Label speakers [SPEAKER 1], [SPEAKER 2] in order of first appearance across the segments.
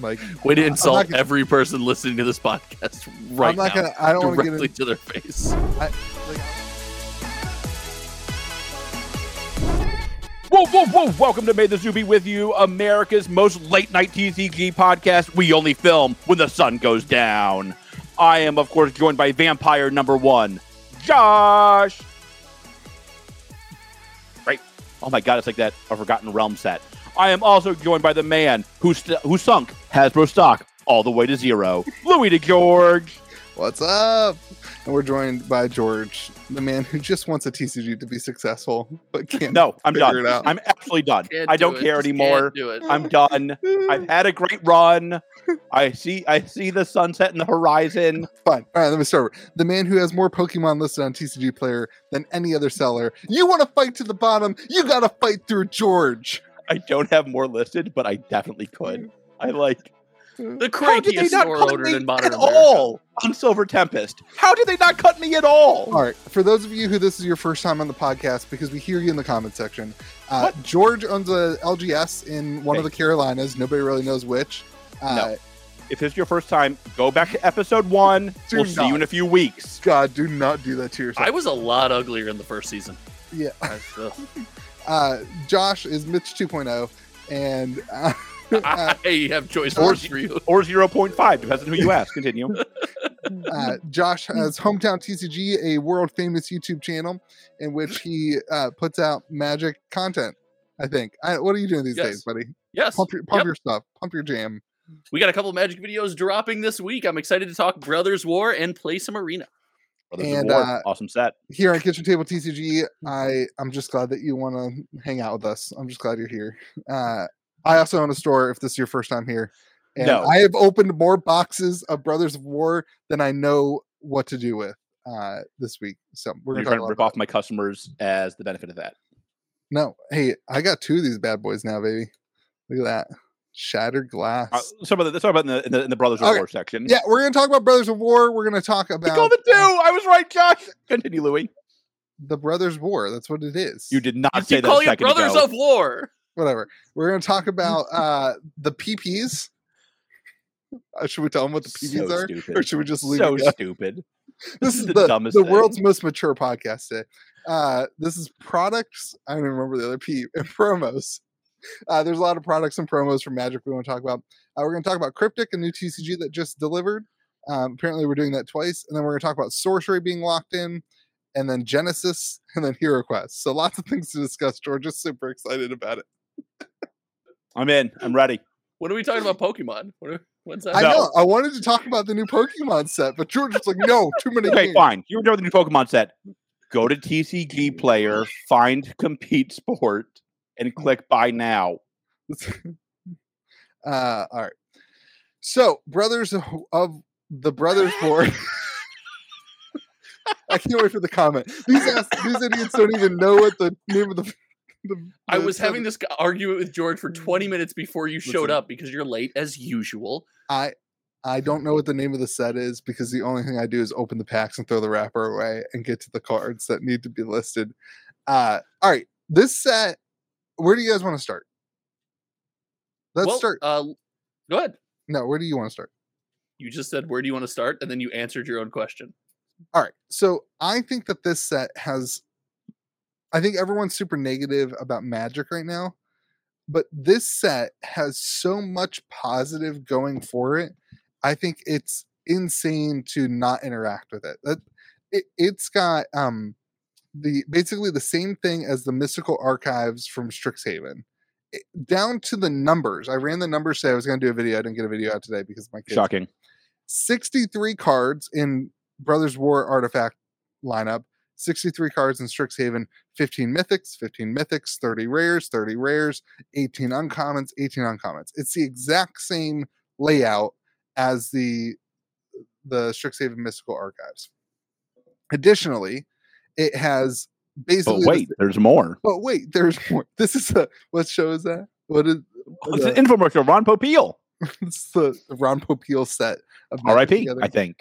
[SPEAKER 1] Like
[SPEAKER 2] Way to
[SPEAKER 1] I'm
[SPEAKER 2] insult
[SPEAKER 1] not gonna-
[SPEAKER 2] every person listening to this podcast right
[SPEAKER 1] I'm not
[SPEAKER 2] now,
[SPEAKER 1] gonna. I don't want to get
[SPEAKER 2] directly
[SPEAKER 1] in.
[SPEAKER 2] to their face.
[SPEAKER 1] Like,
[SPEAKER 3] Whoa, whoa, whoa! Welcome to May the Zoo Be With You, America's most late night TCG podcast. We only film when the sun goes down. I am, of course, joined by vampire number one, Josh. Right? Oh my God, it's like that a Forgotten Realm set. I am also joined by the man who st- who sunk Hasbro stock all the way to zero, Louis DeGeorge.
[SPEAKER 1] What's up? And we're joined by George, the man who just wants a TCG to be successful, but can't.
[SPEAKER 3] No, I'm
[SPEAKER 1] Figure
[SPEAKER 3] done.
[SPEAKER 1] it out.
[SPEAKER 3] I'm absolutely done.
[SPEAKER 4] Can't
[SPEAKER 3] I
[SPEAKER 4] do
[SPEAKER 3] don't
[SPEAKER 4] it.
[SPEAKER 3] care
[SPEAKER 4] Just can't
[SPEAKER 3] anymore.
[SPEAKER 4] do it.
[SPEAKER 3] I'm done. I've had a great run. I see I see the sunset in the horizon.
[SPEAKER 1] Fine. All right, let me start. over. The man who has more Pokemon listed on TCG Player than any other seller. You want to fight to the bottom? You got to fight through George.
[SPEAKER 3] I don't have more listed, but I definitely could. I like
[SPEAKER 4] The
[SPEAKER 3] how did they
[SPEAKER 4] crankiest
[SPEAKER 3] not
[SPEAKER 4] store
[SPEAKER 3] cut
[SPEAKER 4] owner
[SPEAKER 3] me
[SPEAKER 4] in modern
[SPEAKER 3] at
[SPEAKER 4] America.
[SPEAKER 3] all on Silver Tempest? How did they not cut me at all?
[SPEAKER 1] All right, for those of you who this is your first time on the podcast, because we hear you in the comment section, uh, George owns a LGS in one of the
[SPEAKER 3] Okay.
[SPEAKER 1] Carolinas. Nobody really knows which. Uh,
[SPEAKER 3] No. If this is your first time, go back to episode one.
[SPEAKER 1] Do
[SPEAKER 3] we'll see you
[SPEAKER 1] not.
[SPEAKER 3] in a few weeks.
[SPEAKER 1] God, do not do that to yourself.
[SPEAKER 4] I was a lot uglier in the first season.
[SPEAKER 1] Yeah.
[SPEAKER 4] I, ugh.
[SPEAKER 1] uh, Josh is Mitch 2.0, oh, and uh,
[SPEAKER 4] I have choice
[SPEAKER 3] Or-
[SPEAKER 4] words for you.
[SPEAKER 3] Or 0.5, depends on who you ask. Continue.
[SPEAKER 1] uh, Josh has Hometown TCG, a world famous YouTube channel in which he uh, puts out magic content. I think. I, what are you doing these
[SPEAKER 4] Yes.
[SPEAKER 1] days, buddy?
[SPEAKER 4] Yes.
[SPEAKER 1] Pump your pump
[SPEAKER 4] Yep.
[SPEAKER 1] your stuff. Pump your jam.
[SPEAKER 4] We got a couple magic videos dropping this week. I'm excited to talk Brothers War and play some Arena.
[SPEAKER 3] Brothers of
[SPEAKER 1] And,
[SPEAKER 3] War,
[SPEAKER 1] uh,
[SPEAKER 3] awesome set.
[SPEAKER 1] Here on Kitchen Table TCG,
[SPEAKER 3] Mm-hmm.
[SPEAKER 1] I I'm just glad that you want to hang out with us. I'm just glad you're here. Uh, I also own a store. If this is your first time here, and
[SPEAKER 3] No.
[SPEAKER 1] I have opened more boxes of Brothers of War than I know what to do with uh, this week. So we're
[SPEAKER 3] You're
[SPEAKER 1] gonna talk
[SPEAKER 3] trying to
[SPEAKER 1] about
[SPEAKER 3] rip off my customers as the benefit of that.
[SPEAKER 1] No, hey, I got two of these bad boys now, baby. Look at that shattered glass.
[SPEAKER 3] Uh, some of the some about in the, in the in the Brothers of
[SPEAKER 1] Okay.
[SPEAKER 3] War section.
[SPEAKER 1] yeah, we're gonna talk about Brothers of War. We're gonna talk
[SPEAKER 3] we
[SPEAKER 1] about
[SPEAKER 3] call the two.
[SPEAKER 1] uh,
[SPEAKER 3] I was right, Josh. Continue, Louis.
[SPEAKER 1] the Brothers War. That's what it is.
[SPEAKER 3] You did not
[SPEAKER 4] You
[SPEAKER 3] say
[SPEAKER 4] keep
[SPEAKER 3] that a
[SPEAKER 4] calling it
[SPEAKER 3] second
[SPEAKER 4] Brothers
[SPEAKER 3] ago.
[SPEAKER 4] of War.
[SPEAKER 1] whatever. We're gonna talk about uh the PPs. Uh, should we tell them what the PPs
[SPEAKER 3] so
[SPEAKER 1] are,
[SPEAKER 3] stupid.
[SPEAKER 1] or should we just leave?
[SPEAKER 3] so
[SPEAKER 1] it at-
[SPEAKER 3] stupid.
[SPEAKER 1] this
[SPEAKER 3] is
[SPEAKER 1] is the,
[SPEAKER 3] the
[SPEAKER 1] the,
[SPEAKER 3] dumbest thing.
[SPEAKER 1] world's most mature podcast today. Uh, this is products. I don't even remember the other P and promos. Uh, there's a lot of products and promos from Magic we want to talk about. Uh, we're going to talk about Cryptic, a new TCG that just delivered. Um, apparently, we're doing that twice, and then we're going to talk about Sorcery being locked in, and then Genesis, and then Hero Quest. So lots of things to discuss. George is super excited about it.
[SPEAKER 3] I'm in. I'm ready.
[SPEAKER 4] When are we talking about Pokemon? What are, when's that?
[SPEAKER 1] I
[SPEAKER 3] No.
[SPEAKER 1] know. I wanted to talk about the new Pokemon set, but George was like, "No, too many
[SPEAKER 3] Okay,
[SPEAKER 1] games."
[SPEAKER 3] fine. You were done with the new Pokemon set. Go to TCG Player, find Compete Sport, and click Buy Now.
[SPEAKER 1] uh, all right. So, brothers of, of the brothers war. I can't wait for the comment. These ass, these idiots don't even know what the name of the. the
[SPEAKER 4] I
[SPEAKER 1] the
[SPEAKER 4] was having
[SPEAKER 1] sub-
[SPEAKER 4] this g- argument with George for 20 minutes before you showed
[SPEAKER 1] Listen.
[SPEAKER 4] up because you're late as usual.
[SPEAKER 1] I I don't know what the name of the set is because the only thing I do is open the packs and throw the wrapper away and get to the cards that need to be listed. Uh, all right, this set. Where do you guys want to start? Let's
[SPEAKER 4] Well,
[SPEAKER 1] start.
[SPEAKER 4] Uh, go ahead.
[SPEAKER 1] No, where do you want to start?
[SPEAKER 4] You just said where do you want to start, and then you answered your own question.
[SPEAKER 1] All right. So I think that this set has I think everyone's super negative about magic right now, but this set has so much positive going for it. I think it's insane to not interact with it. That it, it's got um the basically the same thing as the mystical archives from Strixhaven. It- down to the numbers. I ran the numbers today. I was going to do a video. I didn't get a video out today because my kids 63 cards in Brothers War artifact lineup, 63 cards in Strixhaven, 15 mythics, 15 mythics, 30 rares, 30 rares, 18 uncommons, 18 uncommons. It's the exact same layout as the the Strixhaven Mystical Archives. Additionally, it has
[SPEAKER 3] But
[SPEAKER 1] basically the
[SPEAKER 3] wait,
[SPEAKER 1] sa-
[SPEAKER 3] there's more.
[SPEAKER 1] but wait, there's more. This is a what show is that? What is
[SPEAKER 3] It's an infomercial. Ron Popeil,
[SPEAKER 1] this is the, the Ron Popeil set of Magic
[SPEAKER 3] R.I.P.
[SPEAKER 1] Gathering
[SPEAKER 3] I think.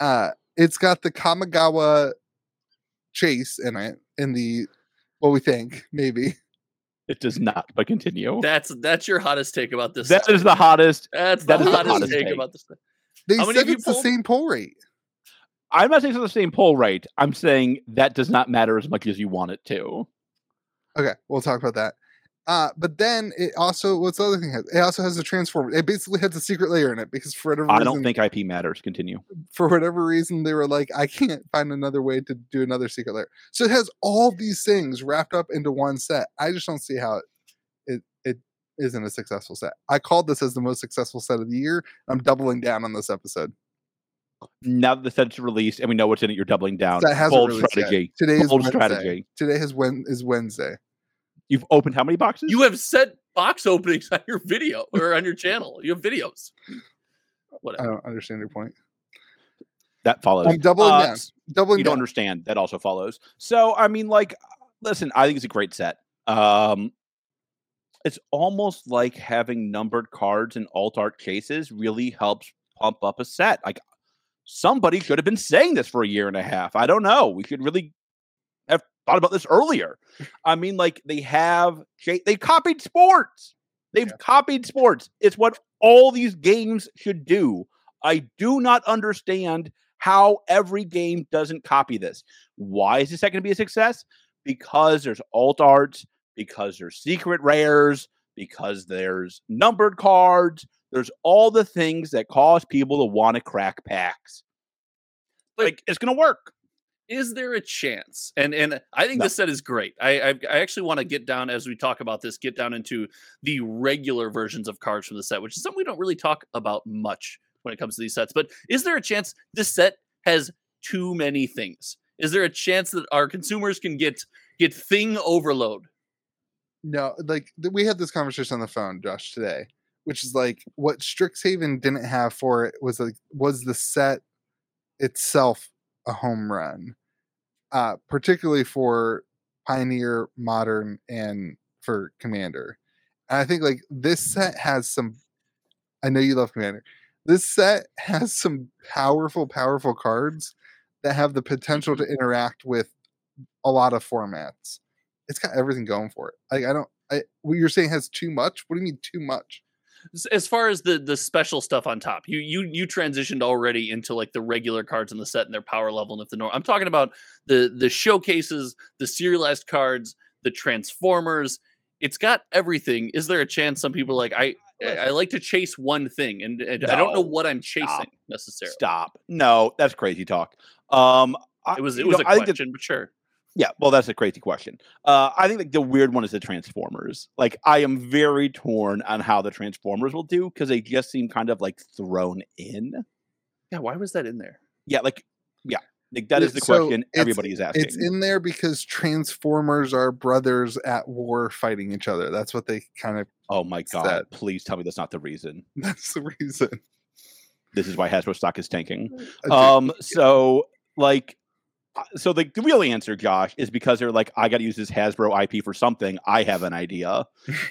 [SPEAKER 1] uh it's got the Kamigawa chase in it in the what we think maybe
[SPEAKER 3] It does not, but continue.
[SPEAKER 4] That's that's your hottest take about this.
[SPEAKER 3] That
[SPEAKER 4] set.
[SPEAKER 3] is the hottest.
[SPEAKER 4] that's the
[SPEAKER 3] that is
[SPEAKER 4] hottest, take, about this. set.
[SPEAKER 1] They
[SPEAKER 4] How many
[SPEAKER 1] said
[SPEAKER 4] have you
[SPEAKER 1] it's the
[SPEAKER 4] pulled?
[SPEAKER 1] same poll rate.
[SPEAKER 3] I'm not saying it's on the same poll rate. I'm saying that does not matter as much as you want it to.
[SPEAKER 1] Okay, we'll talk about that. Uh, but then it also what's the other thing has it also has a transformer. It basically has a secret layer in it because for whatever
[SPEAKER 3] I
[SPEAKER 1] reason,
[SPEAKER 3] don't think IP matters. Continue.
[SPEAKER 1] for whatever reason they were like, I can't find another way to do another secret layer. So it has all these things wrapped up into one set. I just don't see how it it, it isn't a successful set. I called this as the most successful set of the year. I'm doubling down on this episode.
[SPEAKER 3] Now that the set's released and we know what's in it, you're doubling down.
[SPEAKER 1] That hasn't
[SPEAKER 3] Bold
[SPEAKER 1] released yet.
[SPEAKER 3] strategy.
[SPEAKER 1] Today is
[SPEAKER 3] Bold
[SPEAKER 1] Wednesday.
[SPEAKER 3] strategy.
[SPEAKER 1] Today is when is Wednesday.
[SPEAKER 3] You've opened how many boxes?
[SPEAKER 4] You have set box openings on your video or on your channel. You have videos.
[SPEAKER 1] I
[SPEAKER 4] Whatever.
[SPEAKER 1] don't understand your point.
[SPEAKER 3] that follows.
[SPEAKER 1] I'm doubling
[SPEAKER 3] Uh,
[SPEAKER 1] down. Doubling
[SPEAKER 3] you don't
[SPEAKER 1] down.
[SPEAKER 3] understand. That also follows. So I mean, like, listen, I think it's a great set. Um it's almost like having numbered cards in alt art cases really helps pump up a set. Like somebody should have been saying this for a year and a half. I don't know. We should really have thought about this earlier. I mean, like they have cha- they copied sports. They've
[SPEAKER 1] Yeah.
[SPEAKER 3] copied sports. It's what all these games should do. I do not understand how every game doesn't copy this. Why is this set going to be a success? Because there's alt arts, because there's secret rares, because there's numbered cards. There's all the things that cause people to want to crack packs.
[SPEAKER 4] Like-
[SPEAKER 3] Like it's going to work.
[SPEAKER 4] Is there a chance? And and I think
[SPEAKER 3] No.
[SPEAKER 4] this set is great. I I, I actually want to get down as we talk about this. Get down into the regular versions of cards from the set, which is something we don't really talk about much when it comes to these sets. But is there a chance this set has too many things? Is there a chance that our consumers can get get thing overload?
[SPEAKER 1] No, like th- we had this conversation on the phone, Josh, today, which is like what Strixhaven didn't have for it was like was the set itself a home run, uh, particularly for Pioneer, Modern, and for Commander. And I think like this set has some. I know you love Commander. This set has some powerful, powerful cards that have the potential to interact with a lot of formats it's got everything going for it. Like I don't. I what you're saying has too much. What do you mean too much?
[SPEAKER 4] S- as far as the the special stuff on top you you you transitioned already into like the regular cards in the set and their power level and if the norm i'm talking about the the showcases the serialized cards the transformers it's got everything is there a chance some people are like i I I like to chase one thing, and, and I don't know
[SPEAKER 3] No,
[SPEAKER 4] what I'm chasing
[SPEAKER 3] stop.
[SPEAKER 4] necessarily.
[SPEAKER 3] Stop. No, that's crazy talk. Um, I-
[SPEAKER 4] It was
[SPEAKER 3] you
[SPEAKER 4] it was
[SPEAKER 3] know,
[SPEAKER 4] a
[SPEAKER 3] I think that-
[SPEAKER 4] question, but sure.
[SPEAKER 3] yeah, well, that's a crazy question. Uh, I think like the weird one is the Transformers. Like, I am very torn on how the Transformers will do because they just seem kind of like thrown in.
[SPEAKER 4] Yeah, why was that in there?
[SPEAKER 3] Yeah, like yeah, like that is the
[SPEAKER 1] So
[SPEAKER 3] question
[SPEAKER 1] it's-
[SPEAKER 3] everybody is asking.
[SPEAKER 1] It's in there because Transformers are brothers at war fighting each other. That's what they kind of.
[SPEAKER 3] oh my god!
[SPEAKER 1] that.
[SPEAKER 3] Please tell me that's not the reason.
[SPEAKER 1] That's the reason.
[SPEAKER 3] This is why Hasbro stock is tanking.
[SPEAKER 1] I think-
[SPEAKER 3] Um, so like, uh, so like the real answer, Josh, is because they're like, I got to use this Hasbro IP for something. I have an idea.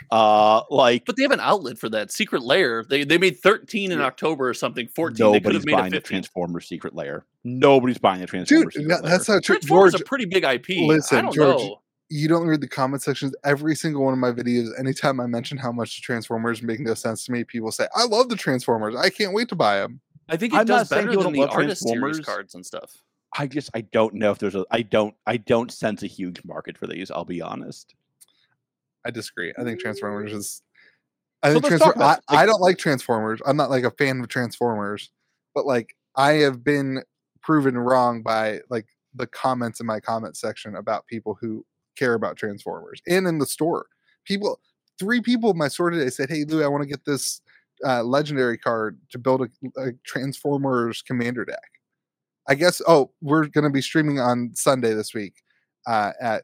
[SPEAKER 3] Uh, like
[SPEAKER 4] But they have an outlet for that secret layer. They they made 13 in October or something. 14. they could
[SPEAKER 3] nobody's
[SPEAKER 4] have made a
[SPEAKER 3] buying the
[SPEAKER 4] 15.
[SPEAKER 3] Transformer secret layer. Nobody's buying the Transformer
[SPEAKER 1] dude,
[SPEAKER 3] secret
[SPEAKER 1] no,
[SPEAKER 3] layer.
[SPEAKER 1] that's not true.
[SPEAKER 4] Transformers
[SPEAKER 1] George,
[SPEAKER 4] is a pretty big IP. I
[SPEAKER 1] listen,
[SPEAKER 4] don't
[SPEAKER 1] George,
[SPEAKER 4] know.
[SPEAKER 1] you don't read the comment sections. Every single one of my videos, anytime I mention how much the Transformers make no sense to me, people say, "I love the Transformers. I can't wait to buy them."
[SPEAKER 4] I think it
[SPEAKER 3] I'm not
[SPEAKER 4] does
[SPEAKER 3] saying
[SPEAKER 4] better
[SPEAKER 3] you
[SPEAKER 4] than
[SPEAKER 3] don't
[SPEAKER 4] the
[SPEAKER 3] love
[SPEAKER 4] artist series
[SPEAKER 3] Transformers.
[SPEAKER 4] cards and stuff.
[SPEAKER 3] I just I don't know if there's a I don't I don't sense a huge market for these. I'll be honest.
[SPEAKER 1] I disagree. I think Transformers is. I
[SPEAKER 3] Mm. So
[SPEAKER 1] think
[SPEAKER 3] let's talk
[SPEAKER 1] Transform- I,
[SPEAKER 3] about it.
[SPEAKER 1] I don't like Transformers. I'm not like a fan of Transformers, but like I have been proven wrong by like the comments in my comment section about people who care about Transformers and in the store. People, three people in my store today said, "Hey Lou, I want to get this uh, legendary card to build a, a Transformers Commander deck." I guess. Oh, we're gonna be streaming on Sunday this week uh, at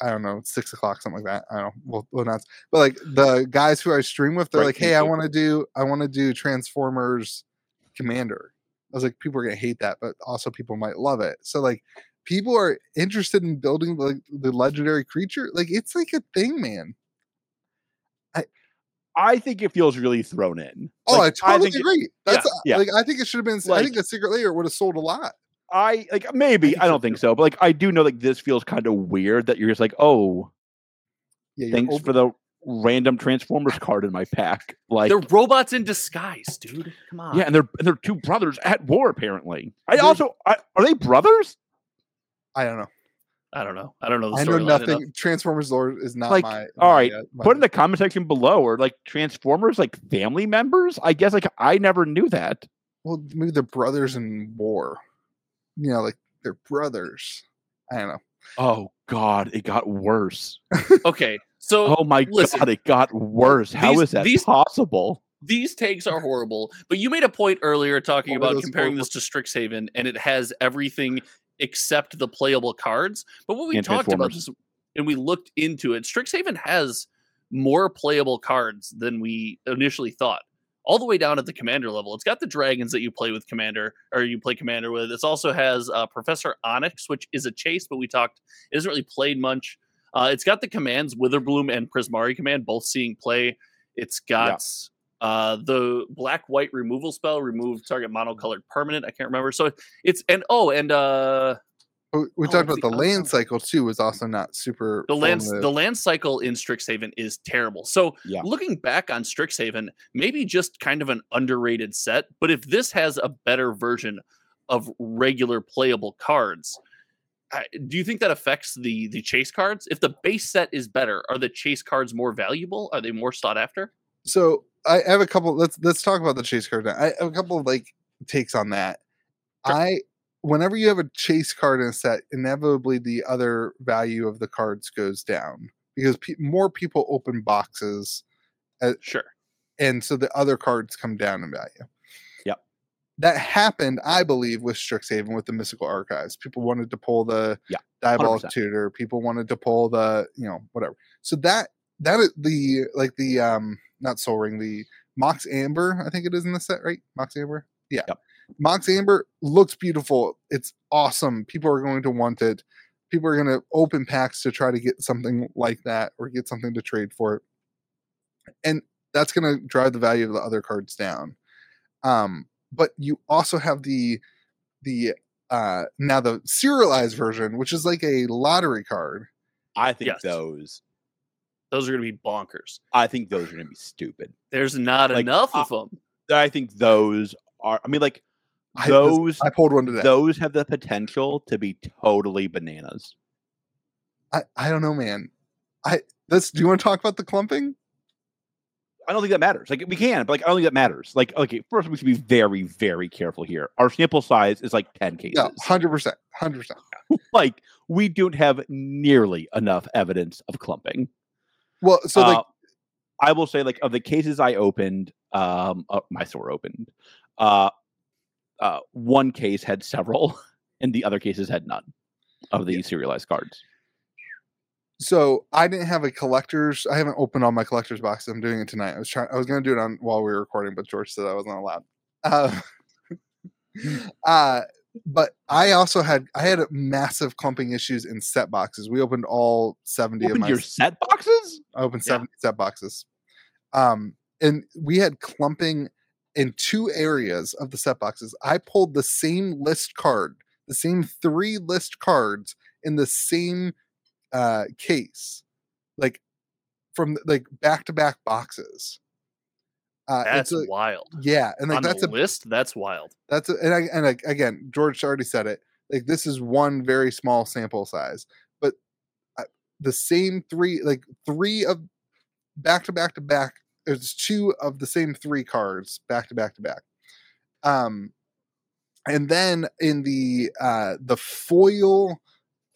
[SPEAKER 1] I don't know six o'clock, something like that. I don't. know. We'll, we'll announce. But like the guys who I stream with, they're
[SPEAKER 3] Right,
[SPEAKER 1] like, "Hey, I
[SPEAKER 3] thank you.
[SPEAKER 1] want to do I want to do Transformers Commander." I was like, "People are gonna hate that, but also people might love it." So like, people are interested in building like the legendary creature. Like it's like a thing, man.
[SPEAKER 3] I think it feels really thrown in.
[SPEAKER 1] Oh,
[SPEAKER 3] Like,
[SPEAKER 1] I totally
[SPEAKER 3] think it-
[SPEAKER 1] agree. That's
[SPEAKER 3] yeah.
[SPEAKER 1] like I think it should have been. I think
[SPEAKER 3] Like-
[SPEAKER 1] the Secret Layer would have sold a lot.
[SPEAKER 3] I like maybe
[SPEAKER 4] think
[SPEAKER 3] I
[SPEAKER 4] so,
[SPEAKER 3] don't think so, but like I do know like this feels kind of weird that you're just like, oh,
[SPEAKER 1] Yeah, you're
[SPEAKER 3] Thanks
[SPEAKER 1] old-
[SPEAKER 3] for the random Transformers card in my pack. Like,
[SPEAKER 4] They're robots in disguise, dude. Come on.
[SPEAKER 3] yeah, and they're and they're two brothers at war apparently. I
[SPEAKER 1] They're-
[SPEAKER 3] also I, are they brothers?
[SPEAKER 1] I don't know.
[SPEAKER 4] I don't know. I don't know the
[SPEAKER 1] I know
[SPEAKER 4] storyline enough.
[SPEAKER 1] nothing. Transformers lore is not
[SPEAKER 3] Like,
[SPEAKER 1] my.
[SPEAKER 3] all
[SPEAKER 1] my,
[SPEAKER 3] right,
[SPEAKER 1] uh, my-
[SPEAKER 3] Put in the comment section below. Are like Transformers like family members? I guess like I never knew that.
[SPEAKER 1] well, maybe they're brothers in war. You know, like they're brothers. I don't know.
[SPEAKER 3] Oh God, it got worse.
[SPEAKER 4] Okay, so
[SPEAKER 3] Oh my
[SPEAKER 4] listen.
[SPEAKER 3] God, it got worse. How is
[SPEAKER 4] These-
[SPEAKER 3] that
[SPEAKER 4] these-
[SPEAKER 3] possible?
[SPEAKER 4] these takes are horrible. But you made a point earlier talking
[SPEAKER 1] One of
[SPEAKER 4] about
[SPEAKER 1] those
[SPEAKER 4] comparing
[SPEAKER 1] horrible-
[SPEAKER 4] this to Strixhaven, and it has everything except the playable cards. But what we
[SPEAKER 3] And
[SPEAKER 4] talked about
[SPEAKER 3] Transformers.
[SPEAKER 4] this, and we looked into it, Strixhaven has more playable cards than we initially thought. All the way down at the commander level, it's got the dragons that you play with commander or you play commander with. It also has uh, Professor Onyx, which is a chase, but we talked it isn't really played much. Uh, it's got the commands Witherbloom and Prismari command, both seeing play. It's got uh, the black white removal spell, remove target monocolored permanent. I can't remember. So it- it's and oh, and uh,
[SPEAKER 1] But we- we
[SPEAKER 4] Oh,
[SPEAKER 1] talked
[SPEAKER 4] what's
[SPEAKER 1] about
[SPEAKER 4] the
[SPEAKER 1] the,
[SPEAKER 4] other one?
[SPEAKER 1] land cycle too. Was also not super.
[SPEAKER 4] the land
[SPEAKER 1] formative.
[SPEAKER 4] the land cycle in Strixhaven is terrible. So
[SPEAKER 3] Yeah.
[SPEAKER 4] looking back on Strixhaven, maybe just kind of an underrated set. But if this has a better version of regular playable cards. I- Do you think that affects the the chase cards? If the base set is better, are the chase cards more valuable? Are they more sought after?
[SPEAKER 1] so I have a couple. Let's let's talk about the chase card. Now. I have a couple of like takes on that. I whenever you have a chase card in a set, inevitably the other value of the cards goes down because pe- more people open boxes,
[SPEAKER 4] Sure.
[SPEAKER 1] and so the other cards come down in value.
[SPEAKER 3] Yep.
[SPEAKER 1] That happened, I believe, with Strixhaven with the Mystical Archives. People wanted to pull the
[SPEAKER 3] Yeah,
[SPEAKER 1] Diabolic
[SPEAKER 3] 100%.
[SPEAKER 1] Tutor. People wanted to pull the you know whatever. So that that is the like the um not Soul Ring the Mox Amber I think it is in the set right Mox Amber yeah
[SPEAKER 3] Yep.
[SPEAKER 1] Mox Amber looks beautiful. It's awesome. People are going to want it. People are going to open packs to try to get something like that or get something to trade for it that's going to drive the value of the other cards down. Um, but you also have the the uh, now the serialized version, which is like a lottery card.
[SPEAKER 3] I think
[SPEAKER 4] Yes.
[SPEAKER 3] those.
[SPEAKER 4] Those are going to be bonkers.
[SPEAKER 3] I think those are gonna be stupid.
[SPEAKER 4] There's not
[SPEAKER 3] Like,
[SPEAKER 4] enough
[SPEAKER 3] I-
[SPEAKER 4] of them.
[SPEAKER 3] I think those are. I mean, like
[SPEAKER 1] I- this-
[SPEAKER 3] those.
[SPEAKER 1] I pulled one today.
[SPEAKER 3] those have the potential to be totally bananas.
[SPEAKER 1] I, I don't know, man. I this. Do you want to talk about the clumping?
[SPEAKER 3] I don't think that matters. Like we can, but like I don't think that matters. Like okay, first we should be very, very careful here. Our sample size is like ten cases.
[SPEAKER 1] No, hundred percent, hundred percent.
[SPEAKER 3] Like we don't have nearly enough evidence of clumping.
[SPEAKER 1] Well, so like
[SPEAKER 3] Uh, I will say, like of the cases I opened, um, uh, my store opened, uh, uh, one case had several, and the other cases had none of the serialized cards.
[SPEAKER 1] so I didn't have a collector's. I haven't opened all my collector's boxes. I'm doing it tonight. I was trying. I was going to do it on while we were recording, but George said I wasn't allowed. Uh,
[SPEAKER 3] Hmm.
[SPEAKER 1] uh, but I also had I had a massive clumping issues in set boxes. We opened all 70 of
[SPEAKER 3] Opened
[SPEAKER 1] my
[SPEAKER 3] your set boxes?
[SPEAKER 1] I opened
[SPEAKER 4] Yeah.
[SPEAKER 1] 70 set boxes. Um, and we had clumping in two areas of the set boxes. I pulled the same list card, the same three list cards in the same uh case, like from like back to back boxes. Uh, and
[SPEAKER 4] That's
[SPEAKER 1] so-
[SPEAKER 4] wild.
[SPEAKER 1] yeah, and like
[SPEAKER 4] On
[SPEAKER 1] that's a
[SPEAKER 4] the list, that's wild.
[SPEAKER 1] that's a, and I, and like again, George already said it. Like this is one very small sample size, but uh, the same three, like three of back to back to back. There's two of the same three cards back to back to back. Um, and then in the uh the foil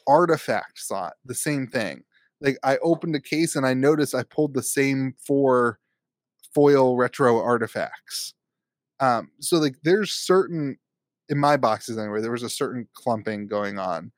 [SPEAKER 1] artifact slot, the same thing. Like I opened a case and I noticed I pulled the same four foil retro artifacts um so like there's certain in my boxes anyway there was a certain clumping going on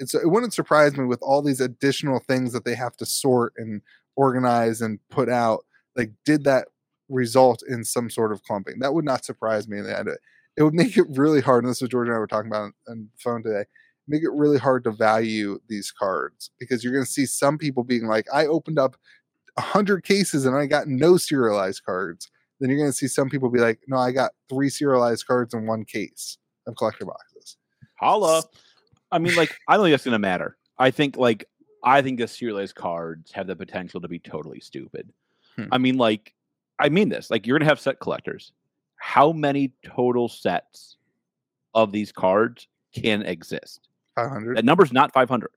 [SPEAKER 1] and so it wouldn't surprise me with all these additional things that they have to sort and organize and put out like did that result in some sort of clumping that would not surprise me in the end it. it would make it really hard and this is what george and i were talking about on, on the phone today make it really hard to value these cards because you're going to see some people being like i opened up 100 cases and i got no serialized cards then you're going to see some people be like, no, I got three serialized cards in one case of collector boxes.
[SPEAKER 3] Holla. I mean, like, I don't think that's gonna matter. I think like I think the serialized cards have the potential to be totally stupid.
[SPEAKER 1] Hmm.
[SPEAKER 3] I mean, like, I mean this. Like, you're gonna have set collectors. How many total sets of these cards can exist?
[SPEAKER 1] Five hundred.
[SPEAKER 3] That number's not 500.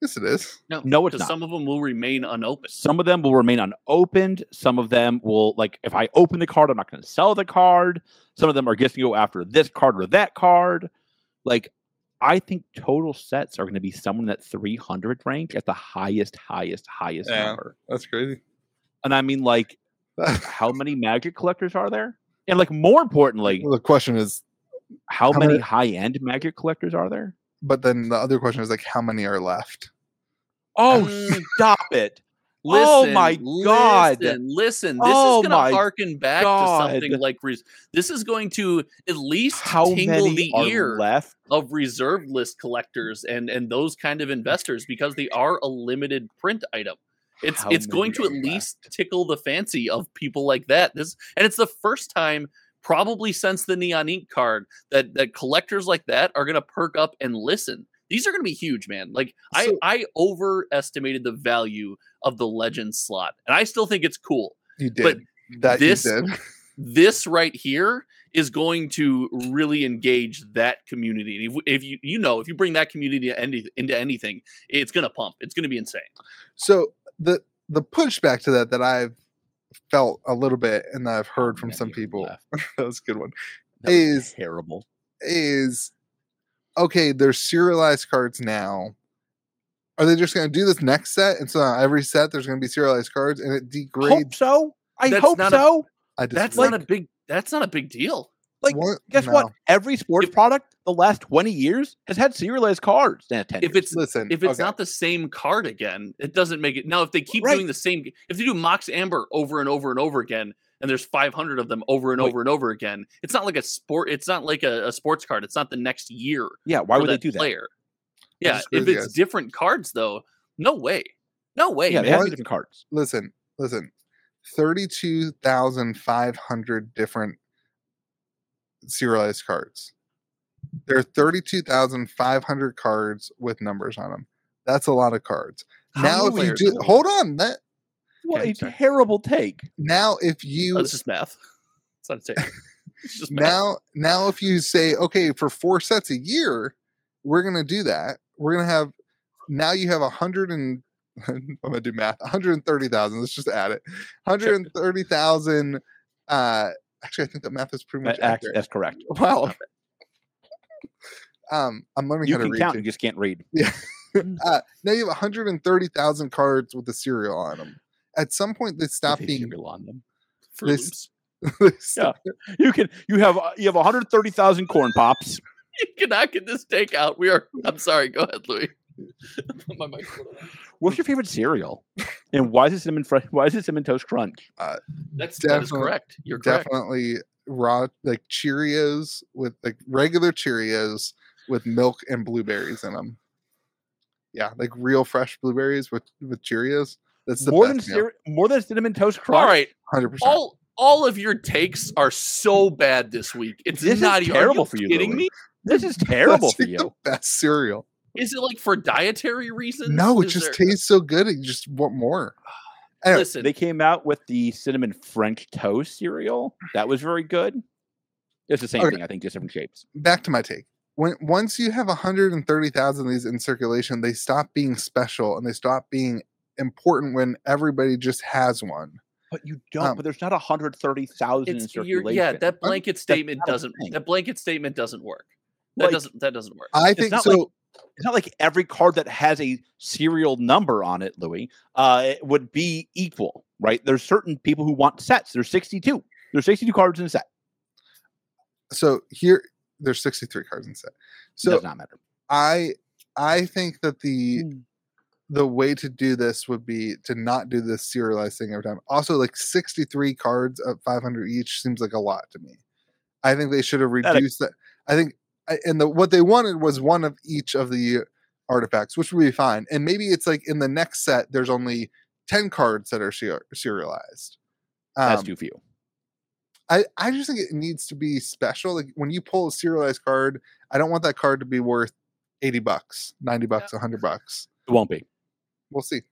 [SPEAKER 1] Yes, it is.
[SPEAKER 3] No, it's
[SPEAKER 4] because
[SPEAKER 3] not.
[SPEAKER 4] some of them will remain unopened.
[SPEAKER 3] Some of them will remain unopened. Some of them will like if I open the card, I'm not going to sell the card. Some of them are just going to go after this card or that card. Like I think total sets are going to be someone that 300 rank at the highest, highest, highest
[SPEAKER 1] Yeah.
[SPEAKER 3] number.
[SPEAKER 1] That's crazy.
[SPEAKER 3] And I mean, like, how many Magic collectors are there? And like, more importantly,
[SPEAKER 1] well, the question is,
[SPEAKER 3] how,
[SPEAKER 1] how
[SPEAKER 3] many
[SPEAKER 1] many-
[SPEAKER 3] high end Magic collectors are there?
[SPEAKER 1] but then the other question is like, how many are left?
[SPEAKER 3] Oh,
[SPEAKER 4] Mm.
[SPEAKER 3] stop it!
[SPEAKER 4] Listen,
[SPEAKER 3] Oh my God.
[SPEAKER 4] Listen, listen, this
[SPEAKER 3] Oh
[SPEAKER 4] is
[SPEAKER 3] my
[SPEAKER 4] going to harken back to something
[SPEAKER 3] God.
[SPEAKER 4] like res- this is going to at least
[SPEAKER 3] How
[SPEAKER 4] tingle
[SPEAKER 3] many
[SPEAKER 4] the
[SPEAKER 3] are
[SPEAKER 4] ear
[SPEAKER 3] left?
[SPEAKER 4] of reserve list collectors and and those kind of investors because they are a limited print item. It's
[SPEAKER 3] How
[SPEAKER 4] it's going
[SPEAKER 3] many
[SPEAKER 4] to at
[SPEAKER 3] are
[SPEAKER 4] least
[SPEAKER 3] left?
[SPEAKER 4] tickle the fancy of people like that. This and it's the first time probably since the neon ink card that that collectors like that are going to perk up and listen. These are going to be huge, man. Like
[SPEAKER 1] So-
[SPEAKER 4] I I overestimated the value of the legend slot. And I still think it's cool.
[SPEAKER 1] You
[SPEAKER 4] But
[SPEAKER 1] did that.
[SPEAKER 4] this-
[SPEAKER 1] you did.
[SPEAKER 4] This right here is going to really engage that community. And if, if you you know, if you bring that community to any, into anything, it's going to pump. It's going to be insane.
[SPEAKER 1] So the the pushback to that that I've felt a little bit and that I've heard from
[SPEAKER 3] Many
[SPEAKER 1] some
[SPEAKER 3] are
[SPEAKER 1] people.
[SPEAKER 3] left.
[SPEAKER 1] That was a good one.
[SPEAKER 3] That was
[SPEAKER 1] Is-
[SPEAKER 3] terrible.
[SPEAKER 1] Is okay. There's serialized cards now. Are they just going to do this next set? And so now every set there's going to be serialized cards, and it
[SPEAKER 3] Hope
[SPEAKER 1] degrades.
[SPEAKER 3] so. I
[SPEAKER 4] That's
[SPEAKER 3] hope
[SPEAKER 4] not a-
[SPEAKER 3] so.
[SPEAKER 1] I
[SPEAKER 4] That's
[SPEAKER 1] disagree.
[SPEAKER 4] not a big that's not a big deal.
[SPEAKER 3] like,
[SPEAKER 1] What?
[SPEAKER 3] Guess
[SPEAKER 1] No.
[SPEAKER 3] what? Every sports product the last 20 years has had serialized cards. Nah, 10
[SPEAKER 4] If
[SPEAKER 3] years.
[SPEAKER 4] it's
[SPEAKER 1] Listen,
[SPEAKER 4] if it's
[SPEAKER 1] okay.
[SPEAKER 4] not the same card again, it doesn't make it. Now, if they keep
[SPEAKER 3] Right.
[SPEAKER 4] doing the same, if they do Mox Amber over and over and over again, and there's 500 of them over and
[SPEAKER 3] Wait.
[SPEAKER 4] over and over again, it's not like a sport. It's not like a, a sports card. It's not the next year.
[SPEAKER 3] yeah, why
[SPEAKER 4] for
[SPEAKER 3] would they do that?
[SPEAKER 4] Player.
[SPEAKER 1] I uh,
[SPEAKER 4] Yeah,
[SPEAKER 1] disagree
[SPEAKER 4] if
[SPEAKER 1] with you
[SPEAKER 4] it's
[SPEAKER 1] guys.
[SPEAKER 4] different cards though, no way, no way.
[SPEAKER 3] Yeah, they
[SPEAKER 4] man.
[SPEAKER 3] have
[SPEAKER 1] what?
[SPEAKER 3] to be different cards.
[SPEAKER 1] listen, listen, 32,500 different serialized cards. There are 32,500 cards with numbers on them. That's a lot of cards.
[SPEAKER 4] How
[SPEAKER 1] now,
[SPEAKER 4] many
[SPEAKER 1] if you
[SPEAKER 4] players
[SPEAKER 1] do,
[SPEAKER 4] are
[SPEAKER 1] hold on, that
[SPEAKER 3] What
[SPEAKER 1] Okay,
[SPEAKER 3] a
[SPEAKER 1] sorry.
[SPEAKER 3] terrible take.
[SPEAKER 1] now, if you
[SPEAKER 4] Oh, it's just math. It's not a take. It's just math.
[SPEAKER 1] now, now, if you say, okay, for four sets a year, we're gonna do that, we're gonna have now you have a hundred and I'm gonna do math, 130,000. Let's just add it 130,000. Uh, actually, I think that math is pretty much
[SPEAKER 3] That- act-
[SPEAKER 1] accurate.
[SPEAKER 3] that's correct.
[SPEAKER 1] Wow. Um, I'm learning
[SPEAKER 3] You
[SPEAKER 1] how to
[SPEAKER 3] can
[SPEAKER 1] read.
[SPEAKER 3] count, you
[SPEAKER 1] too.
[SPEAKER 3] just can't read.
[SPEAKER 1] Uh, now you have 130,000 cards with the serial on them. At some point, they stop
[SPEAKER 3] They
[SPEAKER 1] being.
[SPEAKER 3] rely on them.
[SPEAKER 4] for
[SPEAKER 1] this-
[SPEAKER 4] loops.
[SPEAKER 1] they stop-
[SPEAKER 3] You can you have uh, you have 130,000 corn pops.
[SPEAKER 4] You cannot get this take out. We are. I'm sorry. Go ahead, Louis. Put my microphone on.
[SPEAKER 3] What's your favorite cereal? And why is it cinnamon fr- why is it cinnamon toast crunch?
[SPEAKER 4] That's that is
[SPEAKER 1] Definitely-
[SPEAKER 4] correct. You're correct.
[SPEAKER 1] definitely raw, like Cheerios with like regular Cheerios with milk and blueberries in them. Yeah, like real fresh blueberries with with Cheerios. That's the
[SPEAKER 3] More than
[SPEAKER 1] best meal,
[SPEAKER 3] cere- more than cinnamon toast crunch.
[SPEAKER 4] All right.
[SPEAKER 1] 100%.
[SPEAKER 4] All all of your takes are so bad this week. It's
[SPEAKER 3] This is
[SPEAKER 4] not even- are
[SPEAKER 3] terrible for you,
[SPEAKER 4] Kidding
[SPEAKER 3] Louis.
[SPEAKER 4] me?
[SPEAKER 3] This is terrible
[SPEAKER 1] That's
[SPEAKER 3] for
[SPEAKER 1] like the
[SPEAKER 3] you.
[SPEAKER 1] best cereal.
[SPEAKER 4] Is it like for dietary reasons?
[SPEAKER 1] No, it
[SPEAKER 4] Is
[SPEAKER 1] just
[SPEAKER 4] there-
[SPEAKER 1] tastes so good. You just want more. out.
[SPEAKER 4] Listen,
[SPEAKER 3] They came out with the cinnamon French toast cereal. That was very good. It's the same
[SPEAKER 1] Okay.
[SPEAKER 3] thing, I think, just different shapes.
[SPEAKER 1] back to my take. When once you have 130,000 of these in circulation, they stop being special and they stop being important when everybody just has one.
[SPEAKER 3] But you don't.
[SPEAKER 1] Um,
[SPEAKER 3] but there's not 130,000 in
[SPEAKER 4] it's
[SPEAKER 3] circulation.
[SPEAKER 4] you're, yeah. That blanket statement
[SPEAKER 3] not a
[SPEAKER 4] doesn't.
[SPEAKER 3] thing.
[SPEAKER 4] That blanket statement doesn't work. That
[SPEAKER 3] Like-
[SPEAKER 4] doesn't. That doesn't work.
[SPEAKER 1] I
[SPEAKER 3] It's
[SPEAKER 1] think
[SPEAKER 3] not
[SPEAKER 1] so.
[SPEAKER 3] like- it's not like every card that has a serial number on it, Louis, uh, it would be equal, right? There's certain people who want sets. There's 62. There's 62 cards in a set.
[SPEAKER 1] so here there's 63 cards in set.
[SPEAKER 3] So,
[SPEAKER 1] So
[SPEAKER 3] does not matter.
[SPEAKER 1] I I think that the
[SPEAKER 3] Mm.
[SPEAKER 1] the way to do this would be to not do this serialized thing every time. Also, like 63 cards at 500 each seems like a lot to me. I think they should have
[SPEAKER 3] That-
[SPEAKER 1] reduced that. I think I- and the what they wanted was one of each of the artifacts, which would be fine. And maybe it's like in the next set there's only 10 cards that are ser- serialized.
[SPEAKER 3] That's
[SPEAKER 1] Um,
[SPEAKER 3] too few.
[SPEAKER 1] I, I just think it needs to be special. Like when you pull a serialized card, I don't want that card to be worth 80 bucks, 90 bucks, 100 bucks.
[SPEAKER 3] It won't be.
[SPEAKER 1] We'll see.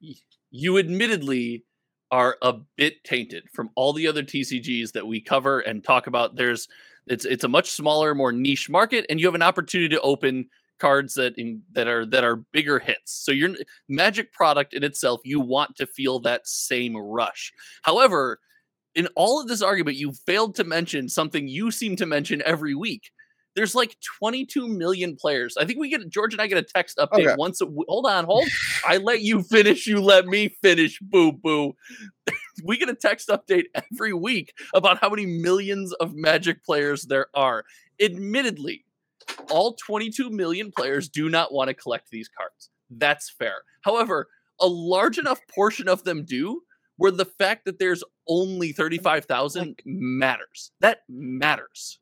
[SPEAKER 4] you admittedly are a bit tainted from all the other TCGs that we cover and talk about. There's it's it's a much smaller, more niche market, and you have an opportunity to open cards that in that are that are bigger hits. So your magic product in itself, you want to feel that same rush. However, in all of this argument, you failed to mention something you seem to mention every week. There's like 22 million players. I think we get George and I get a text update
[SPEAKER 1] Okay.
[SPEAKER 4] once. A, w- hold on, hold. I let you finish. You let me finish. Boo boo. we get a text update every week about how many millions of Magic players there are. Admittedly, all 22 million players do not want to collect these cards. That's fair. However, a large enough portion of them do, where the fact that there's only 35,000 matters. That matters.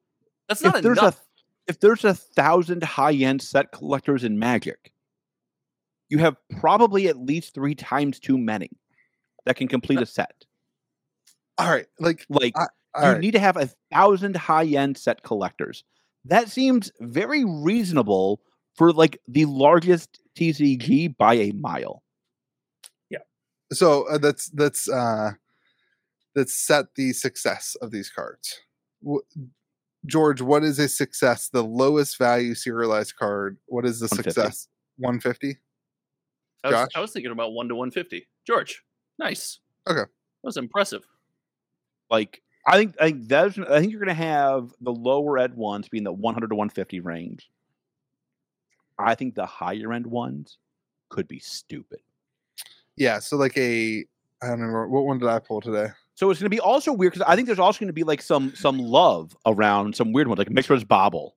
[SPEAKER 4] That's not
[SPEAKER 3] if there's
[SPEAKER 4] enough.
[SPEAKER 3] a if there's a thousand high end set collectors in Magic, you have probably at least three times too many that can
[SPEAKER 4] Uh,
[SPEAKER 3] complete a set.
[SPEAKER 1] All right. Like
[SPEAKER 3] Like
[SPEAKER 1] all
[SPEAKER 3] you
[SPEAKER 1] right.
[SPEAKER 3] need to have a thousand high end set collectors. That seems very reasonable for like the largest TCG by a mile.
[SPEAKER 1] so uh, that's that's uh that's set the success of these cards Wh- george what is a success the lowest value serialized card what is the
[SPEAKER 3] 150.
[SPEAKER 1] success 150
[SPEAKER 4] I was,
[SPEAKER 1] Josh?
[SPEAKER 4] I was thinking about 1 to 150. George, nice.
[SPEAKER 1] Okay.
[SPEAKER 4] That was impressive.
[SPEAKER 3] Like I think I think that's I think you're gonna have the lower end ones being the 100 to 150 range. I think the higher end ones could be stupid.
[SPEAKER 1] yeah so like a i don't remember what one did i pull today
[SPEAKER 3] So it's going to be also weird because I think there's also going to be like some some love around some weird ones like Mixer's Bobble.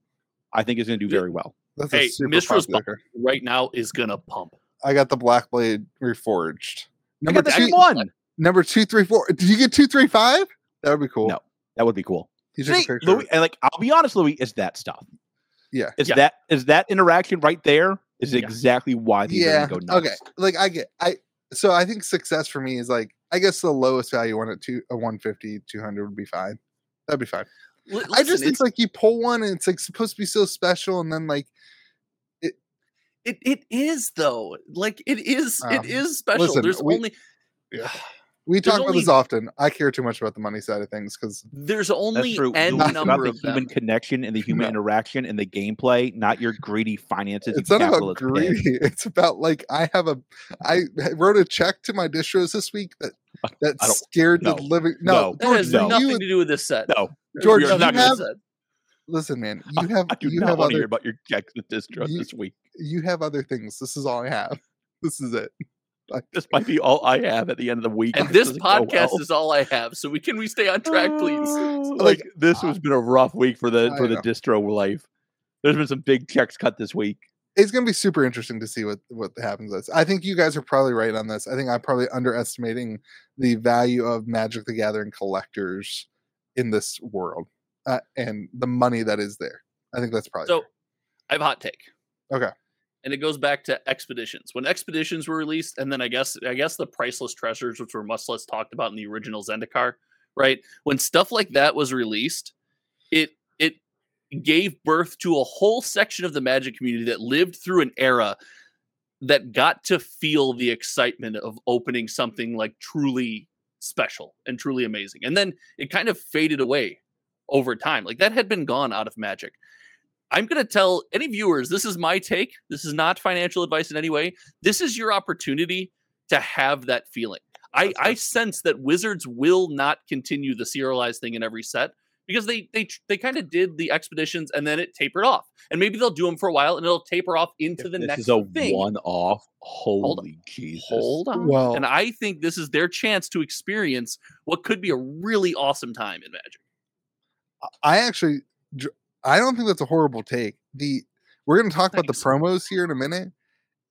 [SPEAKER 3] I think is going to do
[SPEAKER 4] Yeah.
[SPEAKER 3] very well.
[SPEAKER 1] that's
[SPEAKER 4] Hey,
[SPEAKER 1] a super
[SPEAKER 4] Miss Rose
[SPEAKER 1] popular card.
[SPEAKER 4] Right now is going to pump.
[SPEAKER 1] i got the black blade reforged
[SPEAKER 3] I
[SPEAKER 1] number
[SPEAKER 3] got the
[SPEAKER 1] two
[SPEAKER 3] same one.
[SPEAKER 1] number two three four did you get two three five that would be cool
[SPEAKER 3] No. That would be cool.
[SPEAKER 1] you took a
[SPEAKER 3] See,
[SPEAKER 1] picture of
[SPEAKER 3] Louis,
[SPEAKER 1] it.
[SPEAKER 3] and like I'll be honest, Louis, is that stuff?
[SPEAKER 1] Yeah.
[SPEAKER 3] Is
[SPEAKER 4] Yeah.
[SPEAKER 3] that is that interaction right there? Is
[SPEAKER 4] Yeah.
[SPEAKER 3] exactly why these
[SPEAKER 1] yeah
[SPEAKER 3] are going to go nuts.
[SPEAKER 1] okay like i get i so i think success for me is like i guess the lowest value one at two a 150 200 would be fine that'd be fine
[SPEAKER 4] L- listen,
[SPEAKER 1] i just
[SPEAKER 4] it's-
[SPEAKER 1] it's like you pull one and it's like supposed to be so special and then like
[SPEAKER 4] It it is though. Like it is
[SPEAKER 1] Um,
[SPEAKER 4] it is special.
[SPEAKER 1] listen,
[SPEAKER 4] There's
[SPEAKER 1] we-
[SPEAKER 4] only
[SPEAKER 1] yeah. we
[SPEAKER 4] There's
[SPEAKER 1] talk about this often i care too much about the money side of things because
[SPEAKER 4] there's
[SPEAKER 3] That's
[SPEAKER 4] only
[SPEAKER 3] true.
[SPEAKER 4] n
[SPEAKER 3] Louis, it's about
[SPEAKER 4] number
[SPEAKER 3] the
[SPEAKER 4] of
[SPEAKER 3] human
[SPEAKER 4] them.
[SPEAKER 3] connection and the human
[SPEAKER 1] No.
[SPEAKER 3] interaction and the gameplay, not your greedy finances.
[SPEAKER 1] it's
[SPEAKER 3] and
[SPEAKER 1] not about
[SPEAKER 3] capitalist pig.
[SPEAKER 1] greedy it's about like i have a i wrote a check to my distros this week that that
[SPEAKER 3] I don't-
[SPEAKER 1] scared
[SPEAKER 3] no.
[SPEAKER 1] the living
[SPEAKER 3] No.
[SPEAKER 1] no,
[SPEAKER 4] That has
[SPEAKER 1] George, you
[SPEAKER 4] nothing
[SPEAKER 1] and-
[SPEAKER 4] to do with this set.
[SPEAKER 3] No,
[SPEAKER 4] That has
[SPEAKER 1] George,
[SPEAKER 4] nothing
[SPEAKER 3] you
[SPEAKER 4] to do with
[SPEAKER 1] have-
[SPEAKER 4] this set.
[SPEAKER 1] listen man you have
[SPEAKER 3] I do
[SPEAKER 1] you
[SPEAKER 3] not
[SPEAKER 1] have
[SPEAKER 3] want to
[SPEAKER 1] other
[SPEAKER 3] hear about your checks with this trust
[SPEAKER 1] You-
[SPEAKER 3] this week.
[SPEAKER 1] you have other things this is all i have this is it
[SPEAKER 3] This might be all I have at the end of the week.
[SPEAKER 4] and this
[SPEAKER 3] doesn't go
[SPEAKER 4] podcast
[SPEAKER 3] well.
[SPEAKER 4] is all I have. So we can we stay on track, please?
[SPEAKER 3] Oh,
[SPEAKER 1] like,
[SPEAKER 3] like this has been a rough week for the
[SPEAKER 1] I
[SPEAKER 3] for the
[SPEAKER 1] know.
[SPEAKER 3] distro life. There's been some big checks cut this week.
[SPEAKER 1] it's going to be super interesting to see what what happens. With this. I think you guys are probably right on this. I think I'm probably underestimating the value of Magic the Gathering collectors in this world uh, and the money that is there. I think that's probably
[SPEAKER 4] So
[SPEAKER 1] fair.
[SPEAKER 4] I have a hot take.
[SPEAKER 1] Okay.
[SPEAKER 4] And it goes back to expeditions. When expeditions were released, and then I guess I guess the priceless treasures, which were much less talked about in the original Zendikar, right? When stuff like that was released, it it gave birth to a whole section of the magic community that lived through an era that got to feel the excitement of opening something like truly special and truly amazing. And then it kind of faded away over time. Like that had been gone out of magic. I'm going to tell any viewers this is my take. This is not financial advice in any way. This is your opportunity to have that feeling. I,
[SPEAKER 2] That's
[SPEAKER 4] I sense that Wizards will not continue the serialized thing in every set because they they tr- they kind of did the expeditions and then it tapered off. And maybe they'll do them for a while and it'll taper off into the
[SPEAKER 3] this
[SPEAKER 4] next
[SPEAKER 3] is a
[SPEAKER 4] thing.
[SPEAKER 3] one-off.
[SPEAKER 4] on.
[SPEAKER 3] Holy Jesus!
[SPEAKER 4] Hold on.
[SPEAKER 1] Well-
[SPEAKER 4] and I think this is their chance to experience what could be a really awesome time in Magic.
[SPEAKER 1] I actually dr- I don't think that's a horrible take. The we're going to talk about the
[SPEAKER 4] Thanks.
[SPEAKER 1] promos here in a minute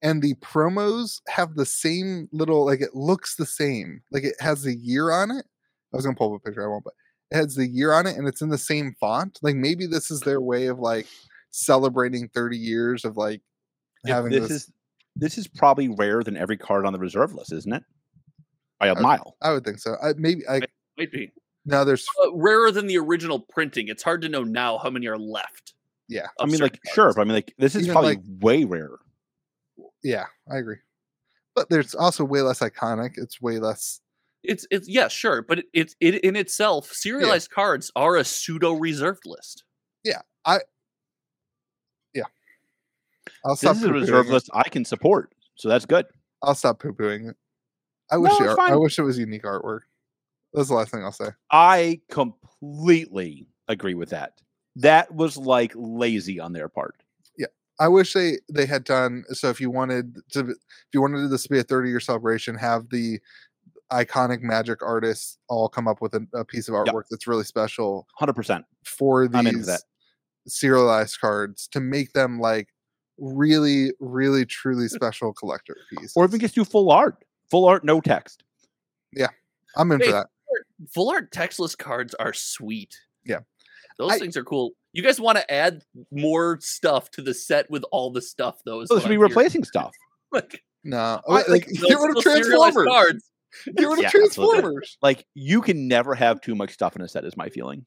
[SPEAKER 1] and the promos have the same little like it looks the same. Like it has the year on it. I was going to pull up a picture I won't but it has the year on it and it's in the same font. Like maybe this is their way of like celebrating 30 years of like
[SPEAKER 3] If
[SPEAKER 1] having
[SPEAKER 3] this,
[SPEAKER 1] this,
[SPEAKER 3] is this is probably rarer than every card on the reserve list, isn't it? By a
[SPEAKER 1] Okay.
[SPEAKER 3] mile.
[SPEAKER 1] I would think so. I maybe I
[SPEAKER 4] Might be
[SPEAKER 1] now there's
[SPEAKER 4] uh, rarer than the original printing. It's hard to know now how many are left.
[SPEAKER 1] Yeah.
[SPEAKER 3] I
[SPEAKER 4] of
[SPEAKER 3] mean,
[SPEAKER 4] certain
[SPEAKER 3] like, sure,
[SPEAKER 4] cards.
[SPEAKER 3] but I mean, like, this is
[SPEAKER 1] Even,
[SPEAKER 3] probably
[SPEAKER 1] like-
[SPEAKER 3] way rarer.
[SPEAKER 1] yeah, I agree. but there's also way less iconic. It's way less.
[SPEAKER 4] It's it's yeah, sure, but it, it, it in itself, serialized cards are a pseudo reserved list.
[SPEAKER 1] I'll stop.
[SPEAKER 3] This is a
[SPEAKER 1] poo-pooing
[SPEAKER 3] reserve
[SPEAKER 1] it.
[SPEAKER 3] list I can support, so that's good.
[SPEAKER 1] I'll stop poo pooing it. I wish
[SPEAKER 3] No,
[SPEAKER 1] it,
[SPEAKER 3] it's
[SPEAKER 1] I
[SPEAKER 3] fine.
[SPEAKER 1] wish it was unique artwork. That's the last thing I'll say.
[SPEAKER 3] I completely agree with that. That was like lazy on their part.
[SPEAKER 1] I wish they they had done so. If you wanted to, be- if you wanted this to be a 30 year celebration, have the iconic magic artists all come up with a, a piece of artwork that's really special
[SPEAKER 3] Hundred percent.
[SPEAKER 1] for
[SPEAKER 3] I'm in for
[SPEAKER 1] these
[SPEAKER 3] that.
[SPEAKER 1] serialized cards to make them like really, really, truly special collector piece.
[SPEAKER 3] Or even just do full art. Full art, no text.
[SPEAKER 1] I'm in
[SPEAKER 4] Hey,
[SPEAKER 1] for that.
[SPEAKER 4] Full art textless cards are sweet.
[SPEAKER 1] Yeah.
[SPEAKER 4] Those
[SPEAKER 1] I-
[SPEAKER 4] things are cool. You guys want to add more stuff to the set with all the stuff though. is
[SPEAKER 3] So
[SPEAKER 4] what
[SPEAKER 3] this would be
[SPEAKER 4] I'm hearing.
[SPEAKER 3] replacing stuff.
[SPEAKER 4] Like,
[SPEAKER 1] No,
[SPEAKER 3] I-
[SPEAKER 1] oh, like,
[SPEAKER 3] like,
[SPEAKER 4] those-
[SPEAKER 1] get rid of
[SPEAKER 4] those serialized
[SPEAKER 1] Transformers.
[SPEAKER 4] cards.
[SPEAKER 1] Get rid of
[SPEAKER 3] Yeah, absolutely.
[SPEAKER 1] Transformers.
[SPEAKER 3] Like you can never have too much stuff in a set. Is my feeling.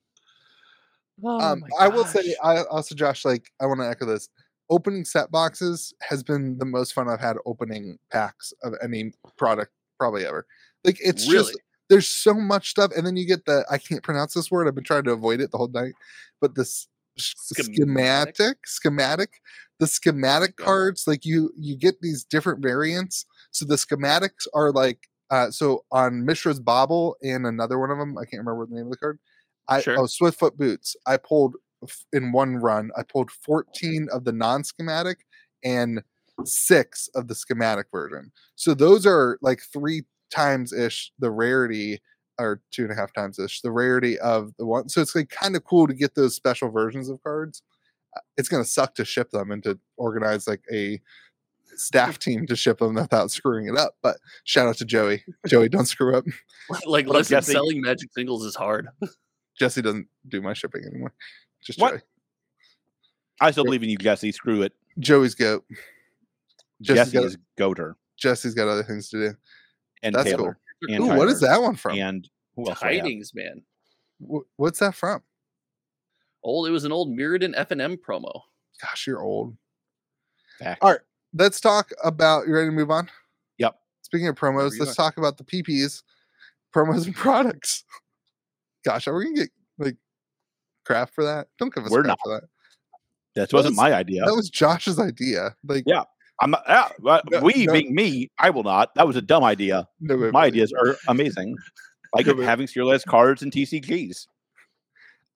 [SPEAKER 4] Oh
[SPEAKER 1] um,
[SPEAKER 4] my
[SPEAKER 1] I will say,
[SPEAKER 4] gosh.
[SPEAKER 1] I also, Josh, like, I want to echo this. Opening set boxes has been the most fun I've had opening packs of any product probably ever. Like, it's just
[SPEAKER 4] Really?
[SPEAKER 1] there's so much stuff, and then you get the I can't pronounce this word. I've been trying to avoid it the whole night, but this s-
[SPEAKER 4] Schematic?
[SPEAKER 1] schematic, schematic, the schematic
[SPEAKER 4] Schematic.
[SPEAKER 1] cards. Like you, you get these different variants. So the schematics are like, uh, so on Mishra's Bobble and another one of them, I can't remember the name of the card. I
[SPEAKER 4] Sure.
[SPEAKER 1] oh Swiftfoot Boots. I pulled f- in one run. I pulled 14 of the non-schematic and six of the schematic version. So those are like three times ish the rarity, or two and a half times ish the rarity of the one. So it's like kind of cool to get those special versions of cards. Uh, It's gonna suck to ship them and to organize like a staff team to ship them without screwing it up. But shout out to Joey. Joey, don't screw up.
[SPEAKER 4] like
[SPEAKER 3] What up,
[SPEAKER 4] listen,
[SPEAKER 3] Jesse?
[SPEAKER 4] selling magic singles is hard.
[SPEAKER 1] Jesse doesn't do my shipping anymore. Just
[SPEAKER 3] What?
[SPEAKER 1] Joey.
[SPEAKER 3] I still
[SPEAKER 1] Sure.
[SPEAKER 3] believe in you, Jesse. Screw it.
[SPEAKER 1] Joey's goat. Jesse's
[SPEAKER 3] Jesse
[SPEAKER 1] got,
[SPEAKER 3] is Goater
[SPEAKER 1] Jesse's got other things to do.
[SPEAKER 3] and
[SPEAKER 1] That's
[SPEAKER 3] Taylor
[SPEAKER 4] They're
[SPEAKER 3] And
[SPEAKER 1] Ooh, what is
[SPEAKER 3] Tyler.
[SPEAKER 1] that one from?
[SPEAKER 3] and who else? do I have?
[SPEAKER 4] Tidings, man.
[SPEAKER 1] Wh- What's that from?
[SPEAKER 4] Old. It was an old Mirrodin F and M promo.
[SPEAKER 1] Gosh, you're old.
[SPEAKER 3] Fact.
[SPEAKER 1] All right. Let's talk about. You ready to move on?
[SPEAKER 3] Yep.
[SPEAKER 1] Speaking of promos,
[SPEAKER 3] you
[SPEAKER 1] let's talk about the PPs, promos and products. Gosh, are we gonna get like crap for that? Don't give us
[SPEAKER 3] We're
[SPEAKER 1] crap for that.
[SPEAKER 3] That wasn't
[SPEAKER 1] was-
[SPEAKER 3] my idea.
[SPEAKER 1] That was Josh's idea. Like
[SPEAKER 3] Yeah. I'm not, ah, well,
[SPEAKER 1] No,
[SPEAKER 3] we
[SPEAKER 1] no.
[SPEAKER 3] being me, I will not. That was a dumb idea.
[SPEAKER 1] nobody
[SPEAKER 3] My
[SPEAKER 1] believes.
[SPEAKER 3] ideas are amazing. Like
[SPEAKER 1] No, but-
[SPEAKER 3] having serialized cards and TCGs.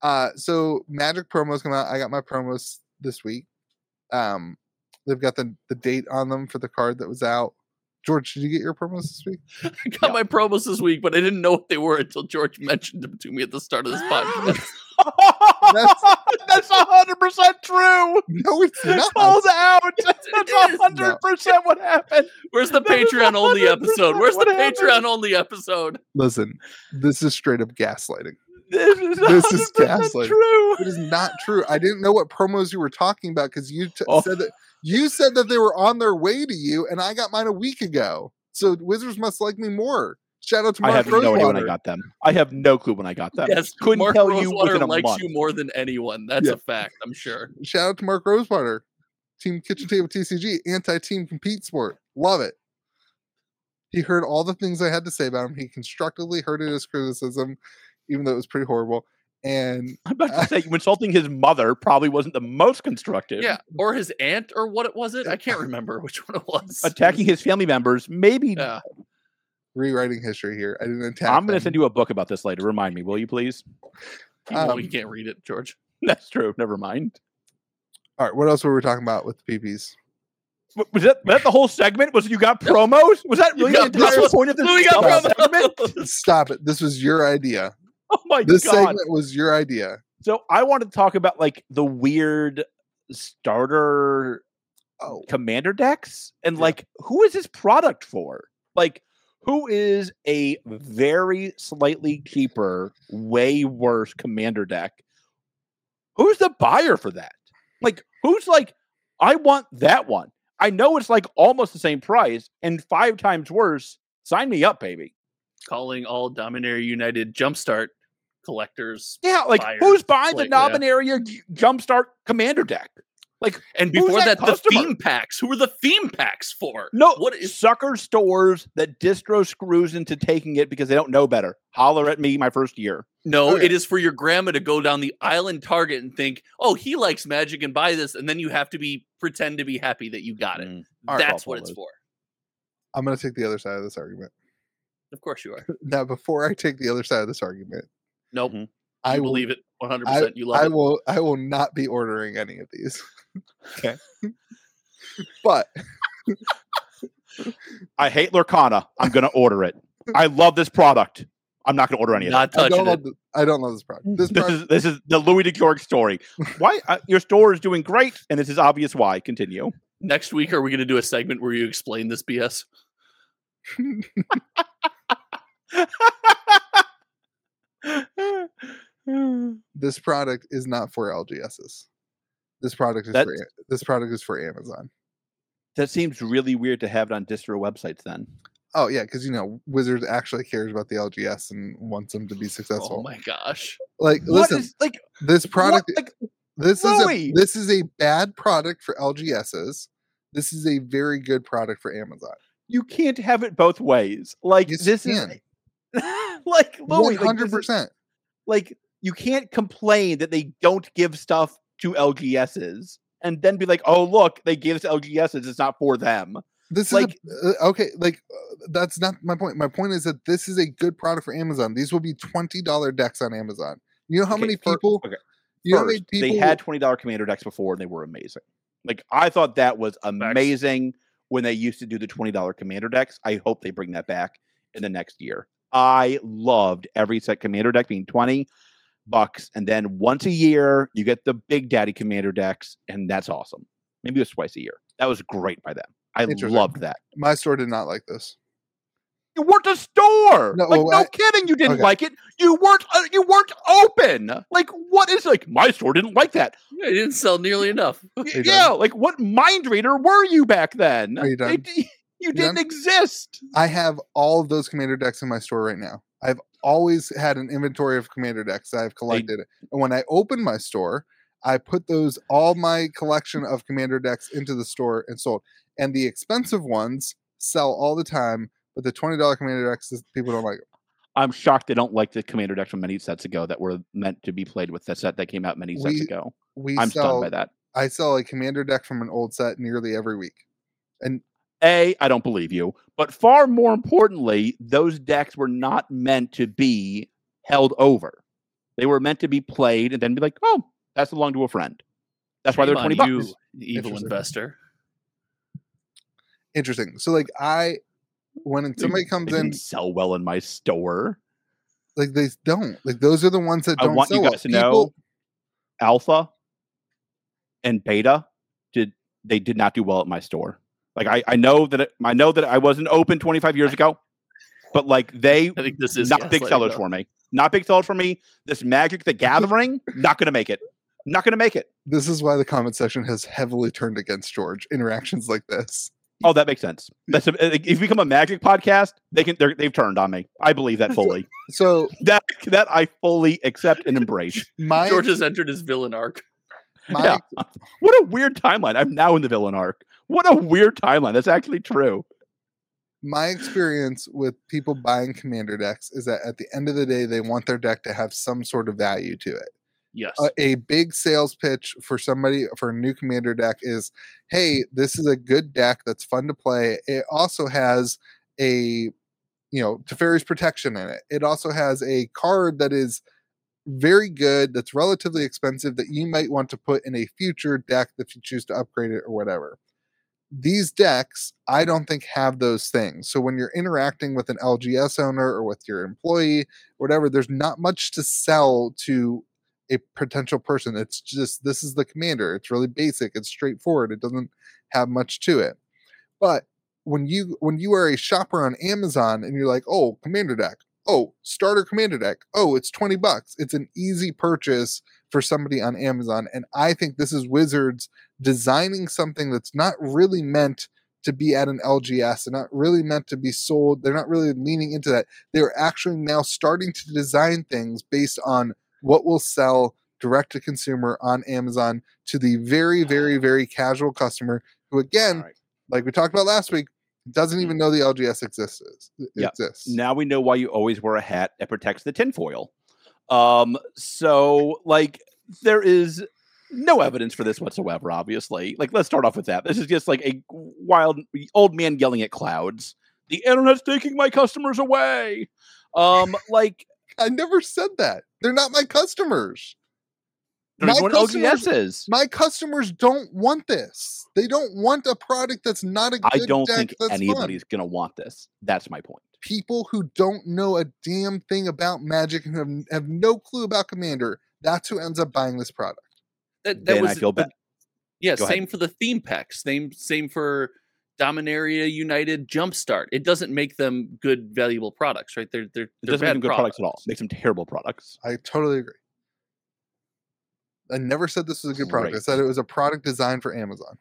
[SPEAKER 1] Uh, so Magic promos come out. I got my promos this week. Um, they've got the the date on them for the card that was out. George, did you get your promos this week?
[SPEAKER 4] I got my promos this week, but I didn't know what they were until George mentioned them to me at the start of this podcast.
[SPEAKER 3] That's hundred percent true.
[SPEAKER 1] No, it's not.
[SPEAKER 3] out.
[SPEAKER 4] It is.
[SPEAKER 3] percent what happened.
[SPEAKER 4] Where's the
[SPEAKER 3] That is
[SPEAKER 4] Patreon only
[SPEAKER 3] 100%
[SPEAKER 4] episode? Where's the
[SPEAKER 3] what happened.
[SPEAKER 4] Patreon only episode?
[SPEAKER 1] Listen, this is straight up gaslighting.
[SPEAKER 3] This is
[SPEAKER 1] This is
[SPEAKER 3] 100%
[SPEAKER 1] gaslighting.
[SPEAKER 3] true.
[SPEAKER 1] It is not true. I didn't know what promos you were talking about because you t-
[SPEAKER 3] Oh.
[SPEAKER 1] said that you said that they were on their way to you, and I got mine a week ago. So Wizards must like me more. Shout out to Mark
[SPEAKER 3] I have no idea when I
[SPEAKER 1] Rosewater.
[SPEAKER 3] got them. I have no clue when I got them.
[SPEAKER 4] Yes,
[SPEAKER 3] couldn't
[SPEAKER 4] Mark
[SPEAKER 3] tell you
[SPEAKER 4] Rosewater
[SPEAKER 3] within a
[SPEAKER 4] likes
[SPEAKER 3] month.
[SPEAKER 4] you more than anyone. That's
[SPEAKER 1] Yeah.
[SPEAKER 4] a fact, I'm sure.
[SPEAKER 1] Shout out to Mark Rosewater, Team Kitchen Table TCG, anti team compete sport. Love it. He heard all the things I had to say about him. He constructively heard it as criticism, even though it was pretty horrible. And
[SPEAKER 3] I'm about to say you insulting his mother probably wasn't the most constructive.
[SPEAKER 4] Yeah, or his aunt, or what it was it? I can't remember which one it was.
[SPEAKER 3] Attacking his family members, maybe.
[SPEAKER 4] Yeah.
[SPEAKER 1] rewriting history here, I didn't attack.
[SPEAKER 3] I'm going to
[SPEAKER 1] them.
[SPEAKER 3] send you a book about this later. Remind me, will you please?
[SPEAKER 4] You know you
[SPEAKER 1] Um,
[SPEAKER 4] can't read it, George.
[SPEAKER 3] That's true. Never mind.
[SPEAKER 1] All right, what else were we talking about with the PPs?
[SPEAKER 3] Wa- Was that, was that the whole segment? Was you got promos? Was that
[SPEAKER 4] You
[SPEAKER 3] really the
[SPEAKER 4] got
[SPEAKER 3] entire
[SPEAKER 4] promos.
[SPEAKER 3] point of this
[SPEAKER 4] We got
[SPEAKER 3] dumb
[SPEAKER 4] promos.
[SPEAKER 3] segment?
[SPEAKER 1] Stop it. This was your idea.
[SPEAKER 3] Oh my
[SPEAKER 1] This
[SPEAKER 3] god!
[SPEAKER 1] segment was your idea.
[SPEAKER 3] So I want to talk about like the weird starter
[SPEAKER 1] Oh,
[SPEAKER 3] commander decks and
[SPEAKER 1] Yeah.
[SPEAKER 3] like who is this product for? Like who is a very slightly cheaper, way worse commander deck? Who's the buyer for that? Like who's like I want that one. I know it's like almost the same price and five times worse. Sign me up, baby.
[SPEAKER 4] Calling all Dominaria United Jumpstart collectors.
[SPEAKER 3] Yeah, like
[SPEAKER 4] Buyers,
[SPEAKER 3] who's buying
[SPEAKER 4] like,
[SPEAKER 3] the
[SPEAKER 4] yeah.
[SPEAKER 3] Nominaria J- Jumpstart Commander deck? Like,
[SPEAKER 4] and
[SPEAKER 3] who's
[SPEAKER 4] before
[SPEAKER 3] that
[SPEAKER 4] that, the
[SPEAKER 3] customer?
[SPEAKER 4] theme packs. Who are the theme packs for?
[SPEAKER 3] No,
[SPEAKER 4] what is
[SPEAKER 3] sucker stores that distro screws into taking it because they don't know better. Holler at me my first year.
[SPEAKER 4] no?
[SPEAKER 1] Okay.
[SPEAKER 4] It is for your grandma to go down the island Target and think, "Oh, he likes magic and buy this," and then you have to be pretend to be happy that you got it.
[SPEAKER 3] Mm. All right,
[SPEAKER 4] That's
[SPEAKER 3] Buffalo
[SPEAKER 4] what it's
[SPEAKER 3] Bills.
[SPEAKER 4] for.
[SPEAKER 1] I'm going to take the other side of this argument.
[SPEAKER 4] Of course you are.
[SPEAKER 1] Now, before I take the other side of this argument,
[SPEAKER 4] Nope.
[SPEAKER 3] Mhm.
[SPEAKER 1] I
[SPEAKER 4] I
[SPEAKER 1] will-
[SPEAKER 4] believe it 100. percent You love
[SPEAKER 1] I
[SPEAKER 4] it.
[SPEAKER 1] will I will not be ordering any of these.
[SPEAKER 3] Okay.
[SPEAKER 1] but
[SPEAKER 3] I hate Lurkana. I'm going to order it. I love this product. I'm not going to order any of
[SPEAKER 4] Not
[SPEAKER 1] I don't,
[SPEAKER 4] touching it.
[SPEAKER 1] love th- I don't love this product. This
[SPEAKER 3] that. This
[SPEAKER 1] product
[SPEAKER 3] is this is the Louis de Georg story. Why uh, your store is doing great, and this is obvious why. Continue.
[SPEAKER 4] Next week, are we going to do a segment where you explain this BS?
[SPEAKER 1] this product is not for LGSs. This product is for,
[SPEAKER 3] That's-
[SPEAKER 1] A- this product is for Amazon.
[SPEAKER 3] That seems really weird to have it on distro websites. Then
[SPEAKER 1] Oh yeah, because you know Wizards actually cares about the LGS and wants them to be successful.
[SPEAKER 4] Oh my gosh!
[SPEAKER 1] like,
[SPEAKER 3] What
[SPEAKER 1] listen,
[SPEAKER 3] is- like
[SPEAKER 1] this
[SPEAKER 3] product?
[SPEAKER 1] product this is
[SPEAKER 3] Louis!
[SPEAKER 1] a, this is a bad product for LGSs. This is a very good product for Amazon.
[SPEAKER 3] you can't have it both ways. Like
[SPEAKER 1] Yes, you
[SPEAKER 3] this
[SPEAKER 1] can.
[SPEAKER 3] is like Louis,
[SPEAKER 1] One
[SPEAKER 3] like,
[SPEAKER 1] hundred
[SPEAKER 3] this is-
[SPEAKER 1] percent.
[SPEAKER 3] like you can't complain that they don't give stuff to LGSs and then be like, oh look, they gave this to LGSs, it's not for them.
[SPEAKER 1] This
[SPEAKER 3] Like-
[SPEAKER 1] is a, uh, okay. Like uh, that's not my point. My point is that this is a good product for Amazon. These will be twenty dollar decks on Amazon. You know how
[SPEAKER 3] Okay,
[SPEAKER 1] many
[SPEAKER 3] fir-
[SPEAKER 1] people?
[SPEAKER 3] okay,
[SPEAKER 1] You know how many
[SPEAKER 3] First,
[SPEAKER 1] people?
[SPEAKER 3] they had twenty dollar commander decks before and they were amazing. Like I thought that was amazing when they used to do the twenty dollar commander decks. I hope they bring that back in the next year. I loved every set commander deck being twenty bucks, and then once a year you get the big daddy commander decks, and that's awesome. Maybe it was twice a year. That was great by them. I
[SPEAKER 1] Interesting.
[SPEAKER 3] loved that.
[SPEAKER 1] my store did not like this.
[SPEAKER 3] You weren't a store.
[SPEAKER 1] No,
[SPEAKER 3] like,
[SPEAKER 1] well,
[SPEAKER 3] no
[SPEAKER 1] I-
[SPEAKER 3] kidding, you didn't
[SPEAKER 1] okay.
[SPEAKER 3] like it. You weren't. Uh, you weren't open. Like, what is like? My store didn't like that.
[SPEAKER 4] Yeah, It didn't sell nearly enough.
[SPEAKER 3] Y-
[SPEAKER 1] you done?
[SPEAKER 3] yeah, like what mind reader were you back then?
[SPEAKER 1] Are you done?
[SPEAKER 3] They d- you
[SPEAKER 1] done?
[SPEAKER 3] didn't exist.
[SPEAKER 1] I have all of those commander decks in my store right now. I've always had an inventory of commander decks that I've collected, and when I opened my store, I put those all my collection of commander decks into the store and sold. And the expensive ones sell all the time, but the twenty dollar commander decks is- people don't like. 'em.
[SPEAKER 3] I'm shocked they don't like the commander decks from many sets ago that were meant to be played with the set that came out many sets
[SPEAKER 1] We
[SPEAKER 3] ago.
[SPEAKER 1] We
[SPEAKER 3] I'm
[SPEAKER 1] sell
[SPEAKER 3] stunned by that.
[SPEAKER 1] I sell a commander deck from an old set nearly every week.
[SPEAKER 3] A, I don't believe you, but far more importantly, those decks were not meant to be held over. They were meant to be played and then be like, oh, that's belonged to a friend. That's why they're
[SPEAKER 4] Shame on
[SPEAKER 3] twenty bucks.
[SPEAKER 4] You, evil
[SPEAKER 1] Interesting.
[SPEAKER 4] investor.
[SPEAKER 1] Interesting. So like I when
[SPEAKER 3] They-
[SPEAKER 1] somebody comes
[SPEAKER 3] They
[SPEAKER 1] in,
[SPEAKER 3] didn't sell well in my store.
[SPEAKER 1] like they don't. Like those are the ones that
[SPEAKER 3] I
[SPEAKER 1] don't
[SPEAKER 3] want
[SPEAKER 1] sell
[SPEAKER 3] you
[SPEAKER 1] well.
[SPEAKER 3] guys to know alpha and beta did they did not do well at my store. Like I, I know that it, I know that I wasn't open 25 years ago, but like they
[SPEAKER 4] I think this is
[SPEAKER 3] not big
[SPEAKER 4] gaslighting,
[SPEAKER 3] sellers
[SPEAKER 4] though.
[SPEAKER 3] for me. Not big sellers for me. This Magic the Gathering not going to make it. Not going to make it.
[SPEAKER 1] This is why the comment section has heavily turned against George. Interactions like this.
[SPEAKER 3] Oh, that makes sense. That's a, if you become a Magic podcast, they can they're, they've turned on me. I believe that fully.
[SPEAKER 1] So
[SPEAKER 3] that that I fully accept and embrace.
[SPEAKER 1] my
[SPEAKER 4] George has entered his villain arc.
[SPEAKER 1] my
[SPEAKER 3] Yeah. What a weird timeline. I'm now in the villain arc. What a weird timeline. That's actually true.
[SPEAKER 1] my experience with people buying commander decks is that at the end of the day they want their deck to have some sort of value to it.
[SPEAKER 4] Yes.
[SPEAKER 3] Uh,
[SPEAKER 1] a, a big sales pitch for somebody for a new commander deck is hey this is a good deck that's fun to play it also has a you know Teferi's protection in it it also has a card that is very good that's relatively expensive that you might want to put in a future deck if you choose to upgrade it or whatever these decks i don't think have those things so when you're interacting with an lgs owner or with your employee whatever there's not much to sell to a potential person. It's just this is the commander. It's really basic. It's straightforward. It doesn't have much to it. But when you when you are a shopper on Amazon and you're like, oh, commander deck, oh, starter commander deck, oh, it's twenty bucks. It's an easy purchase for somebody on Amazon. And I think this is Wizards designing something that's not really meant to be at an LGS. They're not really meant to be sold. They're not really leaning into that. They're actually now starting to design things based on what will sell direct to consumer on Amazon to the very, very, very casual customer who, again,
[SPEAKER 3] right.
[SPEAKER 1] like we talked about last week, doesn't even know the LGS exists.
[SPEAKER 3] Mm. Yeah.
[SPEAKER 1] exists.
[SPEAKER 3] Now we know why you always wear a hat that protects the tinfoil. Um, so like there is no evidence for this whatsoever, obviously. Like, let's start off with that. This is just like a wild old man yelling at clouds. The internet's taking my customers away. Um, like
[SPEAKER 1] I never said that. They're not my customers. My
[SPEAKER 3] that's what
[SPEAKER 1] customers-
[SPEAKER 3] LGS is.
[SPEAKER 1] My customers don't want this. They don't want a product that's not a good
[SPEAKER 3] I don't
[SPEAKER 1] deck
[SPEAKER 3] think
[SPEAKER 1] that's fun.
[SPEAKER 3] anybody's gonna want this. That's my point.
[SPEAKER 1] People who don't know a damn thing about Magic and have, have no clue about Commander, that's who ends up buying this product.
[SPEAKER 4] That, that
[SPEAKER 3] then
[SPEAKER 4] was
[SPEAKER 3] I feel
[SPEAKER 4] the-
[SPEAKER 3] bad.
[SPEAKER 4] Yeah,
[SPEAKER 3] Go ahead.
[SPEAKER 4] same for the theme packs. Same same for Dominaria United Jumpstart. It doesn't make them good, valuable products, right? They're they're,
[SPEAKER 3] It
[SPEAKER 4] they're
[SPEAKER 3] doesn't make
[SPEAKER 4] bad
[SPEAKER 3] them good products at all. It makes them terrible products.
[SPEAKER 1] I totally agree. I never said this was a good product. I
[SPEAKER 3] Great.
[SPEAKER 1] said it was a product designed for Amazon.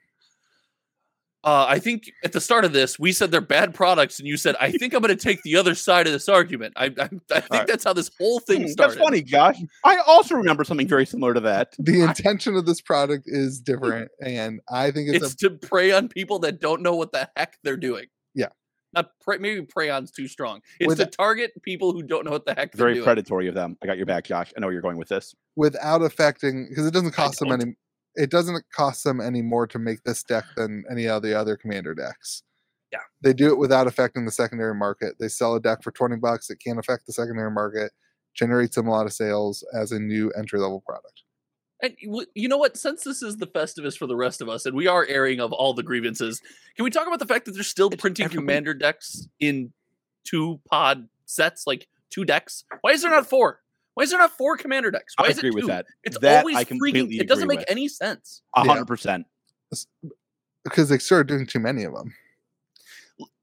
[SPEAKER 4] Uh, I think at the start of this, we said they're bad products, and you said, "I think I'm going to take the other side of this argument." I I, I think
[SPEAKER 3] right.
[SPEAKER 4] that's how this whole thing
[SPEAKER 3] Hmm,
[SPEAKER 4] started.
[SPEAKER 3] That's funny, Josh. I also remember something very similar to that.
[SPEAKER 1] The intention of this product is different, and I think it's,
[SPEAKER 4] It's to prey on people that don't know what the heck they're doing.
[SPEAKER 1] Yeah.
[SPEAKER 4] Not prey, maybe prey on's too strong. It's
[SPEAKER 1] With-
[SPEAKER 4] to target people who don't know what the heck they're
[SPEAKER 3] very
[SPEAKER 4] doing.
[SPEAKER 3] predatory of them. I got your back, Josh. I know where you're going with this.
[SPEAKER 1] a, without affecting because it doesn't
[SPEAKER 4] I
[SPEAKER 1] cost them
[SPEAKER 4] don't.
[SPEAKER 1] any. It doesn't cost them any more to make this deck than any of the other commander decks.
[SPEAKER 4] Yeah.
[SPEAKER 1] they do it without affecting the secondary market. They sell a deck for twenty bucks. It can't affect the secondary market. Generates them a lot of sales as a new entry level product.
[SPEAKER 4] And w- you know what? Since this is the Festivus for the rest of us, and we are airing of all the grievances, can we talk about the fact that they're still
[SPEAKER 3] It's
[SPEAKER 4] printing
[SPEAKER 3] every week.
[SPEAKER 4] commander decks in two pod sets, like two decks? Why is there not four? Why is there not four commander decks? Why
[SPEAKER 3] I
[SPEAKER 4] Oh, is
[SPEAKER 3] agree
[SPEAKER 4] it
[SPEAKER 3] with
[SPEAKER 4] two?
[SPEAKER 3] that.
[SPEAKER 4] It's
[SPEAKER 3] That
[SPEAKER 4] always
[SPEAKER 3] I
[SPEAKER 4] freaking.
[SPEAKER 3] completely
[SPEAKER 4] It doesn't
[SPEAKER 3] agree
[SPEAKER 4] make
[SPEAKER 3] with.
[SPEAKER 4] any sense.
[SPEAKER 3] A
[SPEAKER 1] Yeah.
[SPEAKER 3] 100%.
[SPEAKER 1] Because they started doing too many of them.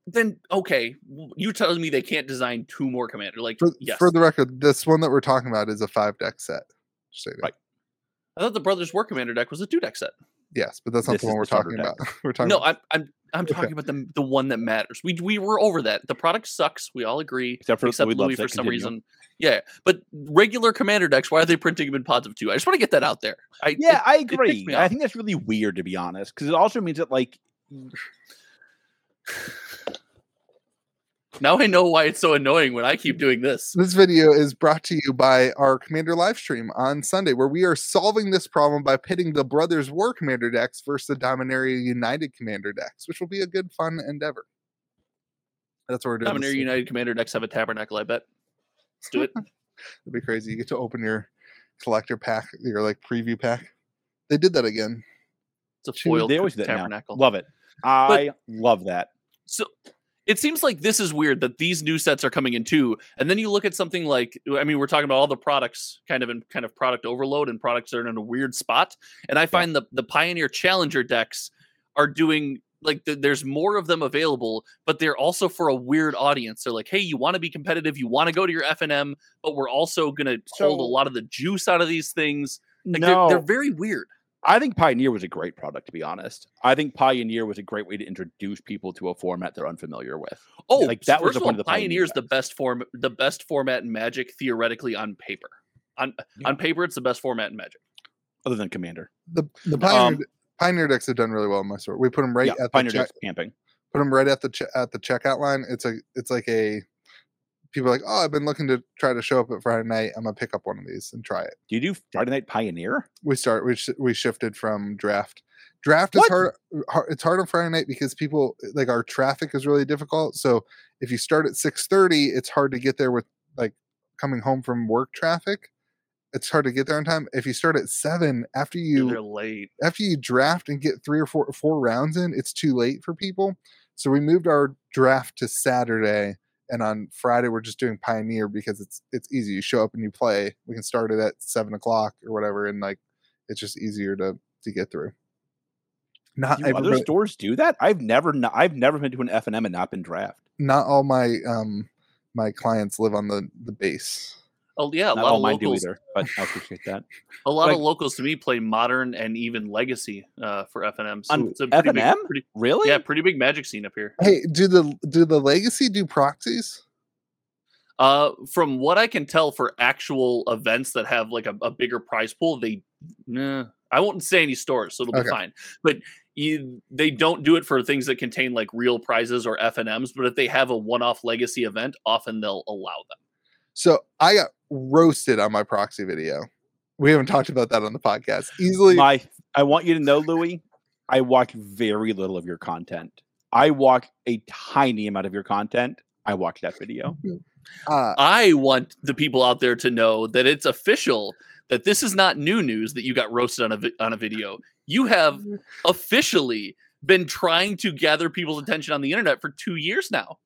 [SPEAKER 4] Then okay, w- you telling me they can't design two more commander? Like
[SPEAKER 1] For,
[SPEAKER 4] yes,
[SPEAKER 1] for the record, this one that we're talking about is a five deck set. Just so you know.
[SPEAKER 3] Right.
[SPEAKER 4] I thought the Brothers War commander deck was a two deck set.
[SPEAKER 1] Yes, but that's not
[SPEAKER 3] This
[SPEAKER 1] the
[SPEAKER 3] is
[SPEAKER 1] one
[SPEAKER 3] the
[SPEAKER 1] we're
[SPEAKER 3] starter
[SPEAKER 1] talking
[SPEAKER 3] deck.
[SPEAKER 1] about. we're talking
[SPEAKER 4] no,
[SPEAKER 1] about
[SPEAKER 4] I'm I'm I'm
[SPEAKER 1] Okay.
[SPEAKER 4] talking about the the one that matters. We we were over that. The product sucks. We all agree.
[SPEAKER 3] Except for
[SPEAKER 4] except
[SPEAKER 3] Louis
[SPEAKER 4] Louis,
[SPEAKER 3] loves
[SPEAKER 4] for
[SPEAKER 3] it.
[SPEAKER 4] some
[SPEAKER 3] Continue.
[SPEAKER 4] reason. Yeah, but regular commander decks. Why are they printing them in pods of two? I just want to get that out there. I,
[SPEAKER 3] Yeah, I
[SPEAKER 4] ticks
[SPEAKER 3] agree.
[SPEAKER 4] me
[SPEAKER 3] I
[SPEAKER 4] off.
[SPEAKER 3] think that's really weird, to be honest, because it also means that, like,
[SPEAKER 4] it- now I know why it's so annoying when I keep doing this.
[SPEAKER 1] This video is brought to you by our Commander live stream on Sunday, where we are solving this problem by pitting the Brothers War Commander decks versus the Dominaria United Commander decks, which will be a good, fun endeavor. That's what we're doing. this
[SPEAKER 4] Dominator
[SPEAKER 1] Sunday.
[SPEAKER 4] United commander decks have a tabernacle. I bet. Let's do it.
[SPEAKER 1] It'll be crazy. You get to open your collector pack, your like preview pack. They did that again.
[SPEAKER 4] It's a
[SPEAKER 1] Two-
[SPEAKER 4] foiled
[SPEAKER 3] they always do that now.
[SPEAKER 4] tabernacle.
[SPEAKER 3] Love it. I love that.
[SPEAKER 4] so it seems like this is weird that these new sets are coming in too and then you look at something like i mean we're talking about all the products kind of in kind of product overload and products that are in a weird spot and i find the the pioneer challenger decks are doing like th- there's more of them available but they're also for a weird audience they're like hey you want to be competitive you want to go to your f&m but we're also going to hold a
[SPEAKER 3] So-
[SPEAKER 4] lot of the juice out of these things like
[SPEAKER 3] no,
[SPEAKER 4] they're, they're very weird
[SPEAKER 3] I think Pioneer was a great product, to be honest. I think Pioneer was a great way to introduce people to a format they're unfamiliar with.
[SPEAKER 4] oh
[SPEAKER 3] like, that was
[SPEAKER 4] first
[SPEAKER 3] the
[SPEAKER 4] of
[SPEAKER 3] point
[SPEAKER 4] all,
[SPEAKER 3] of the Pioneer
[SPEAKER 4] pioneer's the
[SPEAKER 3] decks.
[SPEAKER 4] best form the best format in magic theoretically on paper on on paper it's the best format in magic
[SPEAKER 3] Other than Commander.
[SPEAKER 1] The the Pioneer,
[SPEAKER 3] Um,
[SPEAKER 1] Pioneer decks have done really well in my store. We put them right
[SPEAKER 3] yeah,
[SPEAKER 1] at the
[SPEAKER 3] Pioneer
[SPEAKER 1] check,
[SPEAKER 3] decks camping.
[SPEAKER 1] put them right at the che- at the checkout line. It's a it's like a people are like, oh, I've been looking to try to show up at Friday night. I'm gonna pick up one of these and try it.
[SPEAKER 3] Do you do Friday Night Pioneer?
[SPEAKER 1] We start we sh- we shifted from draft. Draft is
[SPEAKER 3] What?
[SPEAKER 1] hard, hard. It's hard on Friday night because people like our traffic is really difficult. So if you start at six thirty, it's hard to get there with like coming home from work traffic. It's hard to get there on time. If you start at seven after you
[SPEAKER 4] they're late
[SPEAKER 1] after you draft and get three or four four rounds in, it's too late for people. So we moved our draft to Saturday, and on Friday we're just doing Pioneer because it's it's easy. You show up and you play. We can start it at seven o'clock or whatever, and like it's just easier to to get through. Not
[SPEAKER 3] Do other
[SPEAKER 1] everybody,
[SPEAKER 3] stores do that? I've never, n- I've never been to an F and M and not been draft.
[SPEAKER 1] not all my um my clients live on the the base.
[SPEAKER 4] oh yeah a
[SPEAKER 3] Not
[SPEAKER 4] lot
[SPEAKER 3] all
[SPEAKER 4] of
[SPEAKER 3] mine do
[SPEAKER 4] locals
[SPEAKER 3] either, but I appreciate that.
[SPEAKER 4] a lot of
[SPEAKER 3] Like-
[SPEAKER 4] locals to me play modern and even legacy uh for fnm so
[SPEAKER 3] On
[SPEAKER 4] it's a pretty
[SPEAKER 3] FNM?
[SPEAKER 4] big pretty,
[SPEAKER 3] Really?
[SPEAKER 4] yeah pretty big magic scene up here
[SPEAKER 1] Hey, do the do the legacy do proxies?
[SPEAKER 4] Uh, from what I can tell, for actual events that have like a, a bigger prize pool, they, nah, I won't say any stores, so it'll
[SPEAKER 1] Okay.
[SPEAKER 4] be fine. But you, they don't do it for things that contain like real prizes or F and M's. But if they have a one-off legacy event, often they'll allow them.
[SPEAKER 1] So I got roasted on my proxy video. We haven't talked about that on the podcast. Easily,
[SPEAKER 3] My, I want you to know, Louis, I watch very little of your content. I watch a tiny amount of your content. I watched that video.
[SPEAKER 1] uh,
[SPEAKER 4] I want the people out there to know that it's official that this is not new news that you got roasted on a vi- on a video. You have
[SPEAKER 3] Mm-hmm.
[SPEAKER 4] officially been trying to gather people's attention on the internet for 2 years now.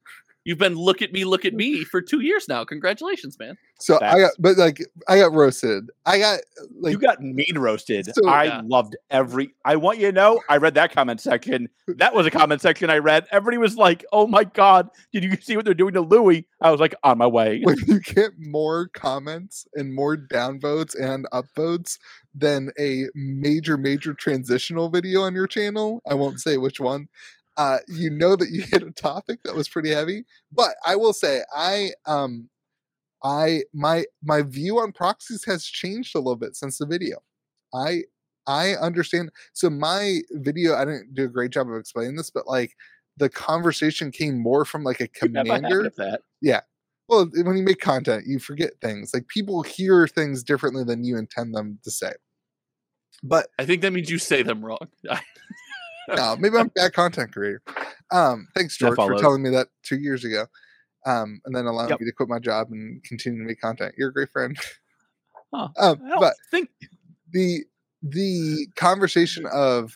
[SPEAKER 4] You've been look at me look at me for 2 years now. Congratulations, man.
[SPEAKER 1] so I got,
[SPEAKER 3] that's-
[SPEAKER 1] but like I got roasted. I got like
[SPEAKER 3] you got mean roasted.
[SPEAKER 1] So-
[SPEAKER 3] I
[SPEAKER 4] Yeah.
[SPEAKER 3] loved every. I want you to know. I read that comment section. That was a comment section I read. Everybody was like, "Oh my god, did you see what they're doing to Louis?" I was like, "On my way."
[SPEAKER 1] when you get more comments and more downvotes and upvotes than a major major transitional video on your channel i won't say which one uh, you know that you hit a topic that was pretty heavy but i will say i um i my my view on proxies has changed a little bit since the video i i understand so my video i didn't do a great job of explaining this but like the conversation came more from like a
[SPEAKER 3] You'd have a habit
[SPEAKER 1] commander
[SPEAKER 3] of that.
[SPEAKER 1] well when you make content you forget things like people hear things differently than you intend them to say but
[SPEAKER 4] I think that means you say them wrong.
[SPEAKER 1] no maybe i'm a bad content creator um thanks
[SPEAKER 3] That
[SPEAKER 1] george for
[SPEAKER 3] follows.
[SPEAKER 1] telling me that two years ago um and then allowing
[SPEAKER 3] Yep.
[SPEAKER 1] me to quit my job and continue to make content you're a great friend
[SPEAKER 3] Huh,
[SPEAKER 1] um
[SPEAKER 3] I don't
[SPEAKER 1] but
[SPEAKER 3] think.
[SPEAKER 1] the the conversation of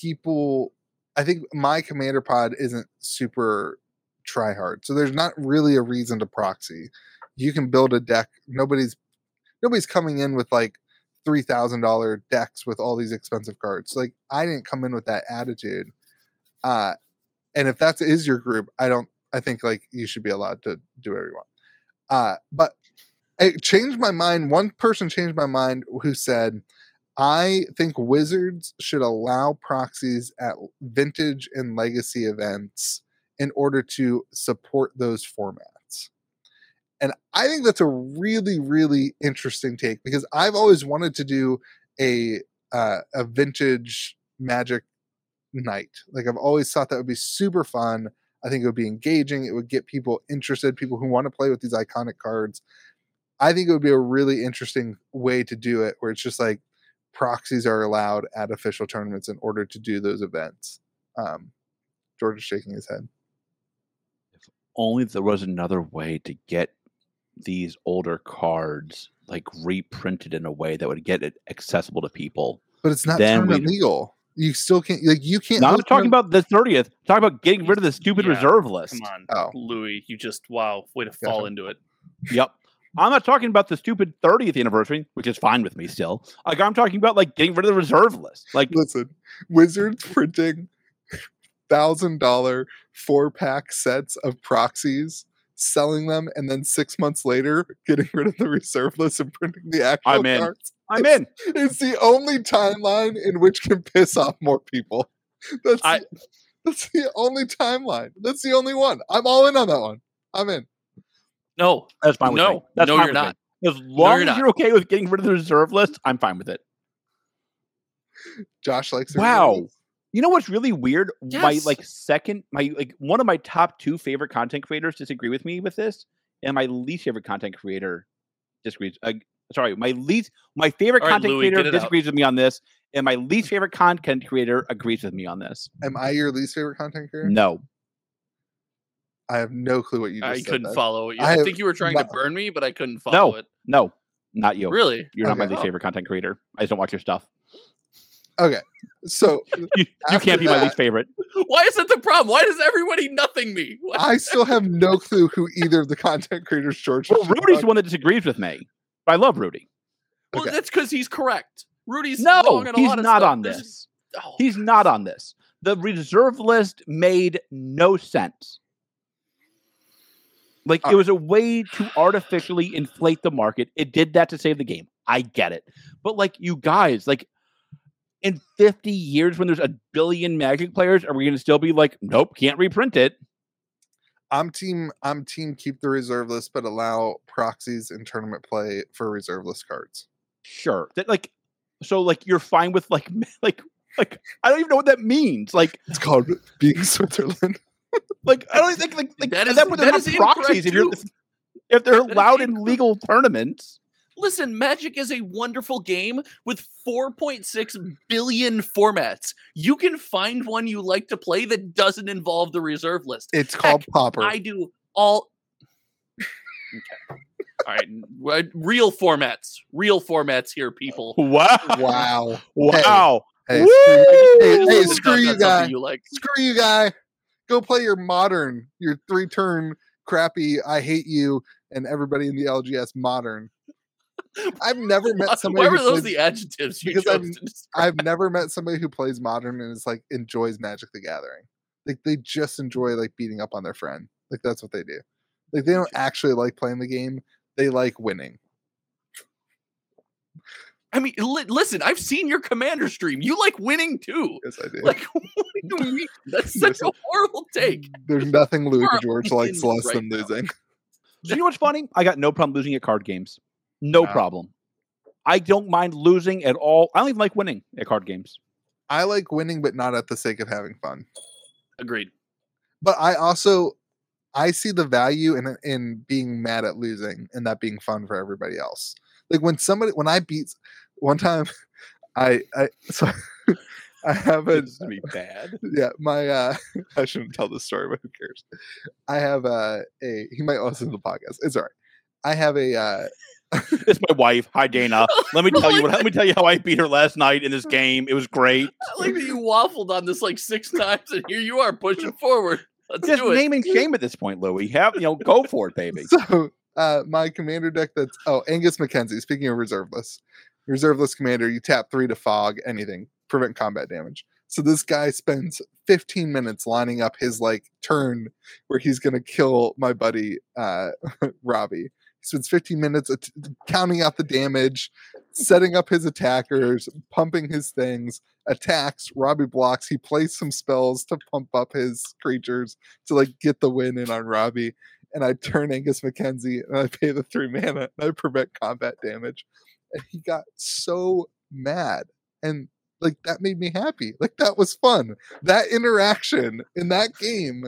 [SPEAKER 1] people i think my commander pod isn't super try hard so there's not really a reason to proxy you can build a deck nobody's nobody's coming in with like $3000 decks with all these expensive cards like i didn't come in with that attitude uh and if that is your group i don't i think like you should be allowed to do whatever you want uh but it changed my mind one person changed my mind who said I think Wizards should allow proxies at l- vintage and legacy events in order to support those formats. And I think that's a really, really interesting take because I've always wanted to do a uh, a vintage magic night. Like I've always thought that would be super fun. I think it would be engaging. It would get people interested, people who want to play with these iconic cards. I think it would be a really interesting way to do it where it's just like proxies are allowed at official tournaments in order to do those events. Um, George is shaking his head.
[SPEAKER 3] only there was another way to get these older cards like reprinted in a way that would get it accessible to people.
[SPEAKER 1] But it's not
[SPEAKER 3] Then
[SPEAKER 1] tournament
[SPEAKER 3] we-
[SPEAKER 1] legal. You still can't like you can't
[SPEAKER 3] Not
[SPEAKER 1] host
[SPEAKER 3] talking
[SPEAKER 1] tournament-
[SPEAKER 3] about the 30th, I'm talking about getting rid of the stupid
[SPEAKER 4] Yeah,
[SPEAKER 3] reserve list.
[SPEAKER 4] Come on,
[SPEAKER 1] Oh.
[SPEAKER 4] Louis, you just wow, way to fall
[SPEAKER 1] Gotcha.
[SPEAKER 4] into it.
[SPEAKER 3] Yep. I'm not talking about the stupid 30th anniversary, which is fine with me still. Like I'm talking about like getting rid of the reserve list. Like
[SPEAKER 1] listen, wizards printing thousand dollar four pack sets of proxies, selling them, and then six months later getting rid of the reserve list and printing the actual
[SPEAKER 3] I'm in.
[SPEAKER 1] cards.
[SPEAKER 3] I'm in.
[SPEAKER 1] It's the only timeline in which can piss off more people. That's
[SPEAKER 4] I-
[SPEAKER 1] the, that's the only timeline. That's the only one. I'm all in on that one. I'm in.
[SPEAKER 4] No,
[SPEAKER 3] That's fine with me.
[SPEAKER 4] No,
[SPEAKER 3] That's
[SPEAKER 4] no,
[SPEAKER 3] fine
[SPEAKER 4] you're
[SPEAKER 3] with
[SPEAKER 4] not.
[SPEAKER 3] me. As long
[SPEAKER 4] you're
[SPEAKER 3] as
[SPEAKER 4] not.
[SPEAKER 3] you're okay with getting rid of the reserve list, I'm fine with it.
[SPEAKER 1] Josh likes. their
[SPEAKER 3] Wow.
[SPEAKER 1] videos.
[SPEAKER 3] You know what's really weird? My
[SPEAKER 4] Yes.
[SPEAKER 3] like second, my like one of my top two favorite content creators disagree with me with this, and my least favorite content creator disagrees. Uh, sorry, my least, my favorite
[SPEAKER 4] All right,
[SPEAKER 3] content
[SPEAKER 4] Louis, get
[SPEAKER 3] creator
[SPEAKER 4] it out.
[SPEAKER 3] disagrees with me on this, and my least favorite content creator agrees with me on this.
[SPEAKER 1] Am I your least favorite content creator?
[SPEAKER 3] No,
[SPEAKER 1] I have no clue what you. Just
[SPEAKER 4] I
[SPEAKER 1] said
[SPEAKER 4] couldn't
[SPEAKER 1] there.
[SPEAKER 4] follow it.
[SPEAKER 1] I
[SPEAKER 4] I,
[SPEAKER 1] have
[SPEAKER 4] think you were trying
[SPEAKER 1] no-
[SPEAKER 4] to burn me, but I couldn't follow it.
[SPEAKER 3] no, not you.
[SPEAKER 4] Really?
[SPEAKER 3] You're not my
[SPEAKER 1] Okay.
[SPEAKER 3] least
[SPEAKER 4] Oh.
[SPEAKER 3] favorite content creator. I just don't watch your stuff.
[SPEAKER 1] Okay, so
[SPEAKER 3] You, you
[SPEAKER 1] After
[SPEAKER 3] can't be my
[SPEAKER 1] that-
[SPEAKER 3] least favorite.
[SPEAKER 4] Why is that the problem? Why does everybody nothing me? Why-
[SPEAKER 1] I still have no clue who either of the content creators George.
[SPEAKER 3] Well,
[SPEAKER 1] was
[SPEAKER 3] Rudy's the
[SPEAKER 1] talking-
[SPEAKER 3] one that disagrees with me. But I love Rudy.
[SPEAKER 4] Well,
[SPEAKER 1] Okay.
[SPEAKER 4] that's because he's correct. Rudy's
[SPEAKER 3] No,
[SPEAKER 4] wrong on a
[SPEAKER 3] he's
[SPEAKER 4] lot of
[SPEAKER 3] not
[SPEAKER 4] stuff.
[SPEAKER 3] on
[SPEAKER 4] There's-
[SPEAKER 3] this.
[SPEAKER 4] oh,
[SPEAKER 3] He's not on this. The reserve list made no sense. Like
[SPEAKER 1] Uh,
[SPEAKER 3] it was a way to artificially inflate the market. It did that to save the game. I get it. But like you guys, like in 50 years when there's a billion magic players, are we going to still be like, nope, can't reprint it?
[SPEAKER 1] I'm team. I'm team. Keep the reserve list, but allow proxies and tournament play for reserve list cards.
[SPEAKER 3] Sure. That like so like you're fine with like m- like like I don't even know what that means. Like
[SPEAKER 1] It's called being Switzerland.
[SPEAKER 3] like I don't think like, like
[SPEAKER 4] That
[SPEAKER 3] at
[SPEAKER 4] is-
[SPEAKER 3] point
[SPEAKER 4] that
[SPEAKER 3] they're
[SPEAKER 4] is
[SPEAKER 3] not
[SPEAKER 4] incorrect,
[SPEAKER 3] proxies if, you're,
[SPEAKER 4] too.
[SPEAKER 3] if, if they're
[SPEAKER 4] That is
[SPEAKER 3] allowed in
[SPEAKER 4] incorrect.
[SPEAKER 3] legal tournaments.
[SPEAKER 4] Listen, Magic is a wonderful game with 4.6 billion formats. You can find one you like to play that doesn't involve the reserve list.
[SPEAKER 1] It's called popper.
[SPEAKER 4] I do all. Okay. All right. n- right, Real formats. Real formats here, people.
[SPEAKER 3] Wow.
[SPEAKER 1] wow.
[SPEAKER 3] Wow.
[SPEAKER 1] Hey,
[SPEAKER 3] Woo!
[SPEAKER 1] screw,
[SPEAKER 4] I
[SPEAKER 1] hey,
[SPEAKER 4] just
[SPEAKER 1] hey,
[SPEAKER 4] would've
[SPEAKER 1] screw
[SPEAKER 4] done
[SPEAKER 1] you,
[SPEAKER 4] that something
[SPEAKER 1] guy.
[SPEAKER 4] You like.
[SPEAKER 1] Screw you, guy. Go play your modern, your three turn crappy. I hate you and everybody in the LGS modern. I've never met somebody.
[SPEAKER 4] Why
[SPEAKER 1] who
[SPEAKER 4] were those
[SPEAKER 1] plays-
[SPEAKER 4] the adjectives you
[SPEAKER 1] because
[SPEAKER 4] chose
[SPEAKER 1] I'm-
[SPEAKER 4] to describe?
[SPEAKER 1] I've never met somebody who plays modern and is like enjoys Magic the Gathering. Like they just enjoy like beating up on their friend. Like that's what they do. Like they don't actually like playing the game. They like winning.
[SPEAKER 4] I mean, li- listen, I've seen your commander stream. You like winning too.
[SPEAKER 1] Yes, I do.
[SPEAKER 4] Like, what do you mean? That's such a horrible take.
[SPEAKER 1] There's nothing Louis
[SPEAKER 4] We're
[SPEAKER 1] George likes
[SPEAKER 4] winning
[SPEAKER 1] less
[SPEAKER 4] right
[SPEAKER 1] than
[SPEAKER 4] now.
[SPEAKER 1] losing.
[SPEAKER 3] Do you know what's funny? I got no problem losing at card games. No
[SPEAKER 1] Wow.
[SPEAKER 3] problem. I don't mind losing at all. I don't even like winning at card games.
[SPEAKER 1] I like winning, but not at the sake of having fun.
[SPEAKER 4] Agreed.
[SPEAKER 1] But I also I see the value in in being mad at losing and that being fun for everybody else. Like when somebody when I beat one time, I I so I have a
[SPEAKER 3] It's gonna be bad.
[SPEAKER 1] yeah my uh i shouldn't tell this story but who cares i have uh, a he might listen to the podcast it's all right i have a uh
[SPEAKER 3] It's my wife. Hi, Dana. Let me tell you
[SPEAKER 4] Like
[SPEAKER 3] what. Let me tell you how I beat her last night in this game. It was great.
[SPEAKER 4] I like that you waffled on this like six times, and here you are pushing forward. Let's
[SPEAKER 3] Just
[SPEAKER 4] do it.
[SPEAKER 3] name and shame at this point, Louie. Have you know? Go for it, baby.
[SPEAKER 1] so uh my commander deck that's oh angus mckenzie speaking of reserveless reserveless commander you tap three to fog anything prevent combat damage so this guy spends 15 minutes lining up his like turn where he's gonna kill my buddy uh robbie he spends 15 minutes at- counting out the damage setting up his attackers pumping his things attacks robbie blocks he plays some spells to pump up his creatures to like get the win in on robbie and i turn angus mckenzie and i pay the three mana and i prevent combat damage and he got so mad and like that made me happy like that was fun that interaction in that game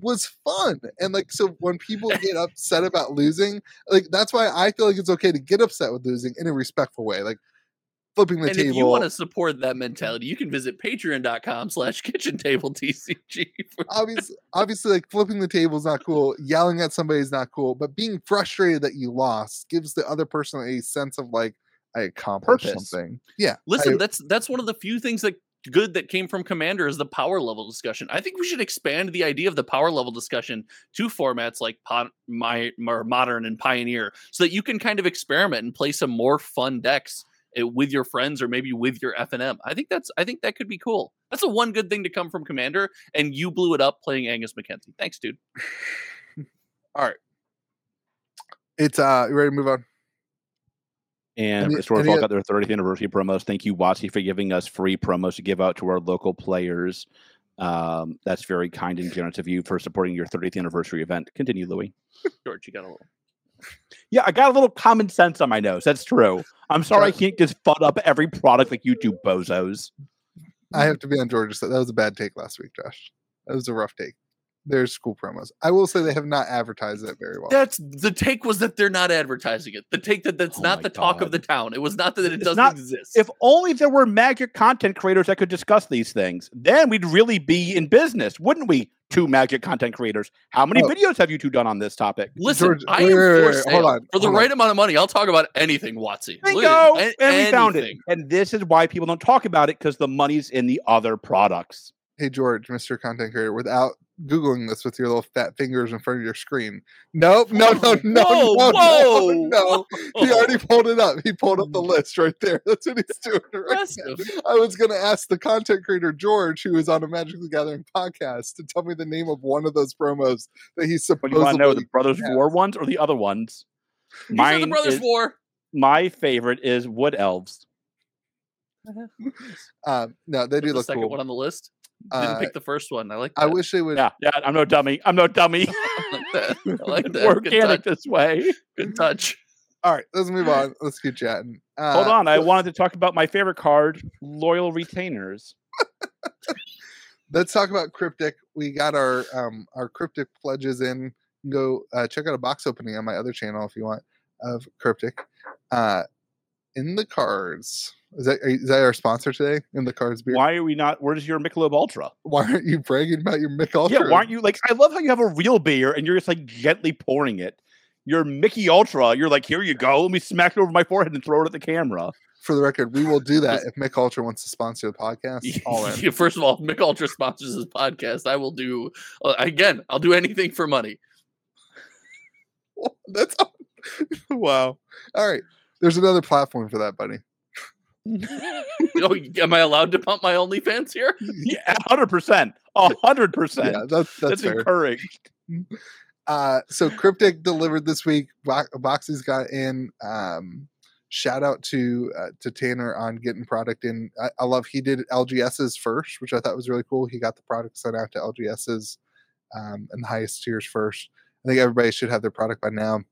[SPEAKER 1] was fun and like so when people get upset about losing like that's why i feel like it's okay to get upset with losing in a respectful way like flipping the
[SPEAKER 4] and
[SPEAKER 1] table
[SPEAKER 4] if you want to support that mentality, you can visit patreon.com slash kitchen table TCG. for-
[SPEAKER 1] obviously, obviously, like flipping the table is not cool. Yelling at somebody is not cool. But being frustrated that you lost gives the other person a sense of like, I accomplished
[SPEAKER 3] Purpose.
[SPEAKER 1] something. Yeah.
[SPEAKER 4] Listen,
[SPEAKER 1] I-
[SPEAKER 4] that's that's one of the few things that good that came from Commander is the power level discussion. I think we should expand the idea of the power level discussion to formats like pot, my, Mar- modern and pioneer, so that you can kind of experiment and play some more fun decks eh, with your friends or maybe with your FNM. I think that's I think that could be cool. That's the one good thing to come from Commander, and you blew it up playing Angus McKenzie. Thanks, dude.
[SPEAKER 1] It's uh, you ready to move on?
[SPEAKER 3] And
[SPEAKER 1] Any-
[SPEAKER 3] Restore
[SPEAKER 1] any
[SPEAKER 3] Vault
[SPEAKER 1] oth-
[SPEAKER 3] got their 30th anniversary promos. Thank you, Watsy, for giving us free promos to give out to our local players. Um, that's very kind and generous of you for supporting your 30th anniversary event. Continue, Louie.
[SPEAKER 4] George, you got a little.
[SPEAKER 3] Yeah, I got a little common sense on my nose. That's true. I'm sorry I can't just fud up every product like you do, bozos.
[SPEAKER 1] I
[SPEAKER 4] Mm-hmm.
[SPEAKER 1] have to be on Georgia. So that was a bad take last week, Josh. That was a rough take. There's school promos. I will say they have not advertised it very well.
[SPEAKER 4] That's the take was that they're not advertising it. The take that that's
[SPEAKER 3] Oh
[SPEAKER 4] not
[SPEAKER 3] my
[SPEAKER 4] the talk of
[SPEAKER 3] God.
[SPEAKER 4] the town. It was not that it
[SPEAKER 3] It's
[SPEAKER 4] doesn't
[SPEAKER 3] not-
[SPEAKER 4] exist.
[SPEAKER 3] If only there were magic content creators that could discuss these things, then we'd really be in business, wouldn't we? Two magic content creators. How many
[SPEAKER 1] Oh.
[SPEAKER 3] videos have you two done on this topic?
[SPEAKER 4] Listen,
[SPEAKER 1] George,
[SPEAKER 4] I
[SPEAKER 1] wait, wait,
[SPEAKER 4] am
[SPEAKER 1] wait,
[SPEAKER 4] for
[SPEAKER 1] wait, hold
[SPEAKER 4] sale.
[SPEAKER 1] on,
[SPEAKER 4] for the
[SPEAKER 1] hold on.
[SPEAKER 4] right amount of money, I'll talk about anything, Watsy.
[SPEAKER 3] Bingo!
[SPEAKER 4] Literally,
[SPEAKER 3] and
[SPEAKER 4] a-
[SPEAKER 3] we found it.
[SPEAKER 4] anything.
[SPEAKER 3] And this is why people don't talk about it because the money's in the other products.
[SPEAKER 1] hey George, Mr. Content Creator, without googling this with your little fat fingers in front of your screen. Nope, no, no, no,
[SPEAKER 4] Whoa,
[SPEAKER 1] no,
[SPEAKER 4] whoa,
[SPEAKER 1] no,
[SPEAKER 4] whoa,
[SPEAKER 1] no. He
[SPEAKER 3] Oh.
[SPEAKER 1] already pulled it up. He pulled up the
[SPEAKER 3] Hmm.
[SPEAKER 4] Mm.
[SPEAKER 1] list right there. That's what he's doing
[SPEAKER 4] Oh,
[SPEAKER 1] right now.
[SPEAKER 4] Impressive.
[SPEAKER 1] I was going to ask the content creator George, who is on a Magic the Gathering podcast, to tell me the name of one of those promos that he's
[SPEAKER 3] But
[SPEAKER 1] supposedly.
[SPEAKER 3] you want to know the Brothers
[SPEAKER 1] yeah.
[SPEAKER 3] War ones or the other ones?
[SPEAKER 4] These are the
[SPEAKER 3] Mine
[SPEAKER 4] Brothers
[SPEAKER 3] is-
[SPEAKER 4] War.
[SPEAKER 3] My favorite is Wood Elves.
[SPEAKER 1] um, no, they do
[SPEAKER 4] The
[SPEAKER 1] look um,
[SPEAKER 4] second
[SPEAKER 1] cool.
[SPEAKER 4] one on the list. Didn't
[SPEAKER 1] Uh,
[SPEAKER 4] pick the first one. I like. That.
[SPEAKER 1] I wish they would.
[SPEAKER 3] Yeah, yeah, I'm no dummy. I'm no dummy.
[SPEAKER 4] I like that. I like that. Good touch.
[SPEAKER 3] Organic this way.
[SPEAKER 4] Good touch.
[SPEAKER 1] All right, let's move on. Let's keep chatting. Uh,
[SPEAKER 3] Hold on, I
[SPEAKER 1] so
[SPEAKER 3] wanted to talk about my favorite card, loyal retainers.
[SPEAKER 1] Let's talk about cryptic. We got our um our cryptic pledges in. You can Go uh, check out a box opening on my other channel if you want of cryptic. Uh, in the cards. Is that are you- is that our sponsor today? In the cards beer.
[SPEAKER 3] Why are we not? Where's your Michelob Ultra?
[SPEAKER 1] Why aren't you bragging about your Mick Ultra?
[SPEAKER 3] Yeah, why aren't you like? I love how you have a real beer and you're just like gently pouring it. Your Mickey Ultra, you're like, here you go. Let me smack it over my forehead and throw it at the camera.
[SPEAKER 1] For the record, we will do that if Mick Ultra wants to sponsor the podcast. All in.
[SPEAKER 4] Yeah, First of all, Mick Ultra sponsors this podcast. I will do uh, again. I'll do anything for money.
[SPEAKER 1] That's all. wow. All right. There's another platform for that, buddy.
[SPEAKER 4] oh, am I allowed to pump my OnlyFans here?
[SPEAKER 3] Yeah, hundred percent, hundred percent.
[SPEAKER 1] Yeah, that's that's,
[SPEAKER 3] That's
[SPEAKER 1] fair.
[SPEAKER 3] encouraged.
[SPEAKER 1] uh so cryptic delivered this week Bo- boxy's got in um shout out to uh, to tanner on getting product in I, I love he did lgs's first which i thought was really cool he got the product sent out to lgs's um and the highest tiers first i think everybody should have their product by now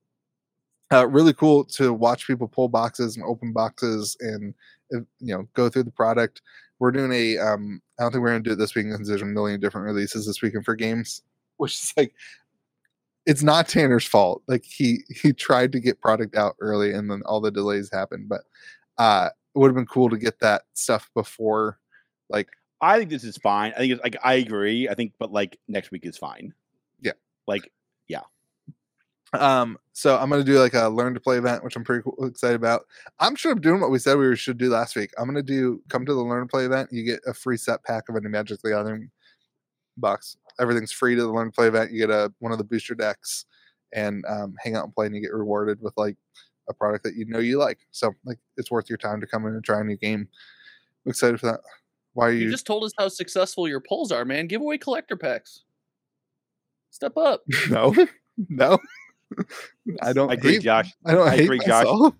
[SPEAKER 1] uh really cool to watch people pull boxes and open boxes and uh, you know go through the product we're doing a um i don't think we're gonna do it this weekend because there's a million different releases this weekend for games which is like it's not Tanner's fault. Like he he tried to get product out early and then all the delays happened. But uh it would have been cool to get that stuff before like
[SPEAKER 3] I think this is fine. I think it's like I agree. I think, but like next week is fine.
[SPEAKER 1] Yeah.
[SPEAKER 3] like
[SPEAKER 1] um so I'm gonna do like a learn to play event, which I'm pretty cool, excited about. I'm sure I'm doing what we said we should do last week. I'm gonna do come to the learn to play event. You get a free set pack of any Magic the Gathering box. Everything's free to the learn to play event. You get a one of the booster decks and um, hang out and play, and you get rewarded with like a product that you know you like. So like it's worth your time to come in and try a new game. I'm excited for that. Why are you?
[SPEAKER 4] You just told us how successful your polls are, man. Give away collector packs. Step up.
[SPEAKER 1] no, no. Oh, I don't.
[SPEAKER 3] I agree,
[SPEAKER 1] hate-
[SPEAKER 3] Josh.
[SPEAKER 1] I don't
[SPEAKER 3] I
[SPEAKER 1] hate
[SPEAKER 3] agree, Josh.
[SPEAKER 1] myself.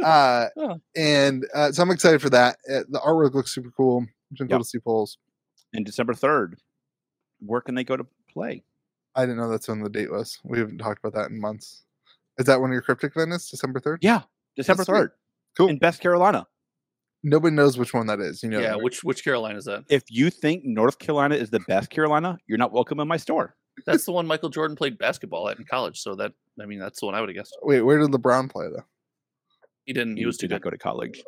[SPEAKER 1] uh,
[SPEAKER 4] Oh.
[SPEAKER 1] and uh, so I'm excited for that. Uh, the artwork looks super cool. It's been cool
[SPEAKER 3] Yep.
[SPEAKER 1] to see polls.
[SPEAKER 3] And December third, where can they go to play?
[SPEAKER 1] I didn't know that's when the date was. We haven't talked about that in months. Is that when your cryptic event is? December third?
[SPEAKER 3] Yeah, December
[SPEAKER 1] sweet.
[SPEAKER 3] third.
[SPEAKER 1] Cool.
[SPEAKER 3] in Best Carolina.
[SPEAKER 1] Nobody knows which one that is. You know.
[SPEAKER 4] Yeah,
[SPEAKER 1] that, right?
[SPEAKER 4] which which Carolina is that?
[SPEAKER 3] If you think North Carolina is the best Carolina, you're not welcome in my store.
[SPEAKER 4] That's the one Michael Jordan played basketball at in college. So that I mean, that's the one I would have guessed.
[SPEAKER 1] Wait, where did LeBron play though?
[SPEAKER 4] He didn't. He was too
[SPEAKER 3] did not
[SPEAKER 4] good.
[SPEAKER 3] go to college.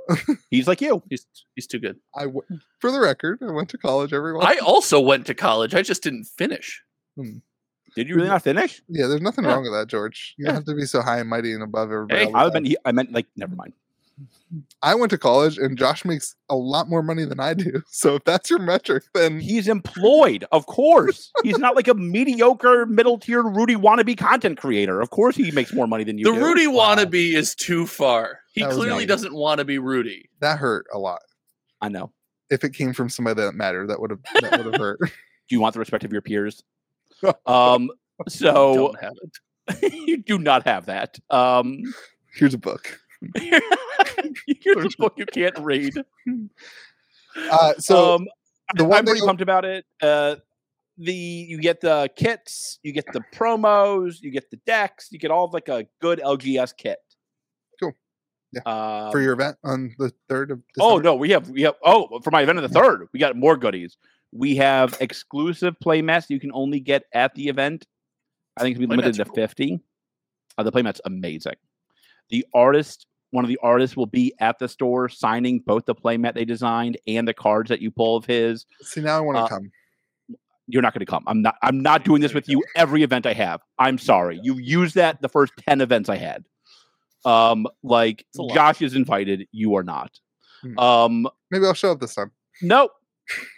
[SPEAKER 3] He's like you.
[SPEAKER 4] He's he's too good.
[SPEAKER 1] I w- for the record, I went to college. Everyone.
[SPEAKER 4] I also went to college. I just didn't finish.
[SPEAKER 3] Did you really not finish?
[SPEAKER 1] yeah, there's nothing
[SPEAKER 4] Yeah.
[SPEAKER 1] wrong with that, George. You
[SPEAKER 4] Yeah.
[SPEAKER 1] don't have to be so high and mighty and above everybody.
[SPEAKER 4] Hey,
[SPEAKER 1] all the
[SPEAKER 3] I would
[SPEAKER 1] time.
[SPEAKER 3] meant he, I meant like never mind.
[SPEAKER 1] I went to college, and Josh makes a lot more money than I do. So if that's your metric, then
[SPEAKER 3] Mm-hmm. He's employed, of course. He's not like a mediocre middle tier Rudy wannabe content creator. Of course he makes more money than you
[SPEAKER 4] the
[SPEAKER 3] do.
[SPEAKER 4] Rudy
[SPEAKER 1] Wow.
[SPEAKER 4] wannabe is too far. He
[SPEAKER 1] That was
[SPEAKER 4] clearly
[SPEAKER 1] mean.
[SPEAKER 4] doesn't want to be Rudy.
[SPEAKER 1] that hurt a lot.
[SPEAKER 3] I know.
[SPEAKER 1] if it came from somebody that mattered, that would have that would have hurt.
[SPEAKER 3] Do you want the respect of your peers? Um so Oh,
[SPEAKER 4] Don't have it.
[SPEAKER 3] you do not have that. Um
[SPEAKER 1] Here's a book.
[SPEAKER 3] here's a book you can't read.
[SPEAKER 1] Uh, so
[SPEAKER 3] um,
[SPEAKER 1] the
[SPEAKER 3] I-
[SPEAKER 1] one
[SPEAKER 3] I'm pretty
[SPEAKER 1] thing-
[SPEAKER 3] pumped about it. Uh, the you get the kits, you get the promos, you get the decks, you get all of like a good LGS kit.
[SPEAKER 1] Cool. Yeah.
[SPEAKER 3] Uh,
[SPEAKER 4] Um,
[SPEAKER 1] for your event on the third of
[SPEAKER 3] oh
[SPEAKER 1] December-
[SPEAKER 3] no, we have we have oh for my event of the third, we got more goodies. We have exclusive playmats you can only get at the event. I think it's gonna be limited
[SPEAKER 4] Playmats
[SPEAKER 3] to
[SPEAKER 4] are cool.
[SPEAKER 3] fifty. Uh, the playmat's amazing. The artist, one of the artists, will be at the store signing both the playmat they designed and the cards that you pull of his
[SPEAKER 1] see now I want to
[SPEAKER 3] uh,
[SPEAKER 1] come.
[SPEAKER 3] you're not going to come. I'm not. I'm not doing this with you every event I have. I'm sorry. You used that the first ten events I had. Um, like
[SPEAKER 4] It's a lot.
[SPEAKER 3] Josh is invited, you are not.
[SPEAKER 1] Hmm.
[SPEAKER 3] Um,
[SPEAKER 1] Maybe I'll show up this time.
[SPEAKER 3] no,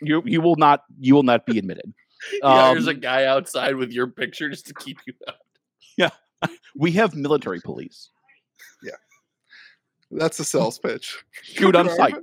[SPEAKER 3] you you will not. You will not be admitted.
[SPEAKER 4] yeah, there's a
[SPEAKER 3] Um,
[SPEAKER 4] guy outside with your picture just to keep you out.
[SPEAKER 3] We have military police.
[SPEAKER 1] That's a sales pitch.
[SPEAKER 3] Shoot on sight.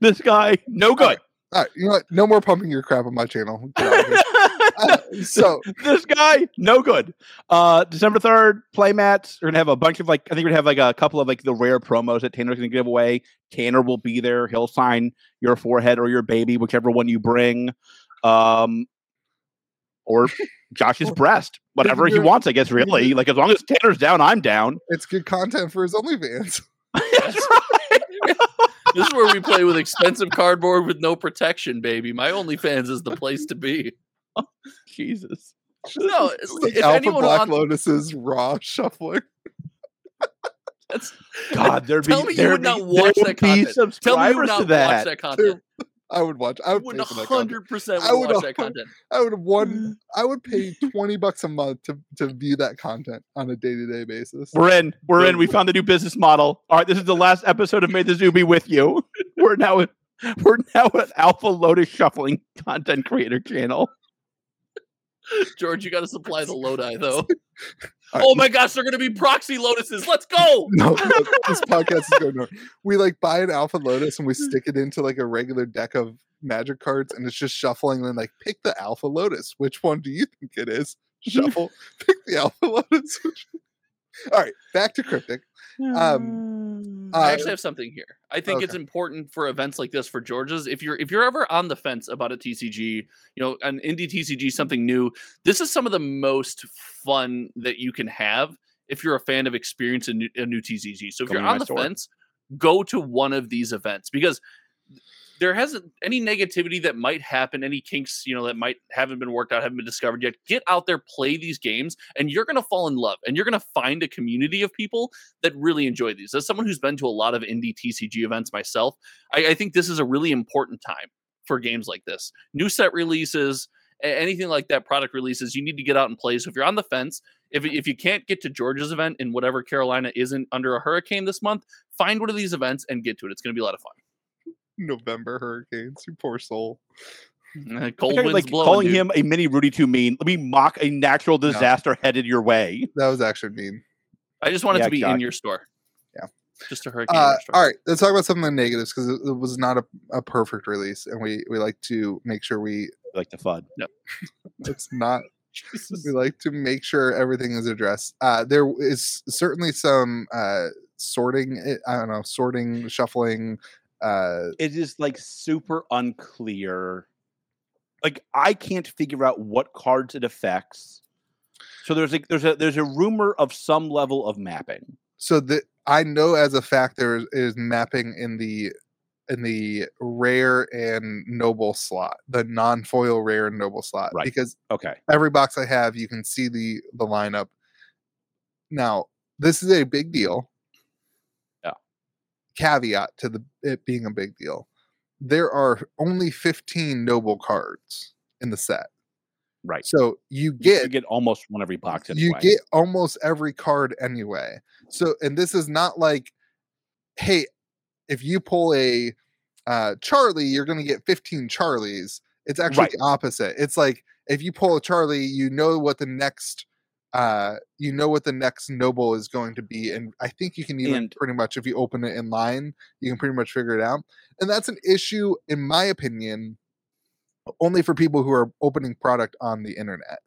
[SPEAKER 3] This guy, no good.
[SPEAKER 1] All right, you know what? No more pumping your crap on my channel. Get out of here. Uh, so
[SPEAKER 3] this guy, no good. Uh, December third, playmats. We're gonna have a bunch of like, I think we're gonna have like a couple of like the rare promos that Tanner's gonna give away. Tanner will be there. He'll sign your forehead or your baby, whichever one you bring, um, or Josh's breast, whatever he
[SPEAKER 1] do it.
[SPEAKER 3] wants. I guess really, like as long as Tanner's down, I'm down.
[SPEAKER 1] it's good content for his OnlyFans.
[SPEAKER 3] That's right.
[SPEAKER 4] This is where we play with expensive cardboard with no protection, baby. My OnlyFans is the place to be.
[SPEAKER 3] Jesus.
[SPEAKER 4] No,
[SPEAKER 1] It's like
[SPEAKER 4] if
[SPEAKER 1] Alpha
[SPEAKER 4] anyone
[SPEAKER 1] Black
[SPEAKER 4] wants,
[SPEAKER 1] Lotus's raw shuffler.
[SPEAKER 4] that's-
[SPEAKER 3] God, there'd be
[SPEAKER 4] Tell me you
[SPEAKER 3] there'd
[SPEAKER 4] would
[SPEAKER 3] be-
[SPEAKER 4] not
[SPEAKER 3] there
[SPEAKER 4] watch
[SPEAKER 3] would
[SPEAKER 4] that
[SPEAKER 3] be
[SPEAKER 4] content. tell me you would
[SPEAKER 3] subscribers to
[SPEAKER 4] not watch
[SPEAKER 3] that.
[SPEAKER 4] that content.
[SPEAKER 1] I would watch. I
[SPEAKER 4] I
[SPEAKER 1] would,
[SPEAKER 4] would
[SPEAKER 1] pay for that content.
[SPEAKER 4] hundred percent
[SPEAKER 1] I would
[SPEAKER 4] watch
[SPEAKER 1] 100
[SPEAKER 4] that content.
[SPEAKER 1] I would one. I would pay twenty bucks a month to to view that content on a day to day basis.
[SPEAKER 3] We're in. We're in. We found the new business model. All right, this is the last episode of May the Zoo Be with you. We're now we're now an Alpha Lotus shuffling content creator channel.
[SPEAKER 4] George, you got to supply the Lodi though.
[SPEAKER 1] All
[SPEAKER 4] oh my gosh, they're going to be proxy lotuses. Let's go.
[SPEAKER 1] No, no, this podcast is going on. We like buy an Alpha Lotus and we stick it into like a regular deck of magic cards, and it's just shuffling. And then like pick the Alpha Lotus. Which one do you think it is? Shuffle. pick the Alpha Lotus. which- All right, back to cryptic.
[SPEAKER 3] Mm,
[SPEAKER 1] Um,
[SPEAKER 4] I
[SPEAKER 1] uh,
[SPEAKER 4] actually have something here. I think it's
[SPEAKER 1] okay.
[SPEAKER 4] important for events like this for Georges. If you're if you're ever on the fence about a TCG, you know, an indie TCG, something new, this is some of the most fun that you can have if you're a fan of experience in new, a new TCG. So if
[SPEAKER 3] Come
[SPEAKER 4] you're
[SPEAKER 3] to my
[SPEAKER 4] on the
[SPEAKER 3] store.
[SPEAKER 4] fence, go to one of these events because there hasn't any negativity that might happen, any kinks, you know, that might haven't been worked out, haven't been discovered yet. Get out there, play these games, and you're gonna fall in love and you're gonna find a community of people that really enjoy these. As someone who's been to a lot of indie TCG events myself, I, I think this is a really important time for games like this. New set releases, a- anything like that, product releases, you need to get out and play. So if you're on the fence, if, if you can't get to Georgia's event in whatever Carolina isn't under a hurricane this month, find one of these events and get to it. It's going to be a lot of
[SPEAKER 1] November hurricanes. You poor soul.
[SPEAKER 4] fun. Eh,
[SPEAKER 3] I
[SPEAKER 4] Cold
[SPEAKER 3] think
[SPEAKER 4] winds
[SPEAKER 3] Hmm. like
[SPEAKER 4] blowing.
[SPEAKER 3] calling
[SPEAKER 4] dude.
[SPEAKER 3] him a mini Rudy too mean. Let me mock a natural disaster headed your way.
[SPEAKER 1] That was actually mean.
[SPEAKER 4] I just want it
[SPEAKER 3] Yeah,
[SPEAKER 4] to be in
[SPEAKER 3] exactly.
[SPEAKER 4] your store.
[SPEAKER 1] Yeah.
[SPEAKER 4] Just a hurricane. in
[SPEAKER 1] Uh,
[SPEAKER 4] your store.
[SPEAKER 1] all right, let's talk about some of the negatives because it, it was not a, a perfect release, and we we like to make sure we
[SPEAKER 3] Like the FUD.
[SPEAKER 1] it's not we like to make sure everything is addressed. Uh, there is certainly some uh, sorting. eh, I don't know, sorting, shuffling. Uh,
[SPEAKER 3] It is like super unclear. Like I can't figure out what cards it affects. So there's like there's a there's a rumor of some level of mapping.
[SPEAKER 1] so the I know as a fact there is, is mapping in the in the rare and noble slot, the non-foil rare and noble slot,
[SPEAKER 3] Right.
[SPEAKER 1] because
[SPEAKER 3] Okay.
[SPEAKER 1] every box I have, you can see the the lineup. Now, this is a big deal.
[SPEAKER 3] Yeah.
[SPEAKER 1] Caveat to the it being a big deal. There are only 15 noble cards in the set.
[SPEAKER 3] Right.
[SPEAKER 1] So you
[SPEAKER 3] You- you
[SPEAKER 1] get
[SPEAKER 3] get almost one every box. Anyway.
[SPEAKER 1] you get almost every card anyway. So, and this is not like, hey, if you pull a uh, Charlie, you're going to get 15 Charlies. It's actually
[SPEAKER 3] Right.
[SPEAKER 1] the opposite. It's like if you pull a Charlie, you know what the next, uh, you know what the next noble is going to be, and I think you can even
[SPEAKER 3] And-
[SPEAKER 1] pretty much if you open it in line, you can pretty much figure it out. And that's an issue, in my opinion, only for people who are opening product on the internet.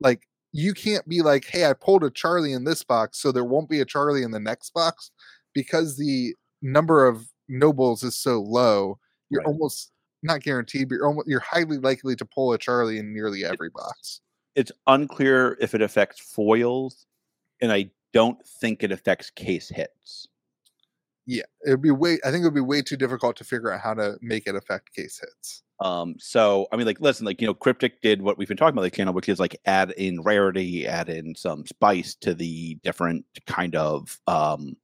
[SPEAKER 1] Like you can't be like, hey, I pulled a Charlie in this box, so there won't be a Charlie in the next box because the number of nobles is so low. You're
[SPEAKER 3] Right.
[SPEAKER 1] almost not guaranteed, but you're almost you're highly likely to pull a Charlie in nearly every box.
[SPEAKER 3] it's unclear if it affects foils, and I don't think it affects case hits.
[SPEAKER 1] Yeah, it would be way. I think it would be way too difficult to figure out how to make it affect case hits.
[SPEAKER 3] Um, so I mean, like, listen, like you know, Cryptic did what we've been talking about the channel, which is like add in rarity, add in some spice to the different kind of um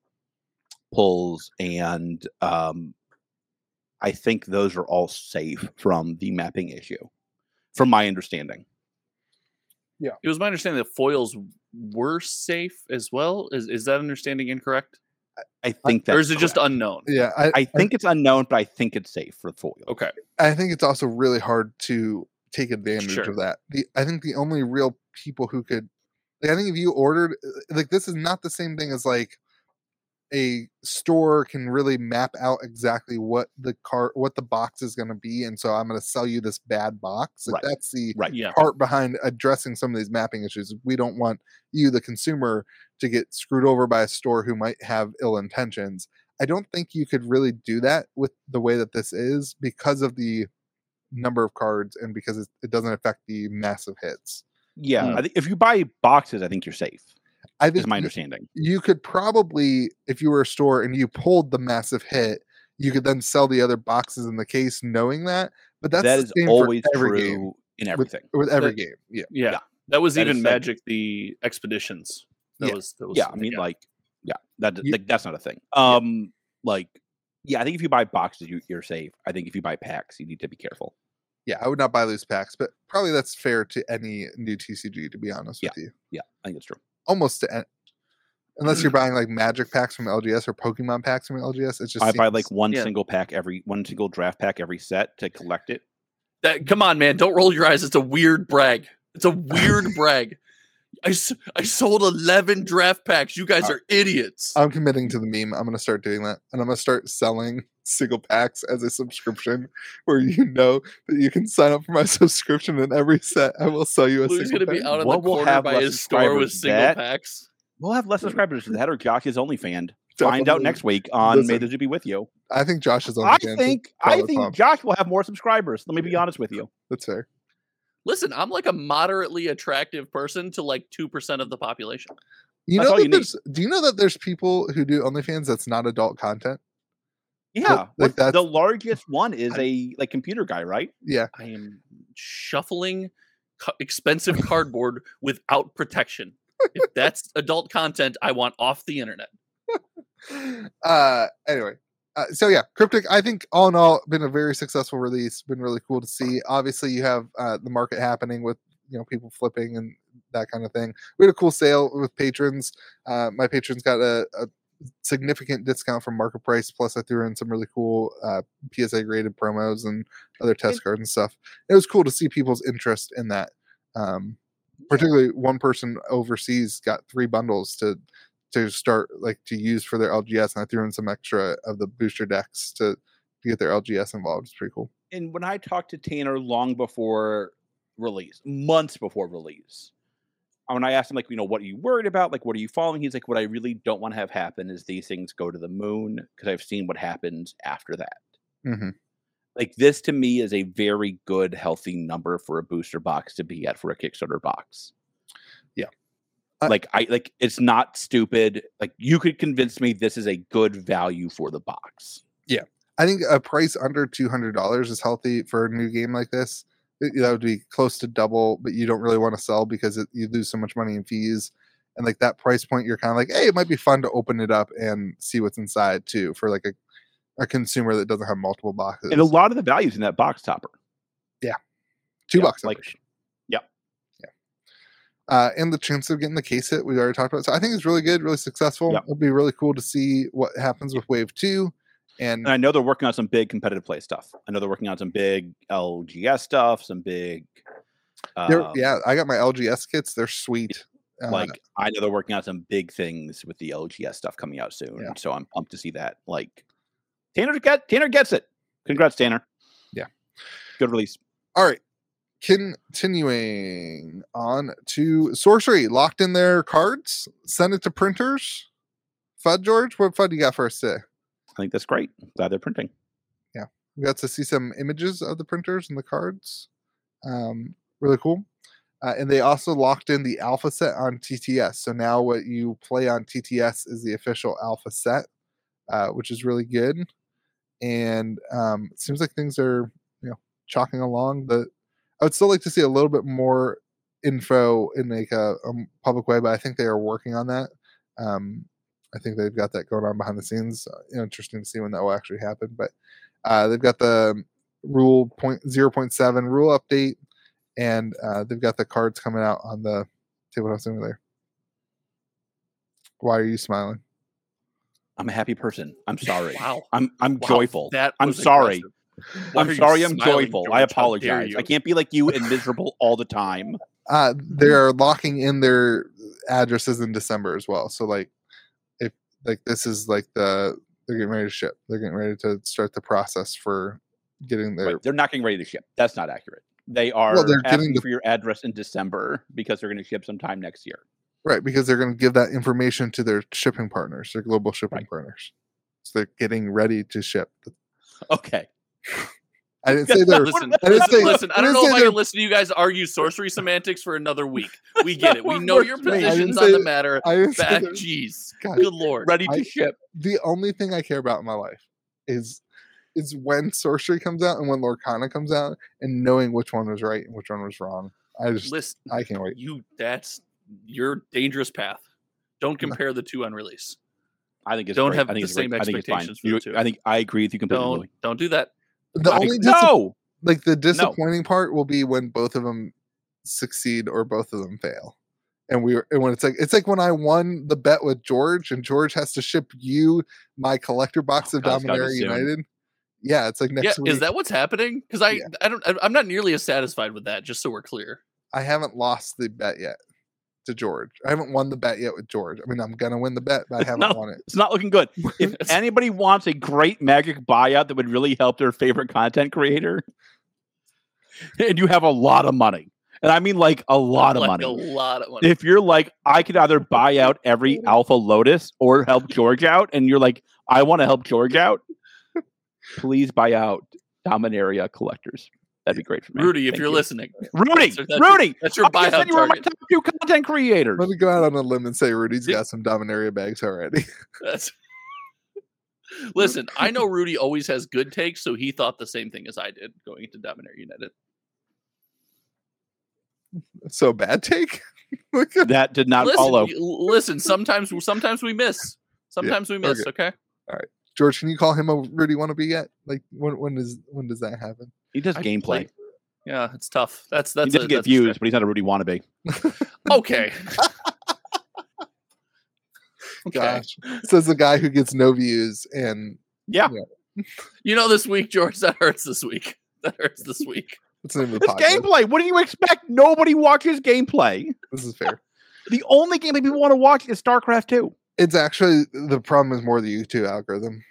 [SPEAKER 3] pulls, and um I think those are all safe from the mapping issue, from my understanding.
[SPEAKER 4] It was my understanding that foils were safe as well. Is is that understanding incorrect,
[SPEAKER 3] I think that's
[SPEAKER 4] or is it just
[SPEAKER 3] correct.
[SPEAKER 4] unknown?
[SPEAKER 1] Yeah, I,
[SPEAKER 3] I think it's unknown, but I think it's safe for foil.
[SPEAKER 4] Okay.
[SPEAKER 1] I think it's also really hard to take advantage
[SPEAKER 4] Sure.
[SPEAKER 1] of that. The I think the only real uh, people who could like I think if you ordered like this is not the same thing as like a store can really map out exactly what the car what the box is going to be and so i'm going to sell you this bad box Like,
[SPEAKER 3] Right.
[SPEAKER 1] that's the
[SPEAKER 3] Right.
[SPEAKER 4] Yeah.
[SPEAKER 1] part behind addressing some of these mapping issues we don't want you the consumer to get screwed over by a store who might have ill intentions i don't think you could really do that with the way that this is because of the number of cards and because it, it doesn't affect the massive hits
[SPEAKER 3] Yeah,
[SPEAKER 1] Hmm.
[SPEAKER 4] Mm.
[SPEAKER 3] I think if you buy boxes, I think you're safe.
[SPEAKER 1] i think
[SPEAKER 3] Is my
[SPEAKER 1] you-
[SPEAKER 3] understanding.
[SPEAKER 1] you could probably if you were a store and you pulled the massive hit you could then sell the other boxes in the case knowing that but that's
[SPEAKER 3] that
[SPEAKER 1] the
[SPEAKER 3] is
[SPEAKER 1] same for
[SPEAKER 3] always
[SPEAKER 1] every
[SPEAKER 3] true
[SPEAKER 1] game,
[SPEAKER 3] in everything.
[SPEAKER 1] with every
[SPEAKER 4] That-
[SPEAKER 1] game yeah
[SPEAKER 4] Yeah.
[SPEAKER 3] Yeah.
[SPEAKER 4] That was
[SPEAKER 3] That
[SPEAKER 4] even
[SPEAKER 3] is like-
[SPEAKER 4] Magic the Expeditions. That
[SPEAKER 1] Yeah.
[SPEAKER 4] was that was
[SPEAKER 3] yeah, I
[SPEAKER 4] something,
[SPEAKER 3] mean, like, yeah, that
[SPEAKER 1] You-
[SPEAKER 3] like, that's not a thing. Um, like, yeah, I think if you buy boxes, you, you're safe. I think if you buy packs, you need to be careful.
[SPEAKER 1] yeah i would not buy loose packs but probably that's fair to any new tcg to be honest with you
[SPEAKER 3] Yeah, I think it's true.
[SPEAKER 1] almost to an- unless you're buying like magic packs from lgs or pokemon packs from lgs it's just
[SPEAKER 3] I buy
[SPEAKER 1] seems-
[SPEAKER 3] like one
[SPEAKER 4] Yeah.
[SPEAKER 3] single pack every one single draft pack every set to collect it.
[SPEAKER 4] That, come on, man. Don't roll your eyes. It's a weird brag. It's a weird brag. I, s- I sold 11 draft packs. You guys
[SPEAKER 3] Uh,
[SPEAKER 4] are idiots.
[SPEAKER 1] i'm committing to the meme i'm going to start doing that and i'm going to start selling single packs as a subscription where you know that you can sign up for my subscription and every set i will sell you a
[SPEAKER 4] Lou's
[SPEAKER 1] single
[SPEAKER 4] going
[SPEAKER 1] pack.
[SPEAKER 4] to be out on the
[SPEAKER 3] What will
[SPEAKER 4] corner
[SPEAKER 3] have
[SPEAKER 4] by
[SPEAKER 3] less
[SPEAKER 4] his store with
[SPEAKER 3] subscribers,
[SPEAKER 4] single
[SPEAKER 3] that-
[SPEAKER 4] packs.
[SPEAKER 3] We'll have less subscribers to that or Josh's only fan. Find out
[SPEAKER 1] Definitely.
[SPEAKER 3] next week on May
[SPEAKER 1] Listen,
[SPEAKER 3] the Zoo be with you.
[SPEAKER 1] I think Josh is on.
[SPEAKER 3] I
[SPEAKER 1] the
[SPEAKER 3] think I
[SPEAKER 1] Color
[SPEAKER 3] think
[SPEAKER 1] Pump.
[SPEAKER 3] Josh will have more subscribers. Let me be
[SPEAKER 1] Yeah.
[SPEAKER 3] honest with you.
[SPEAKER 1] that's fair.
[SPEAKER 4] Listen, I'm like a moderately attractive person to like 2% of the population.
[SPEAKER 1] You
[SPEAKER 3] That's
[SPEAKER 1] know,
[SPEAKER 3] all
[SPEAKER 1] that
[SPEAKER 3] you need.
[SPEAKER 1] there's, do you know that there's people who do OnlyFans that's not adult content?
[SPEAKER 3] Yeah,
[SPEAKER 1] like
[SPEAKER 3] what's- the
[SPEAKER 1] that's-
[SPEAKER 3] largest one is
[SPEAKER 4] I-
[SPEAKER 3] a like computer guy, right?
[SPEAKER 1] Yeah,
[SPEAKER 4] I am shuffling co- expensive cardboard without protection. If that's adult content, I want off the internet.
[SPEAKER 1] uh anyway uh, so yeah cryptic i think all in all been a very successful release been really cool to see obviously you have uh the market happening with you know people flipping and that kind of thing we had a cool sale with patrons uh my patrons got a, a significant discount from market price plus i threw in some really cool uh psa graded promos and other test
[SPEAKER 3] And-
[SPEAKER 1] cards and stuff it was cool to see people's interest in that um particularly one person overseas got three bundles to to start like to use for their LGS, and I threw in some extra of the booster decks to, to get their LGS involved. It's pretty cool.
[SPEAKER 3] And when I talked to Tanner long before release, months before release, and when I asked him like, you know, what are you worried about? Like, what are you following? He's like, what I really don't want to have happen is these things go to the moon because I've seen what happens after that.
[SPEAKER 1] hmm
[SPEAKER 3] Like this to me is a very good, healthy number for a booster box to be at for a Kickstarter box.
[SPEAKER 1] Yeah. I-
[SPEAKER 3] like I like it's not stupid. Like you could convince me this is a good value for the box.
[SPEAKER 1] I think a price under two hundred dollars is healthy for a new game like this. It- that would be close to double, but you don't really want to sell because it, you lose so much money in fees. And like that price point, you're kind of like, hey, it might be fun to open it up and see what's inside too for like a, a consumer that doesn't have multiple boxes.
[SPEAKER 3] And a lot of the values in that box topper.
[SPEAKER 1] two
[SPEAKER 3] yeah,
[SPEAKER 1] boxes.
[SPEAKER 3] like-
[SPEAKER 1] uh, and the chance of getting the case hit we already talked about. So I think it's really good, really successful.
[SPEAKER 3] Yep.
[SPEAKER 1] It'll be really cool to see what happens with Wave Two, and
[SPEAKER 3] And
[SPEAKER 4] Mm.
[SPEAKER 3] I know they're working on some big competitive play stuff. I know they're working on some big LGS stuff, some big.
[SPEAKER 1] they're-
[SPEAKER 3] um,
[SPEAKER 1] yeah, I got my LGS kits. They're sweet. Uh,
[SPEAKER 3] like I know they're working on some big things with the LGS stuff coming out soon.
[SPEAKER 1] Yeah.
[SPEAKER 3] So I'm pumped to see that. Like Tanner get Tanner gets it. Congrats, Tanner.
[SPEAKER 1] Yeah.
[SPEAKER 3] Good release.
[SPEAKER 1] all right. Continuing on to sorcery, locked in their cards, send it to printers. Fud George, what fud you got for us today?
[SPEAKER 3] I think that's great. I'm glad they're printing.
[SPEAKER 1] We got to see some images of the printers and the cards. Um, really cool. Uh, and they also locked in the alpha set on TTS. So now what you play on TTS is the official alpha set, uh, which is really good. And um, it seems like things are you know chalking along. The I would still like to see a little bit more info in like a, a m- public way, but I think they are working on that. Um, I think they've got that going on behind the scenes. Uh, Interesting to see when that will actually happen, but. Uh, they've got the rule point zero point seven rule update, and uh, they've got the cards coming out on the tabletop simulator. Why are you smiling?
[SPEAKER 3] I'm a happy person. I'm sorry.
[SPEAKER 4] Wow.
[SPEAKER 3] I'm I'm
[SPEAKER 4] Wow,
[SPEAKER 3] joyful.
[SPEAKER 4] That
[SPEAKER 3] I'm
[SPEAKER 4] was
[SPEAKER 3] sorry.
[SPEAKER 4] aggressive. Why are
[SPEAKER 3] I'm
[SPEAKER 4] you
[SPEAKER 3] sorry. I'm
[SPEAKER 4] smiling,
[SPEAKER 3] joyful.
[SPEAKER 4] George?
[SPEAKER 3] I
[SPEAKER 4] How dare
[SPEAKER 3] apologize. I
[SPEAKER 4] you?
[SPEAKER 3] can't be like you and miserable all the time. Mm-hmm.
[SPEAKER 1] Uh, they are locking in their addresses in December as well. So like, if like this is like the they're getting ready to ship. They're getting ready to start the process for getting their
[SPEAKER 3] Right, they're not getting ready to ship. That's not accurate. They are
[SPEAKER 1] they're getting
[SPEAKER 3] asking
[SPEAKER 1] the-
[SPEAKER 3] for your address in December because they're going to ship sometime next year.
[SPEAKER 1] Right, because they're going to give that information to their shipping partners, their global shipping
[SPEAKER 3] Right.
[SPEAKER 1] partners. So they're getting ready to ship.
[SPEAKER 3] Okay.
[SPEAKER 1] I didn't say they're.
[SPEAKER 4] Listen,
[SPEAKER 1] I didn't
[SPEAKER 4] listen,
[SPEAKER 1] say-
[SPEAKER 4] listen,
[SPEAKER 1] I
[SPEAKER 4] I don't
[SPEAKER 1] didn't
[SPEAKER 4] know
[SPEAKER 1] say
[SPEAKER 4] if I
[SPEAKER 1] they're-
[SPEAKER 4] can listen to you guys argue sorcery semantics for another week. We
[SPEAKER 3] That's
[SPEAKER 4] get
[SPEAKER 3] not
[SPEAKER 4] it. We
[SPEAKER 3] what
[SPEAKER 4] know your
[SPEAKER 3] works for me.
[SPEAKER 1] I didn't
[SPEAKER 4] positions on the
[SPEAKER 1] say-
[SPEAKER 4] matter.
[SPEAKER 1] I didn't say
[SPEAKER 4] Back,
[SPEAKER 1] they're-
[SPEAKER 4] jeez,
[SPEAKER 1] God.
[SPEAKER 4] good lord.
[SPEAKER 3] Ready to
[SPEAKER 1] I-
[SPEAKER 3] ship.
[SPEAKER 1] the only thing I care about in my life is is when sorcery comes out and when Lorcana comes out, and knowing which one was right and which one was wrong. I just
[SPEAKER 4] Listen,
[SPEAKER 1] I can't wait.
[SPEAKER 4] you that's your dangerous path. Don't compare the two on release.
[SPEAKER 3] I think it's
[SPEAKER 4] Don't
[SPEAKER 3] great.
[SPEAKER 4] have
[SPEAKER 3] I think
[SPEAKER 4] the
[SPEAKER 3] it's great.
[SPEAKER 4] same
[SPEAKER 3] I think it's fine.
[SPEAKER 4] expectations for the
[SPEAKER 3] You-
[SPEAKER 4] two.
[SPEAKER 3] I think I agree with you completely.
[SPEAKER 4] Don't
[SPEAKER 3] Louis.
[SPEAKER 4] don't do that.
[SPEAKER 1] The
[SPEAKER 3] I
[SPEAKER 1] only
[SPEAKER 3] think-
[SPEAKER 1] dis-
[SPEAKER 3] no.
[SPEAKER 1] like the disappointing part will be when both of them succeed or both of them fail. And we were, and when it's like it's like when I won the bet with George and George has to ship you my collector box
[SPEAKER 3] Oh,
[SPEAKER 1] of
[SPEAKER 3] God, it's gotta be
[SPEAKER 1] Dominaria
[SPEAKER 3] soon.
[SPEAKER 1] United. Yeah, it's like next
[SPEAKER 4] yeah,
[SPEAKER 1] week.
[SPEAKER 4] is that what's happening? Because I
[SPEAKER 1] Yeah.
[SPEAKER 4] I don't I- I'm not nearly as satisfied with that. Just so we're clear.
[SPEAKER 1] I haven't lost the bet yet to George. I haven't won the bet yet with George. I mean, I'm gonna win the bet, but I haven't
[SPEAKER 3] No.
[SPEAKER 1] won it.
[SPEAKER 3] It's not looking good. If
[SPEAKER 4] It's-
[SPEAKER 3] anybody wants a great magic buyout that would really help their favorite content creator, and you have a lot of money, and I mean like a lot of
[SPEAKER 4] like
[SPEAKER 3] money.
[SPEAKER 4] A lot of money.
[SPEAKER 3] if you're like, I could either buy out every Alpha Lotus or help George out, and you're like, I want to help George out, please buy out Dominaria collectors. That'd be great for me.
[SPEAKER 4] Rudy, if
[SPEAKER 3] Thank
[SPEAKER 4] you're
[SPEAKER 3] you.
[SPEAKER 4] listening,
[SPEAKER 3] Rudy,
[SPEAKER 4] that's your- that's your-
[SPEAKER 3] Rudy,
[SPEAKER 4] that's your
[SPEAKER 3] I just said
[SPEAKER 4] buyout
[SPEAKER 3] you were my
[SPEAKER 4] target.
[SPEAKER 3] top few content creators.
[SPEAKER 1] Let me go out on a limb and say Rudy's
[SPEAKER 4] Yeah.
[SPEAKER 1] got some Dominaria bags already.
[SPEAKER 4] That's- Listen, I know Rudy always has good takes, so he thought the same thing as I did going into Dominaria United.
[SPEAKER 1] so bad take. Look at-
[SPEAKER 3] That did not
[SPEAKER 4] listen,
[SPEAKER 3] follow.
[SPEAKER 4] you- l- listen, sometimes sometimes we miss. Sometimes we miss, okay?
[SPEAKER 1] George, can you call him a Rudy wannabe yet? Like when when does when does that happen?
[SPEAKER 3] He does
[SPEAKER 4] I-
[SPEAKER 3] gameplay.
[SPEAKER 4] like, yeah, it's tough. That's that's
[SPEAKER 3] he does
[SPEAKER 4] a-
[SPEAKER 3] get
[SPEAKER 4] that's a stretch.
[SPEAKER 3] views, but he's not a Rudy wannabe.
[SPEAKER 4] Okay. okay.
[SPEAKER 1] Gosh. Says the guy who gets no views and
[SPEAKER 3] Yeah.
[SPEAKER 4] You know this week, George, that hurts this week. That hurts this week.
[SPEAKER 1] what's the name of the
[SPEAKER 3] It's
[SPEAKER 1] podcast?
[SPEAKER 3] gameplay. What do you expect? Nobody watches gameplay.
[SPEAKER 1] This is fair.
[SPEAKER 3] The only game that people want to watch is StarCraft 2.
[SPEAKER 1] It's actually the problem is more the YouTube algorithm.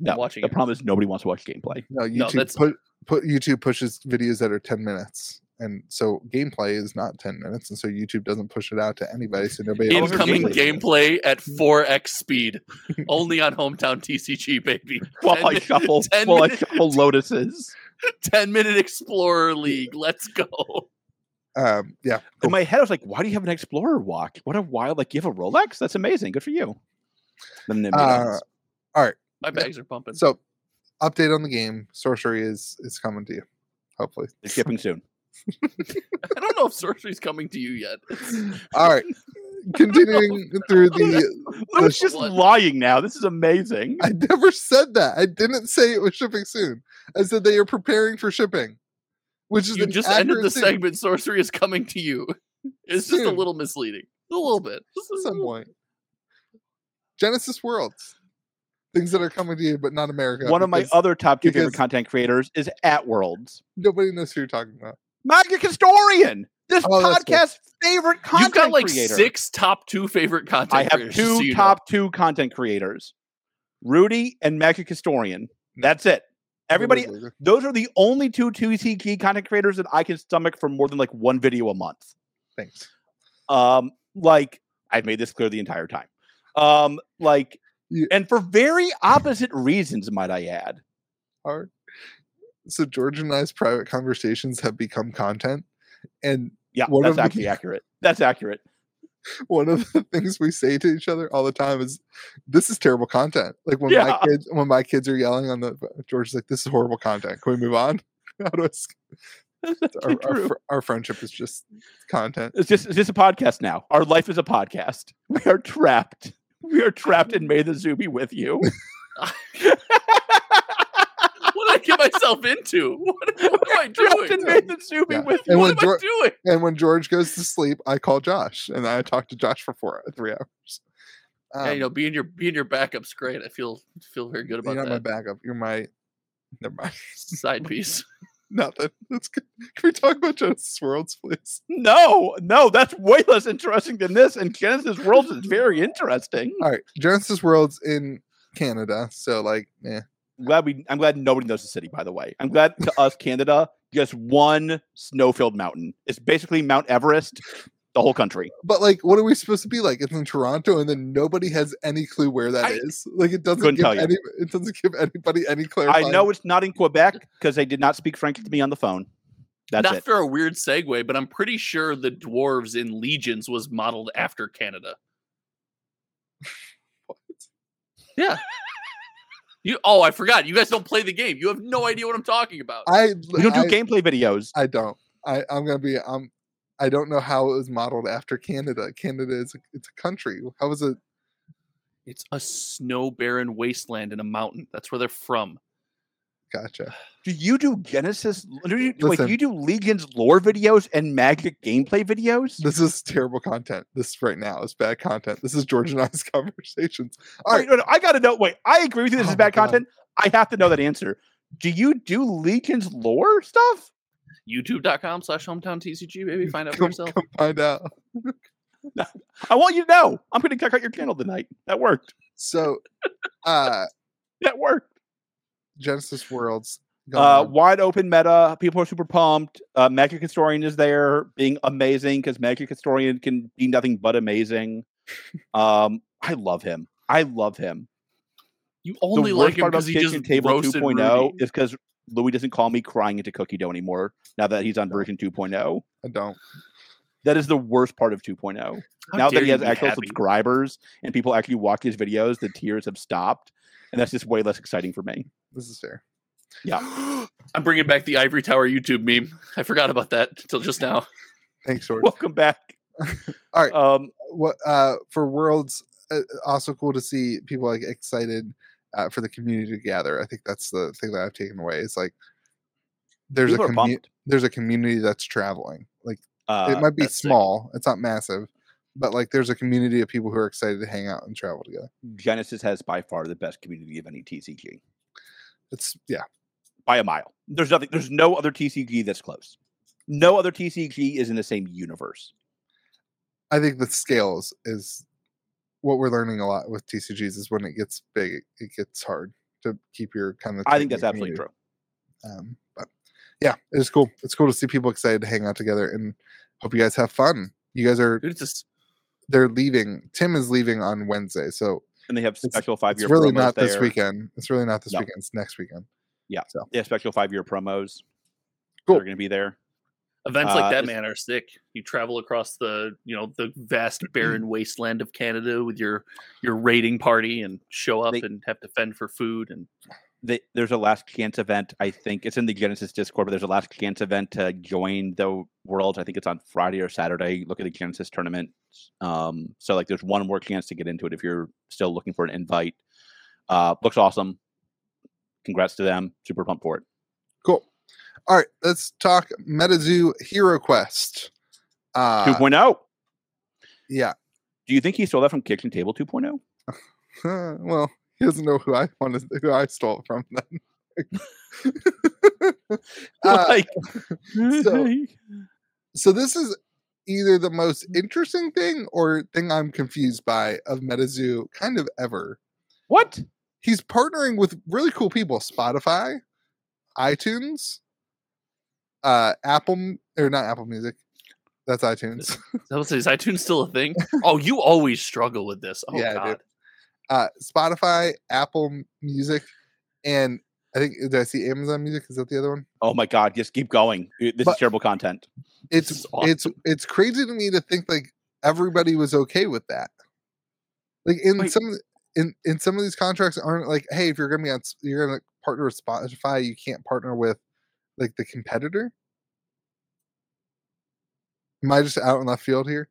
[SPEAKER 3] No,
[SPEAKER 4] watching
[SPEAKER 3] the
[SPEAKER 4] it.
[SPEAKER 3] problem is nobody wants to watch gameplay.
[SPEAKER 1] No,
[SPEAKER 4] No,
[SPEAKER 1] YouTube
[SPEAKER 4] that's-
[SPEAKER 1] put put YouTube pushes videos that are ten minutes. And so gameplay is not ten minutes, and so YouTube doesn't push it out to anybody, so nobody. else can
[SPEAKER 4] Incoming
[SPEAKER 1] see it.
[SPEAKER 4] gameplay at 4x speed. Only on hometown TCG, baby.
[SPEAKER 3] While I
[SPEAKER 4] minute-
[SPEAKER 3] shuffle,
[SPEAKER 4] 10
[SPEAKER 3] while I
[SPEAKER 4] minute-
[SPEAKER 3] shuffle lotuses.
[SPEAKER 4] 10 minute Explorer League. Let's go.
[SPEAKER 1] Um, yeah,
[SPEAKER 3] In my head, I was like, why do you have an explorer walk? What a wild, like, you have a Rolex? That's amazing. Good for you. Then it made
[SPEAKER 1] Uh,
[SPEAKER 3] sense.
[SPEAKER 4] My bags are pumping.
[SPEAKER 1] So, update on the game. Sorcery is is coming to you, hopefully.
[SPEAKER 3] They're shipping soon.
[SPEAKER 4] I don't know if sorcery's coming to you yet. It's-
[SPEAKER 1] All right, continuing through the.
[SPEAKER 3] Louis just
[SPEAKER 4] What?
[SPEAKER 3] lying now. This is amazing.
[SPEAKER 1] I never said that. I didn't say it was shipping soon. I said they are preparing for shipping, which is
[SPEAKER 4] You
[SPEAKER 1] an
[SPEAKER 4] just ended
[SPEAKER 1] accurate
[SPEAKER 4] the
[SPEAKER 1] statement
[SPEAKER 4] segment. Sorcery is coming to you. It's just a
[SPEAKER 1] Soon.
[SPEAKER 4] little misleading. A little bit. Just a
[SPEAKER 1] at
[SPEAKER 3] Mm-hmm.
[SPEAKER 1] some
[SPEAKER 4] little-
[SPEAKER 1] point. Genesis Worlds, things that are coming to you, but not America.
[SPEAKER 3] One of my
[SPEAKER 1] because
[SPEAKER 3] other top two favorite
[SPEAKER 1] because-
[SPEAKER 3] content creators is At Worlds.
[SPEAKER 1] nobody knows who you're talking about.
[SPEAKER 3] Magic Historian, this
[SPEAKER 1] Oh, that's good.
[SPEAKER 3] podcast's favorite content
[SPEAKER 4] You've got like
[SPEAKER 3] creator.
[SPEAKER 4] six top two favorite content.
[SPEAKER 3] I have
[SPEAKER 4] creators, just
[SPEAKER 3] two
[SPEAKER 4] so you know.
[SPEAKER 3] top two content creators, Rudy and Magic Historian.
[SPEAKER 1] Hmm.
[SPEAKER 3] That's it. Everybody,
[SPEAKER 1] Nobody knows
[SPEAKER 3] those are the only two 2CG content creators that I can stomach for more than like one video a month.
[SPEAKER 1] it. Thanks.
[SPEAKER 3] Um, like I've made this clear the entire time. Um, like,
[SPEAKER 1] Yeah.
[SPEAKER 3] and for very opposite reasons, might I add.
[SPEAKER 1] Hard. So George and I's private conversations have become content, and
[SPEAKER 3] Yeah,
[SPEAKER 1] One of the-
[SPEAKER 3] that's actually accurate. That's accurate.
[SPEAKER 1] one of the things we say to each other all the time is this is terrible content like when
[SPEAKER 3] Yeah.
[SPEAKER 1] my kids when my kids are yelling on the uh, george is like this is horrible content can we move on How do I s-
[SPEAKER 3] That's
[SPEAKER 1] our,
[SPEAKER 3] actually
[SPEAKER 1] our
[SPEAKER 3] true.
[SPEAKER 1] fr- our friendship is just content
[SPEAKER 3] It's just it's just a podcast now. Our life is a podcast. We are trapped. We are trapped in May the Zoo be with you.
[SPEAKER 4] What did I get myself into? What, what am I
[SPEAKER 3] trapped in
[SPEAKER 4] doing?
[SPEAKER 3] May the Zoo be
[SPEAKER 1] Yeah.
[SPEAKER 3] with you.
[SPEAKER 1] And
[SPEAKER 4] What
[SPEAKER 1] when,
[SPEAKER 4] am I
[SPEAKER 1] Geor-
[SPEAKER 4] doing?
[SPEAKER 1] and when george goes to sleep i call josh and i talk to josh for four three hours um,
[SPEAKER 4] yeah, you know, being your being your backup's great. I feel feel very good
[SPEAKER 1] you're
[SPEAKER 4] about
[SPEAKER 1] not my
[SPEAKER 4] that
[SPEAKER 1] backup you're my never mind
[SPEAKER 4] side piece.
[SPEAKER 1] Nothing. That's good. Can we talk about Genesis Worlds, please?
[SPEAKER 3] No, no, that's way less interesting than this. And Genesis Worlds is very interesting.
[SPEAKER 1] All right, Genesis Worlds in Canada. So like, yeah,
[SPEAKER 3] I'm glad we. I'm glad nobody knows the city. By the way, I'm glad to us Canada just one snow-filled mountain. It's basically Mount Everest, the whole country.
[SPEAKER 1] but like, what are we supposed to be like? It's in Toronto, and then nobody has any clue where that
[SPEAKER 3] I-
[SPEAKER 1] is. Like, it doesn't
[SPEAKER 3] Couldn't
[SPEAKER 1] give
[SPEAKER 3] tell you.
[SPEAKER 1] any. It doesn't give anybody any clarity.
[SPEAKER 3] I know it's not in Quebec because they did not speak French to me on the phone. That's
[SPEAKER 4] Not
[SPEAKER 3] it.
[SPEAKER 4] for a weird segue, but I'm pretty sure the dwarves in Legions was modeled after Canada. Yeah. You oh, I forgot. You guys don't play the game. You have no idea what I'm talking about.
[SPEAKER 1] I
[SPEAKER 3] We don't do
[SPEAKER 1] I,
[SPEAKER 3] gameplay videos.
[SPEAKER 1] I don't. I I'm gonna be. Um, I don't know how it was modeled after Canada. Canada is a, it's a country. How was it?
[SPEAKER 4] It's a snow barren wasteland in a mountain. That's where they're from.
[SPEAKER 1] Gotcha.
[SPEAKER 3] Do you do Genesis? Do you, wait,
[SPEAKER 1] Listen.
[SPEAKER 3] do you do Legion's lore videos and Magic gameplay videos?
[SPEAKER 1] This is terrible content. This right now is bad content. This is George and I's conversations. All
[SPEAKER 3] Wait,
[SPEAKER 1] right.
[SPEAKER 3] no, no, I got to know. Wait, I agree with you. This
[SPEAKER 1] Oh
[SPEAKER 3] is
[SPEAKER 1] my
[SPEAKER 3] bad
[SPEAKER 1] God.
[SPEAKER 3] content. I have to know that answer. Do you do Legion's lore stuff?
[SPEAKER 4] YouTube.com slash hometown TCG, baby. Find out for
[SPEAKER 1] Come,
[SPEAKER 4] yourself.
[SPEAKER 1] come find out.
[SPEAKER 3] I want you to know. I'm going to check out your channel tonight. That worked.
[SPEAKER 1] So, uh,
[SPEAKER 3] That worked.
[SPEAKER 1] Genesis Worlds.
[SPEAKER 3] Uh,
[SPEAKER 1] gone.
[SPEAKER 3] wide open meta. People are super pumped. Uh, Magic Historian is there, being amazing because Magic Historian can be nothing but amazing. um, I love him. I love him.
[SPEAKER 4] You
[SPEAKER 3] The
[SPEAKER 4] only like
[SPEAKER 3] worst
[SPEAKER 4] him
[SPEAKER 3] part
[SPEAKER 4] because
[SPEAKER 3] about
[SPEAKER 4] he
[SPEAKER 3] Kitchen
[SPEAKER 4] just
[SPEAKER 3] Table
[SPEAKER 4] roasted
[SPEAKER 3] 2.0
[SPEAKER 4] Rudy.
[SPEAKER 3] is because Louis doesn't call me crying into cookie dough anymore. Now that he's on version 2.0,
[SPEAKER 1] I don't.
[SPEAKER 3] oh. that is the worst part of 2.0.
[SPEAKER 4] How
[SPEAKER 3] now that
[SPEAKER 4] dare
[SPEAKER 3] he
[SPEAKER 4] you
[SPEAKER 3] has
[SPEAKER 4] be
[SPEAKER 3] actual
[SPEAKER 4] happy.
[SPEAKER 3] subscribers and people actually watch his videos, the tears have stopped, and that's just way less exciting for me.
[SPEAKER 1] This is fair.
[SPEAKER 4] I'm bringing back the Ivory Tower YouTube meme. I forgot about that until just now.
[SPEAKER 1] Thanks, George.
[SPEAKER 3] Welcome back.
[SPEAKER 1] All right.
[SPEAKER 3] Um,
[SPEAKER 1] what uh for worlds uh, also cool to see people like excited uh, for the community to gather i think that's the thing that i've taken away is like there's
[SPEAKER 3] people
[SPEAKER 1] a
[SPEAKER 3] are
[SPEAKER 1] commu-
[SPEAKER 3] pumped.
[SPEAKER 1] there's a community that's traveling like
[SPEAKER 3] Uh,
[SPEAKER 1] it might be
[SPEAKER 3] that's sick.
[SPEAKER 1] small it's not massive but like there's a community of people who are excited to hang out and travel together
[SPEAKER 3] Genesis has by far the best community of any TCG
[SPEAKER 1] it's yeah
[SPEAKER 3] by a mile. There's nothing. There's no other TCG that's close. No other TCG is in the same universe.
[SPEAKER 1] i think the scales is what we're learning a lot with tcgs is when it gets big it, it gets hard to keep your kind of
[SPEAKER 3] I
[SPEAKER 1] tight-knit
[SPEAKER 3] think that's absolutely
[SPEAKER 1] community.
[SPEAKER 3] true.
[SPEAKER 1] Um, but yeah, it was cool. It's cool to see people excited to hang out together and hope you guys have fun. You guys are
[SPEAKER 4] Dude, it's just
[SPEAKER 1] they're leaving. Tim is leaving on Wednesday, so
[SPEAKER 3] And they have
[SPEAKER 1] It's-
[SPEAKER 3] special five
[SPEAKER 1] it's
[SPEAKER 3] year.
[SPEAKER 1] really
[SPEAKER 3] promos
[SPEAKER 1] not
[SPEAKER 3] there.
[SPEAKER 1] this weekend. It's really not this
[SPEAKER 3] No.
[SPEAKER 1] weekend. It's next weekend.
[SPEAKER 3] They have special five year promos.
[SPEAKER 1] Cool.
[SPEAKER 3] They're going to be there.
[SPEAKER 4] events
[SPEAKER 3] Uh,
[SPEAKER 4] like that,
[SPEAKER 3] it's-
[SPEAKER 4] man, are sick. You travel across the you know the vast barren wasteland of Canada with your your raiding party and show up
[SPEAKER 3] They-
[SPEAKER 4] and have to fend for food and
[SPEAKER 3] they, there's a last chance event. I think it's in the Genesis Discord, but there's a last chance event to join the world. I think it's on Friday or Saturday. Look at the Genesis tournament. Um, so like, there's one more chance to get into it if you're still looking for an invite. Uh, looks awesome. Congrats to them. Super pumped for it.
[SPEAKER 1] Cool. All right, let's talk MetaZoo Hero Quest. Uh,
[SPEAKER 3] 2.0.
[SPEAKER 1] yeah.
[SPEAKER 3] oh. Do you think he stole that from Kitchen Table oh? 2.0?
[SPEAKER 1] well, he doesn't know who I wanted, who I stole it from then. Uh,
[SPEAKER 3] like,
[SPEAKER 1] so- so this is either the most interesting thing or thing I'm confused by of MetaZoo kind of ever.
[SPEAKER 3] what?
[SPEAKER 1] He's partnering with really cool people: Spotify, iTunes, uh, Apple M- or not Apple Music. That's iTunes.
[SPEAKER 4] that was is iTunes still a thing? oh, you always struggle with this. Oh
[SPEAKER 1] Yeah, I do.
[SPEAKER 4] god.
[SPEAKER 1] Uh, Spotify, Apple M- Music, and I think did I see Amazon Music? Is that the other one?
[SPEAKER 3] Oh my God. Just keep going. Uh, This
[SPEAKER 1] But-
[SPEAKER 3] is terrible content.
[SPEAKER 1] It's
[SPEAKER 4] is
[SPEAKER 1] it's it's crazy to me to think like everybody was okay with that. Like in
[SPEAKER 3] Wait.
[SPEAKER 1] some in in some of these contracts aren't like, hey, if you're gonna be on, s- you're gonna partner with Spotify, you can't partner with like the competitor. Am I just out in left field here?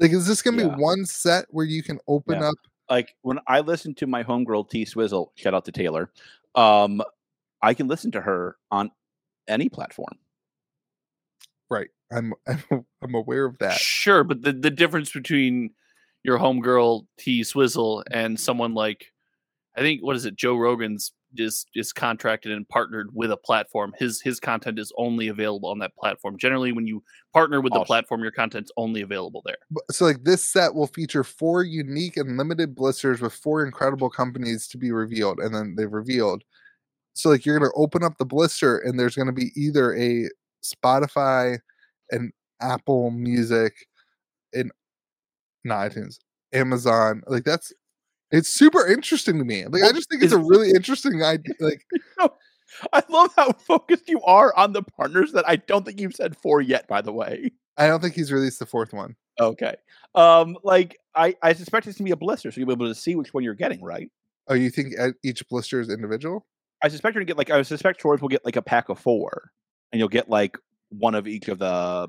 [SPEAKER 1] Like, is this gonna
[SPEAKER 3] Yeah.
[SPEAKER 1] be one set where you can open
[SPEAKER 3] Yeah.
[SPEAKER 1] up?
[SPEAKER 3] like when I listen to my homegirl T Swizzle, shout out to Taylor, um, I can listen to her on any platform.
[SPEAKER 1] Right, I'm I'm, I'm aware of that.
[SPEAKER 4] Sure, but the, the difference between your homegirl T Swizzle and someone like I think what is it? Joe Rogan's is is contracted and partnered with a platform. His his content is only available on that platform. Generally, when you partner with
[SPEAKER 3] Awesome.
[SPEAKER 4] the platform, your content's only available there.
[SPEAKER 1] B- So like this set will feature four unique and limited blisters with four incredible companies to be revealed, and then they've revealed. So like you're gonna open up the blister, and there's gonna be either a Spotify, an Apple Music, an not iTunes, Amazon. Like that's it's super interesting to me. Like I
[SPEAKER 3] Well,
[SPEAKER 1] just think it's
[SPEAKER 3] is-
[SPEAKER 1] a really interesting idea. Like
[SPEAKER 3] I love how focused you are on the partners that I don't think you've said four yet, by the way.
[SPEAKER 1] I don't think he's released the fourth one.
[SPEAKER 3] Okay. Um, like I, I suspect it's gonna be a blister, so you'll be able to see which one you're getting, right?
[SPEAKER 1] Oh, you think uh, each blister is individual?
[SPEAKER 3] I suspect you're gonna get like I suspect Torres will get like a pack of four, and you'll get like one of each of the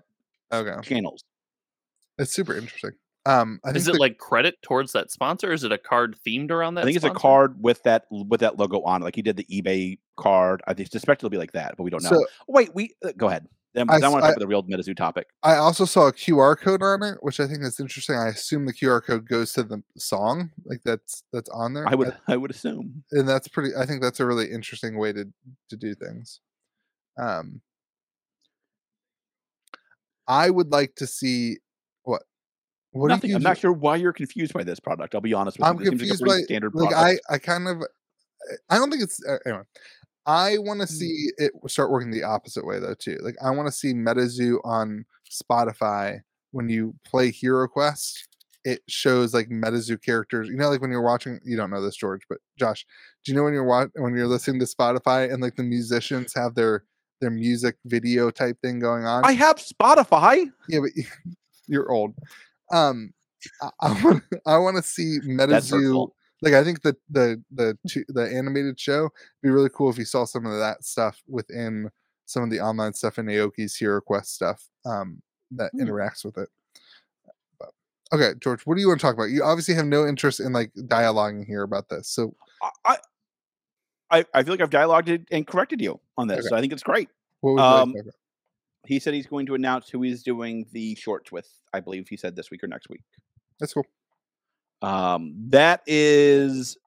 [SPEAKER 1] Okay,
[SPEAKER 3] channels.
[SPEAKER 1] it's super interesting. Um, I think
[SPEAKER 4] Is it
[SPEAKER 1] the-
[SPEAKER 4] like credit towards that sponsor? Is it a card themed around that?
[SPEAKER 3] I think it's a
[SPEAKER 4] sponsor?
[SPEAKER 3] card with that with that logo on it. Like he did the eBay card. I think- suspect it'll be like that, but we don't know.
[SPEAKER 1] So-
[SPEAKER 3] Wait, we uh, go ahead. Then
[SPEAKER 1] I
[SPEAKER 3] I, want
[SPEAKER 1] s-
[SPEAKER 3] to
[SPEAKER 1] I-
[SPEAKER 3] talk about the real MetaZoo topic.
[SPEAKER 1] I also saw a QR code on it, which I think is interesting. I assume the QR code goes to the song, like that's that's on there.
[SPEAKER 3] I would I would assume.
[SPEAKER 1] and that's pretty. I think that's a really interesting way to to do things. Um, I would like to see what. What do
[SPEAKER 3] Nothing. I'm
[SPEAKER 1] think
[SPEAKER 3] not sure why you're confused by this product. I'll be honest with
[SPEAKER 1] I'm
[SPEAKER 3] you. It seems like a
[SPEAKER 1] confused
[SPEAKER 3] pretty
[SPEAKER 1] by-
[SPEAKER 3] standard
[SPEAKER 1] like
[SPEAKER 3] product.
[SPEAKER 1] I, I kind of I don't think it's uh, anyway. I want
[SPEAKER 3] Mm.
[SPEAKER 1] to see it w- start working the opposite way though too. Like I want to see MetaZoo on Spotify when you play Hero Quest, it shows like MetaZoo characters. You know, like when you're watching. You don't know this, George, but Josh, do you know when you're wa- when you're listening to Spotify and like the musicians have their their music video type thing going on?
[SPEAKER 3] I have Spotify.
[SPEAKER 1] yeah, but you're old. Um, I, I want I want to see
[SPEAKER 3] That's
[SPEAKER 1] MetaZoo
[SPEAKER 3] hurtful.
[SPEAKER 1] like I think the the the two, the animated show it'd be really cool if you saw some of that stuff within some of the online stuff in Aoki's Hero Quest stuff um, that
[SPEAKER 3] Hmm.
[SPEAKER 1] interacts with it. But, okay, George, what do you want to talk about? You obviously have no interest in like dialoguing here about this, so
[SPEAKER 3] I- I, I I feel like I've dialogued it and corrected you on this.
[SPEAKER 1] Okay.
[SPEAKER 3] So I think it's great.
[SPEAKER 1] what would you like to
[SPEAKER 3] Um,
[SPEAKER 1] talk about?
[SPEAKER 3] He said he's going to announce who he's doing the shorts with. I believe he said this week or next week.
[SPEAKER 1] That's cool.
[SPEAKER 3] Um, that is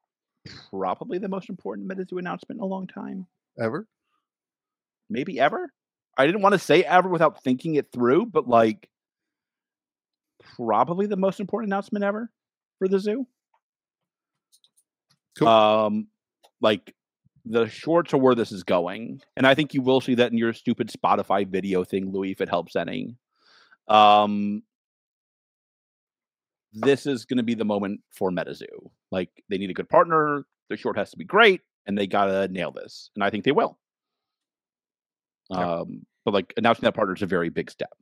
[SPEAKER 3] probably the most important MetaZoo announcement in a long time,
[SPEAKER 1] Ever?
[SPEAKER 3] maybe ever. I didn't want to say ever without thinking it through, but like probably the most important announcement ever for the zoo.
[SPEAKER 1] Cool.
[SPEAKER 3] Um, like the shorts are where this is going, and I think you will see that in your stupid Spotify video thing, Louis, if it helps any. Um, this is going to be the moment for MetaZoo. Like they need a good partner. Their short has to be great, and they gotta nail this, and I think they will.
[SPEAKER 1] Yeah.
[SPEAKER 3] Um, but like announcing that partner is a very big step.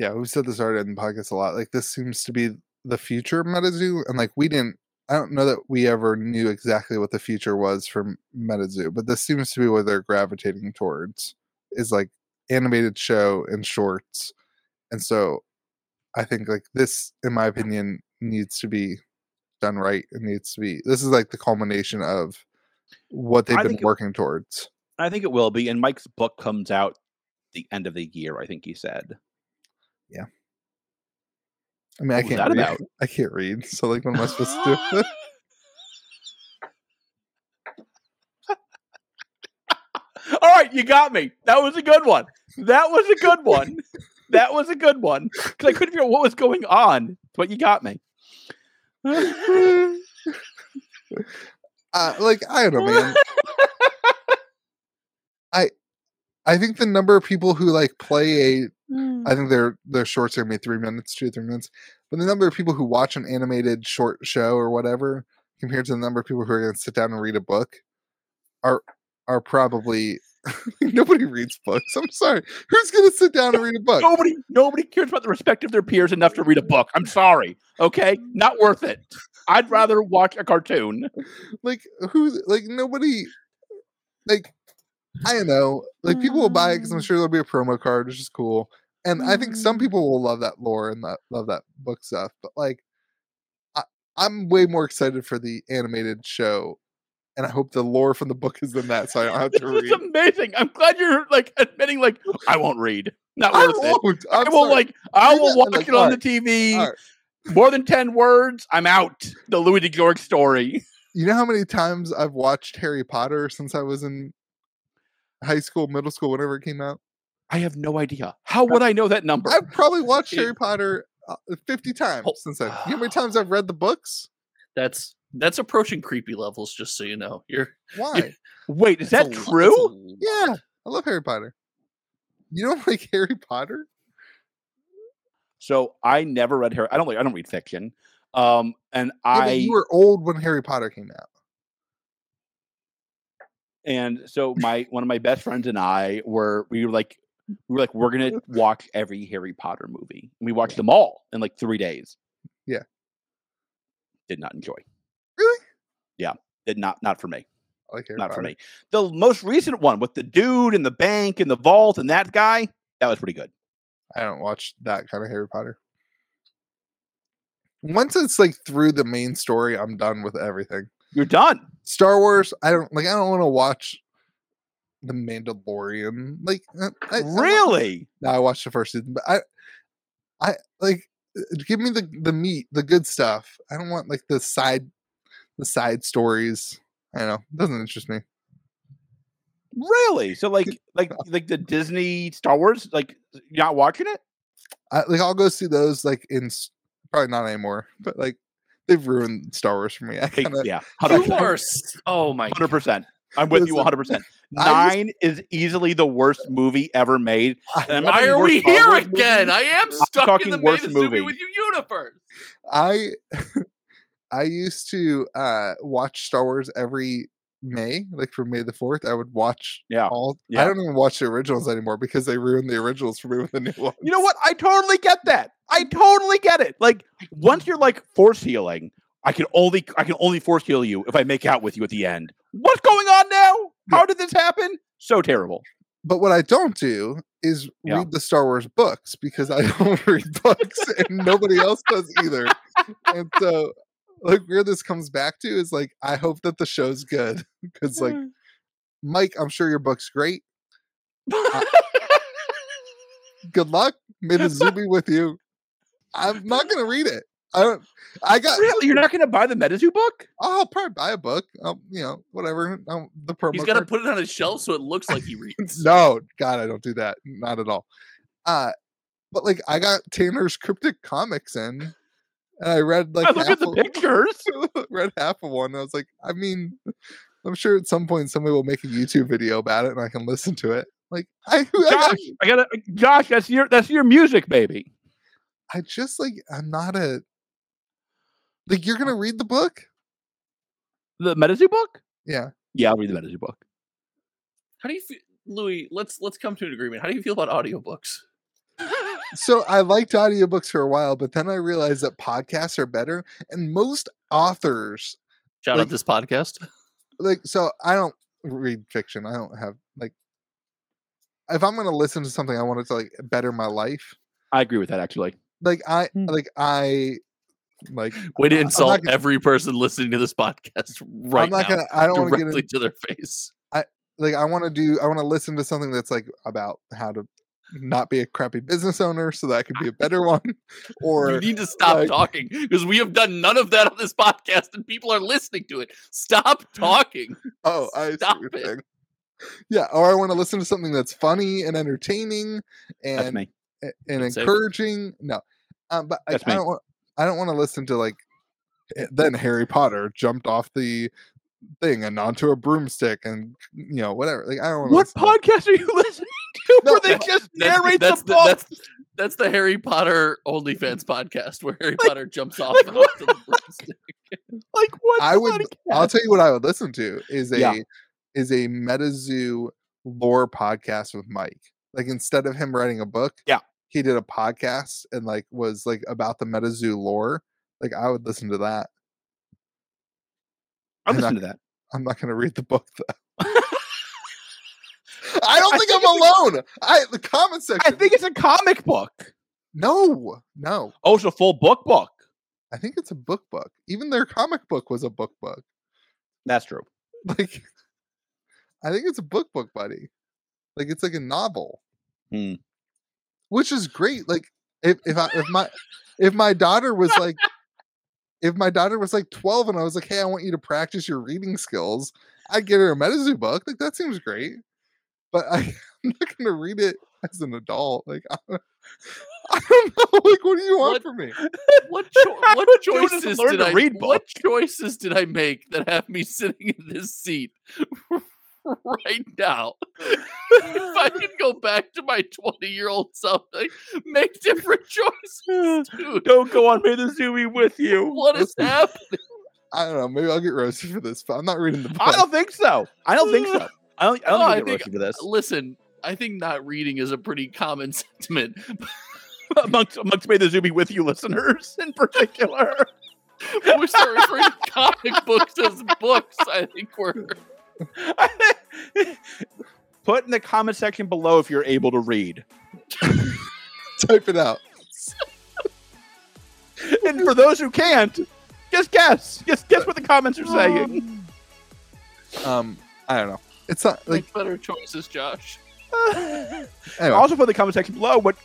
[SPEAKER 1] yeah, we've said this already in the podcast a lot. Like this seems to be the future of MetaZoo, and like we didn't. I don't know that we ever knew exactly what the future was for M- MetaZoo, but this seems to be what they're gravitating towards is like animated show and shorts. And so I think like this, in my opinion, needs to be done right. It needs to be this is like the culmination of what they've
[SPEAKER 3] I
[SPEAKER 1] been
[SPEAKER 3] think it-
[SPEAKER 1] working towards.
[SPEAKER 3] I think it will be. And Mike's book comes out the end of the year. I think he said.
[SPEAKER 1] I mean, I
[SPEAKER 3] What was
[SPEAKER 1] can't
[SPEAKER 3] that
[SPEAKER 1] read.
[SPEAKER 3] about?
[SPEAKER 1] I can't read. So like what am I supposed to do? with it?
[SPEAKER 3] All right, you got me. That was a good one. That was a good one. that was a good one. Because I couldn't figure out what was going on, but you got me.
[SPEAKER 1] uh, like I don't know, man. I I think the number of people who like play a I think their their shorts are gonna be three minutes, two or three minutes, but the number of people who watch an animated short show or whatever compared to the number of people who are gonna sit down and read a book are are probably nobody reads books. I'm sorry, who's gonna sit down and read a book?
[SPEAKER 3] nobody, nobody cares about the respect of their peers enough to read a book. I'm sorry. Okay, not worth it. I'd rather watch a cartoon.
[SPEAKER 1] like who's like nobody like i don't know like people will buy it
[SPEAKER 3] Mm.
[SPEAKER 1] because i'm sure there'll be a promo card which is cool and i think
[SPEAKER 3] Mm-hmm.
[SPEAKER 1] some people will love that lore and that love that book stuff but like I, i'm way more excited for the animated show and i hope the lore from the book is in that so i don't have to
[SPEAKER 3] This is
[SPEAKER 1] read
[SPEAKER 3] amazing. I'm glad you're like admitting, like I won't read. Not
[SPEAKER 1] I
[SPEAKER 3] worth it.
[SPEAKER 1] won't.
[SPEAKER 3] i
[SPEAKER 1] I'm
[SPEAKER 3] will
[SPEAKER 1] sorry.
[SPEAKER 3] like I
[SPEAKER 1] Read
[SPEAKER 3] will
[SPEAKER 1] it,
[SPEAKER 3] watch
[SPEAKER 1] and, like,
[SPEAKER 3] it on the
[SPEAKER 1] alright,
[SPEAKER 3] TV.
[SPEAKER 1] alright.
[SPEAKER 3] More than ten words, I'm out. The Louis de Georg story.
[SPEAKER 1] You know how many times I've watched Harry Potter since I was in high school, middle school, whenever it came out?
[SPEAKER 3] I have no idea. How would I know that number?
[SPEAKER 1] I've probably watched
[SPEAKER 4] Yeah.
[SPEAKER 1] Harry Potter uh, 50 times
[SPEAKER 4] Oh.
[SPEAKER 1] since then. You know how many times I've read the books?
[SPEAKER 4] That's that's approaching creepy levels. Just so you know, you're
[SPEAKER 1] Why?
[SPEAKER 3] Wait, is
[SPEAKER 4] that's
[SPEAKER 3] that
[SPEAKER 4] a lo- that's
[SPEAKER 3] true?
[SPEAKER 4] a
[SPEAKER 1] yeah, I love Harry Potter. You don't like Harry Potter?
[SPEAKER 3] So I never read Harry. I don't. like- I don't read fiction. Um, and
[SPEAKER 1] Yeah, but
[SPEAKER 3] I
[SPEAKER 1] you were old when Harry Potter came out.
[SPEAKER 3] and so my one of my best friends and I were we were like we were like we're gonna watch every Harry Potter movie. And we watched them all in like three days.
[SPEAKER 1] Yeah.
[SPEAKER 3] Did not enjoy.
[SPEAKER 1] Really?
[SPEAKER 3] Yeah. Did not not for me.
[SPEAKER 1] I like Harry
[SPEAKER 3] not
[SPEAKER 1] Potter.
[SPEAKER 3] for me. The most recent one with the dude and the bank and the vault and that guy, that was pretty good.
[SPEAKER 1] I don't watch that kind of Harry Potter. Once it's like through the main story, I'm done with everything.
[SPEAKER 3] You're done.
[SPEAKER 1] Star Wars, I don't like. I don't want to watch the Mandalorian. Like, uh, I, I wa-
[SPEAKER 3] really?
[SPEAKER 1] no, I watched the first season, but I, I like. uh, Give me the the meat, the good stuff. I don't want like the side, the side stories. I don't know. Doesn't interest me.
[SPEAKER 3] Really? So like like like the Disney Star Wars, like you're not watching it?
[SPEAKER 1] I, like I'll go see those like in s- probably not anymore, but like they've ruined Star Wars for me. I
[SPEAKER 3] Hey,
[SPEAKER 1] kind of
[SPEAKER 3] yeah.
[SPEAKER 4] You
[SPEAKER 3] 100%.
[SPEAKER 4] are. s- Oh my.
[SPEAKER 3] hundred percent. I'm with you
[SPEAKER 1] Listen,
[SPEAKER 3] one hundred percent.
[SPEAKER 1] I
[SPEAKER 3] Nine is easily the worst movie ever made. And I'm not
[SPEAKER 4] Why
[SPEAKER 3] talking
[SPEAKER 4] are
[SPEAKER 3] worst
[SPEAKER 4] we
[SPEAKER 3] Star
[SPEAKER 4] here
[SPEAKER 3] Wars movie.
[SPEAKER 4] again? I am stuck in
[SPEAKER 3] talking
[SPEAKER 4] the
[SPEAKER 3] worst
[SPEAKER 4] Made movie
[SPEAKER 3] movie.
[SPEAKER 4] with you universe.
[SPEAKER 1] I I used to uh watch Star Wars every May, like for May the Fourth. I would watch
[SPEAKER 3] Yeah.
[SPEAKER 1] all. I
[SPEAKER 3] yeah.
[SPEAKER 1] don't even watch the originals anymore because they ruined the originals for me with the new one.
[SPEAKER 3] You know what? I totally get that. I totally get it. Like once you're like force healing, I can only I can only force heal you if I make out with you at the end. What's going on now? How did this happen? So terrible.
[SPEAKER 1] But what I don't do is
[SPEAKER 3] Yeah.
[SPEAKER 1] read the Star Wars books because I don't read books and nobody else does either. And so, like, where this comes back to is like, I hope that the show's good because, like,
[SPEAKER 4] Mm.
[SPEAKER 1] Mike, I'm sure your book's great. Good luck. May the zoo be with you. I'm not gonna read it. I don't. I got. "Oh,
[SPEAKER 3] really? You're not going to buy the MetaZoo book?
[SPEAKER 1] I'll probably buy a book. Um, you know, whatever. Um, the promo.
[SPEAKER 4] He's got to
[SPEAKER 1] code.
[SPEAKER 4] put it on his shelf so it looks like he reads.
[SPEAKER 1] No, God, I don't do that. Not at all. Uh but like I got Tanner's cryptic comics in and I read like
[SPEAKER 3] I look at the pictures.
[SPEAKER 1] of, read half of one. and I was like, I mean, I'm sure at some point somebody will make a YouTube video about it and I can listen to it. Like I I,
[SPEAKER 3] Josh,
[SPEAKER 1] got-
[SPEAKER 3] I gotta, Josh. That's your, that's your music, baby.
[SPEAKER 1] I just like I'm not a like you're gonna read the book?
[SPEAKER 3] The MetaZoo book.
[SPEAKER 1] Yeah.
[SPEAKER 3] Yeah, I'll read the MetaZoo book.
[SPEAKER 4] How do you feel, Louis? Let's let's come to an agreement. How do you feel about audiobooks?
[SPEAKER 1] So I liked audiobooks for a while, but then I realized that podcasts are better and most authors
[SPEAKER 4] Shout
[SPEAKER 1] Like-
[SPEAKER 4] out this podcast.
[SPEAKER 1] like so i don't read fiction i don't have like if i'm gonna listen to something i want it to like better my life
[SPEAKER 3] I agree with that actually.
[SPEAKER 1] like i
[SPEAKER 3] Hmm.
[SPEAKER 1] like i like
[SPEAKER 4] Way to
[SPEAKER 1] I'm not
[SPEAKER 4] insult
[SPEAKER 1] gonna-
[SPEAKER 4] every person listening to this podcast right
[SPEAKER 1] i'm not
[SPEAKER 4] now,
[SPEAKER 1] gonna i don't want to get
[SPEAKER 4] directly
[SPEAKER 1] in,
[SPEAKER 4] to their face.
[SPEAKER 1] like i want to do i want to listen to something that's like about how to not be a crappy business owner so that i could be a better one
[SPEAKER 4] you
[SPEAKER 1] or
[SPEAKER 4] need to stop
[SPEAKER 1] like-
[SPEAKER 4] talking because we have done none of that on this podcast, and people are listening to it. Stop talking.
[SPEAKER 1] oh i see what
[SPEAKER 4] stop
[SPEAKER 1] you're
[SPEAKER 4] it.
[SPEAKER 1] saying. yeah or i want to listen to something that's funny and entertaining and
[SPEAKER 3] That's me.
[SPEAKER 1] a- and
[SPEAKER 4] That's it.
[SPEAKER 1] encouraging. No, um, but like,
[SPEAKER 3] That's
[SPEAKER 1] I
[SPEAKER 3] me.
[SPEAKER 1] don't want. I don't want to listen to like. eh, Then Harry Potter jumped off the thing and onto a broomstick, and you know whatever. Like I don't. wanna
[SPEAKER 3] What
[SPEAKER 1] listen to that.
[SPEAKER 3] podcast are you listening to
[SPEAKER 1] No,
[SPEAKER 3] where they
[SPEAKER 1] no,
[SPEAKER 3] just
[SPEAKER 4] That's,
[SPEAKER 3] narrate
[SPEAKER 4] that's
[SPEAKER 3] the
[SPEAKER 4] the,
[SPEAKER 3] book?
[SPEAKER 4] that's, that's the Harry Potter OnlyFans podcast where Harry Potter jumps off.
[SPEAKER 3] like
[SPEAKER 4] onto
[SPEAKER 3] what?
[SPEAKER 4] the broomstick.
[SPEAKER 3] like what?
[SPEAKER 1] I would. I'll
[SPEAKER 3] podcast?
[SPEAKER 1] tell you what I would listen to is a
[SPEAKER 3] Yeah.
[SPEAKER 1] is a MetaZoo lore podcast with Mike. Like instead of him writing a book,
[SPEAKER 3] Yeah.
[SPEAKER 1] he did a podcast and like was like about the MetaZoo lore. Like I would listen to that.
[SPEAKER 3] I'll
[SPEAKER 1] and I-
[SPEAKER 3] listen to that.
[SPEAKER 1] I'm not going to read the book though. I don't
[SPEAKER 3] I
[SPEAKER 1] think,
[SPEAKER 3] think
[SPEAKER 1] I'm alone. I the comment
[SPEAKER 3] I
[SPEAKER 1] section.
[SPEAKER 3] think it's a comic book.
[SPEAKER 1] no, no.
[SPEAKER 3] Oh, it's a full book book.
[SPEAKER 1] I think it's a book book. Even their comic book was a book book.
[SPEAKER 3] That's true.
[SPEAKER 1] Like, I think it's a book book, buddy. Like it's like a novel,
[SPEAKER 3] Hmm.
[SPEAKER 1] which is great. Like if if I if my if my daughter was like, If my daughter was like 12 and I was like, hey, I want you to practice your reading skills, I'd get her a MetaZoo book. Like, that seems great. But I, I'm not going to read it as an adult. Like, I, don't- I don't know. Like, what do you want
[SPEAKER 4] What-
[SPEAKER 1] from me?
[SPEAKER 4] What cho-
[SPEAKER 3] How
[SPEAKER 4] what
[SPEAKER 3] do you just
[SPEAKER 4] choices
[SPEAKER 3] learn
[SPEAKER 4] did
[SPEAKER 3] to
[SPEAKER 4] I
[SPEAKER 3] read
[SPEAKER 4] what choices did I make that have me sitting in this seat right now? if I could go back to my twenty year old self, like, make different choices, dude.
[SPEAKER 3] Don't go on May the Zoo be with you.
[SPEAKER 4] What is
[SPEAKER 1] Listen.
[SPEAKER 4] happening?
[SPEAKER 1] I don't know. Maybe I'll get roasted for this, but I'm not reading the book.
[SPEAKER 3] I don't think so. I don't think so. I don't. Oh, I don't
[SPEAKER 4] No, I
[SPEAKER 3] think
[SPEAKER 4] think-
[SPEAKER 3] they're roasting for this.
[SPEAKER 4] Listen, I think not reading is a pretty common sentiment.
[SPEAKER 3] amongst amongst May the Zoo be with you listeners in particular.
[SPEAKER 4] When we start referring to comic books as books, I think we're
[SPEAKER 3] Put in the comment section below if you're able to read.
[SPEAKER 1] Type it out.
[SPEAKER 3] And for those who can't, just guess. Just guess what the comments are saying.
[SPEAKER 1] Um, I don't know. It's not like
[SPEAKER 4] make better choices, Josh.
[SPEAKER 1] anyway.
[SPEAKER 3] Also, put in the comment section below what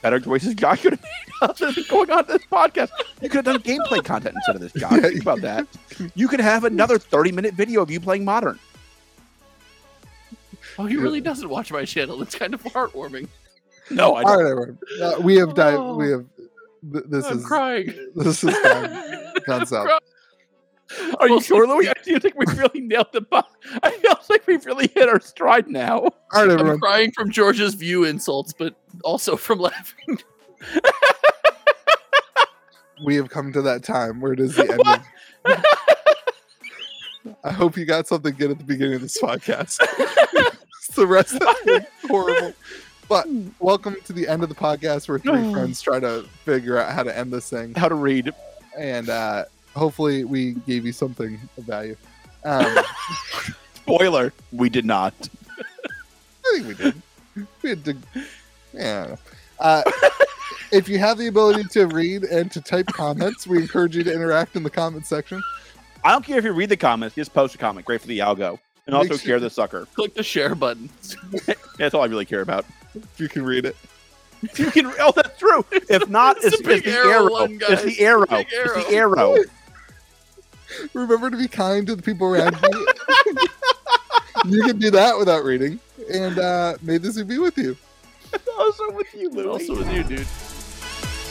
[SPEAKER 3] better choices Josh could have made other than going on this podcast. You could have done gameplay content instead of this, Josh.
[SPEAKER 1] Yeah,
[SPEAKER 3] Think about that. You could have another 30 minute video of you playing Modern.
[SPEAKER 4] Oh, he really doesn't watch my channel. It's kind of heartwarming.
[SPEAKER 3] No,
[SPEAKER 1] All
[SPEAKER 3] I don't.
[SPEAKER 1] right, everyone. Uh, we have died. We
[SPEAKER 4] Oh.
[SPEAKER 1] have. Th- this
[SPEAKER 4] I'm
[SPEAKER 1] is
[SPEAKER 4] crying.
[SPEAKER 1] this is gone, gone south.
[SPEAKER 4] crying.
[SPEAKER 3] Are you
[SPEAKER 4] Well,
[SPEAKER 3] sure, Louis? I do think we really nailed the. bu- I feel like we've really hit our stride now.
[SPEAKER 1] All right,
[SPEAKER 4] I'm
[SPEAKER 1] everyone.
[SPEAKER 4] crying from George's view insults, but also from laughing.
[SPEAKER 1] We have come to that time where it is the end. Of- I hope you got something good at the beginning of this podcast. the rest of it was horrible. But welcome to the end of the podcast where three friends try to figure out how to end this thing,
[SPEAKER 3] How to read
[SPEAKER 1] and uh, hopefully we gave you something of value. Um,
[SPEAKER 3] Spoiler, we did not.
[SPEAKER 1] I think we did. We had to. Yeah. I don't know. Uh, if you have the ability to read and to type comments, we encourage you to interact in the comment section.
[SPEAKER 3] I don't care if you read the comments, just post a comment. Great for the algo. And also
[SPEAKER 1] Make sure-
[SPEAKER 3] share the sucker.
[SPEAKER 4] Click the share button.
[SPEAKER 3] That's all I really care about.
[SPEAKER 1] If you can read it,
[SPEAKER 3] You can oh that's true. If not,
[SPEAKER 4] It's
[SPEAKER 3] it's,
[SPEAKER 4] the big
[SPEAKER 3] it's the
[SPEAKER 4] arrow
[SPEAKER 3] arrow.
[SPEAKER 4] one,
[SPEAKER 3] It's
[SPEAKER 4] guys.
[SPEAKER 3] the arrow.
[SPEAKER 4] Big
[SPEAKER 3] It's the arrow.
[SPEAKER 1] remember to be kind to the people around you. you can do that without reading. And uh, may this be with you.
[SPEAKER 3] also with you, Louis.
[SPEAKER 4] Also with you, dude.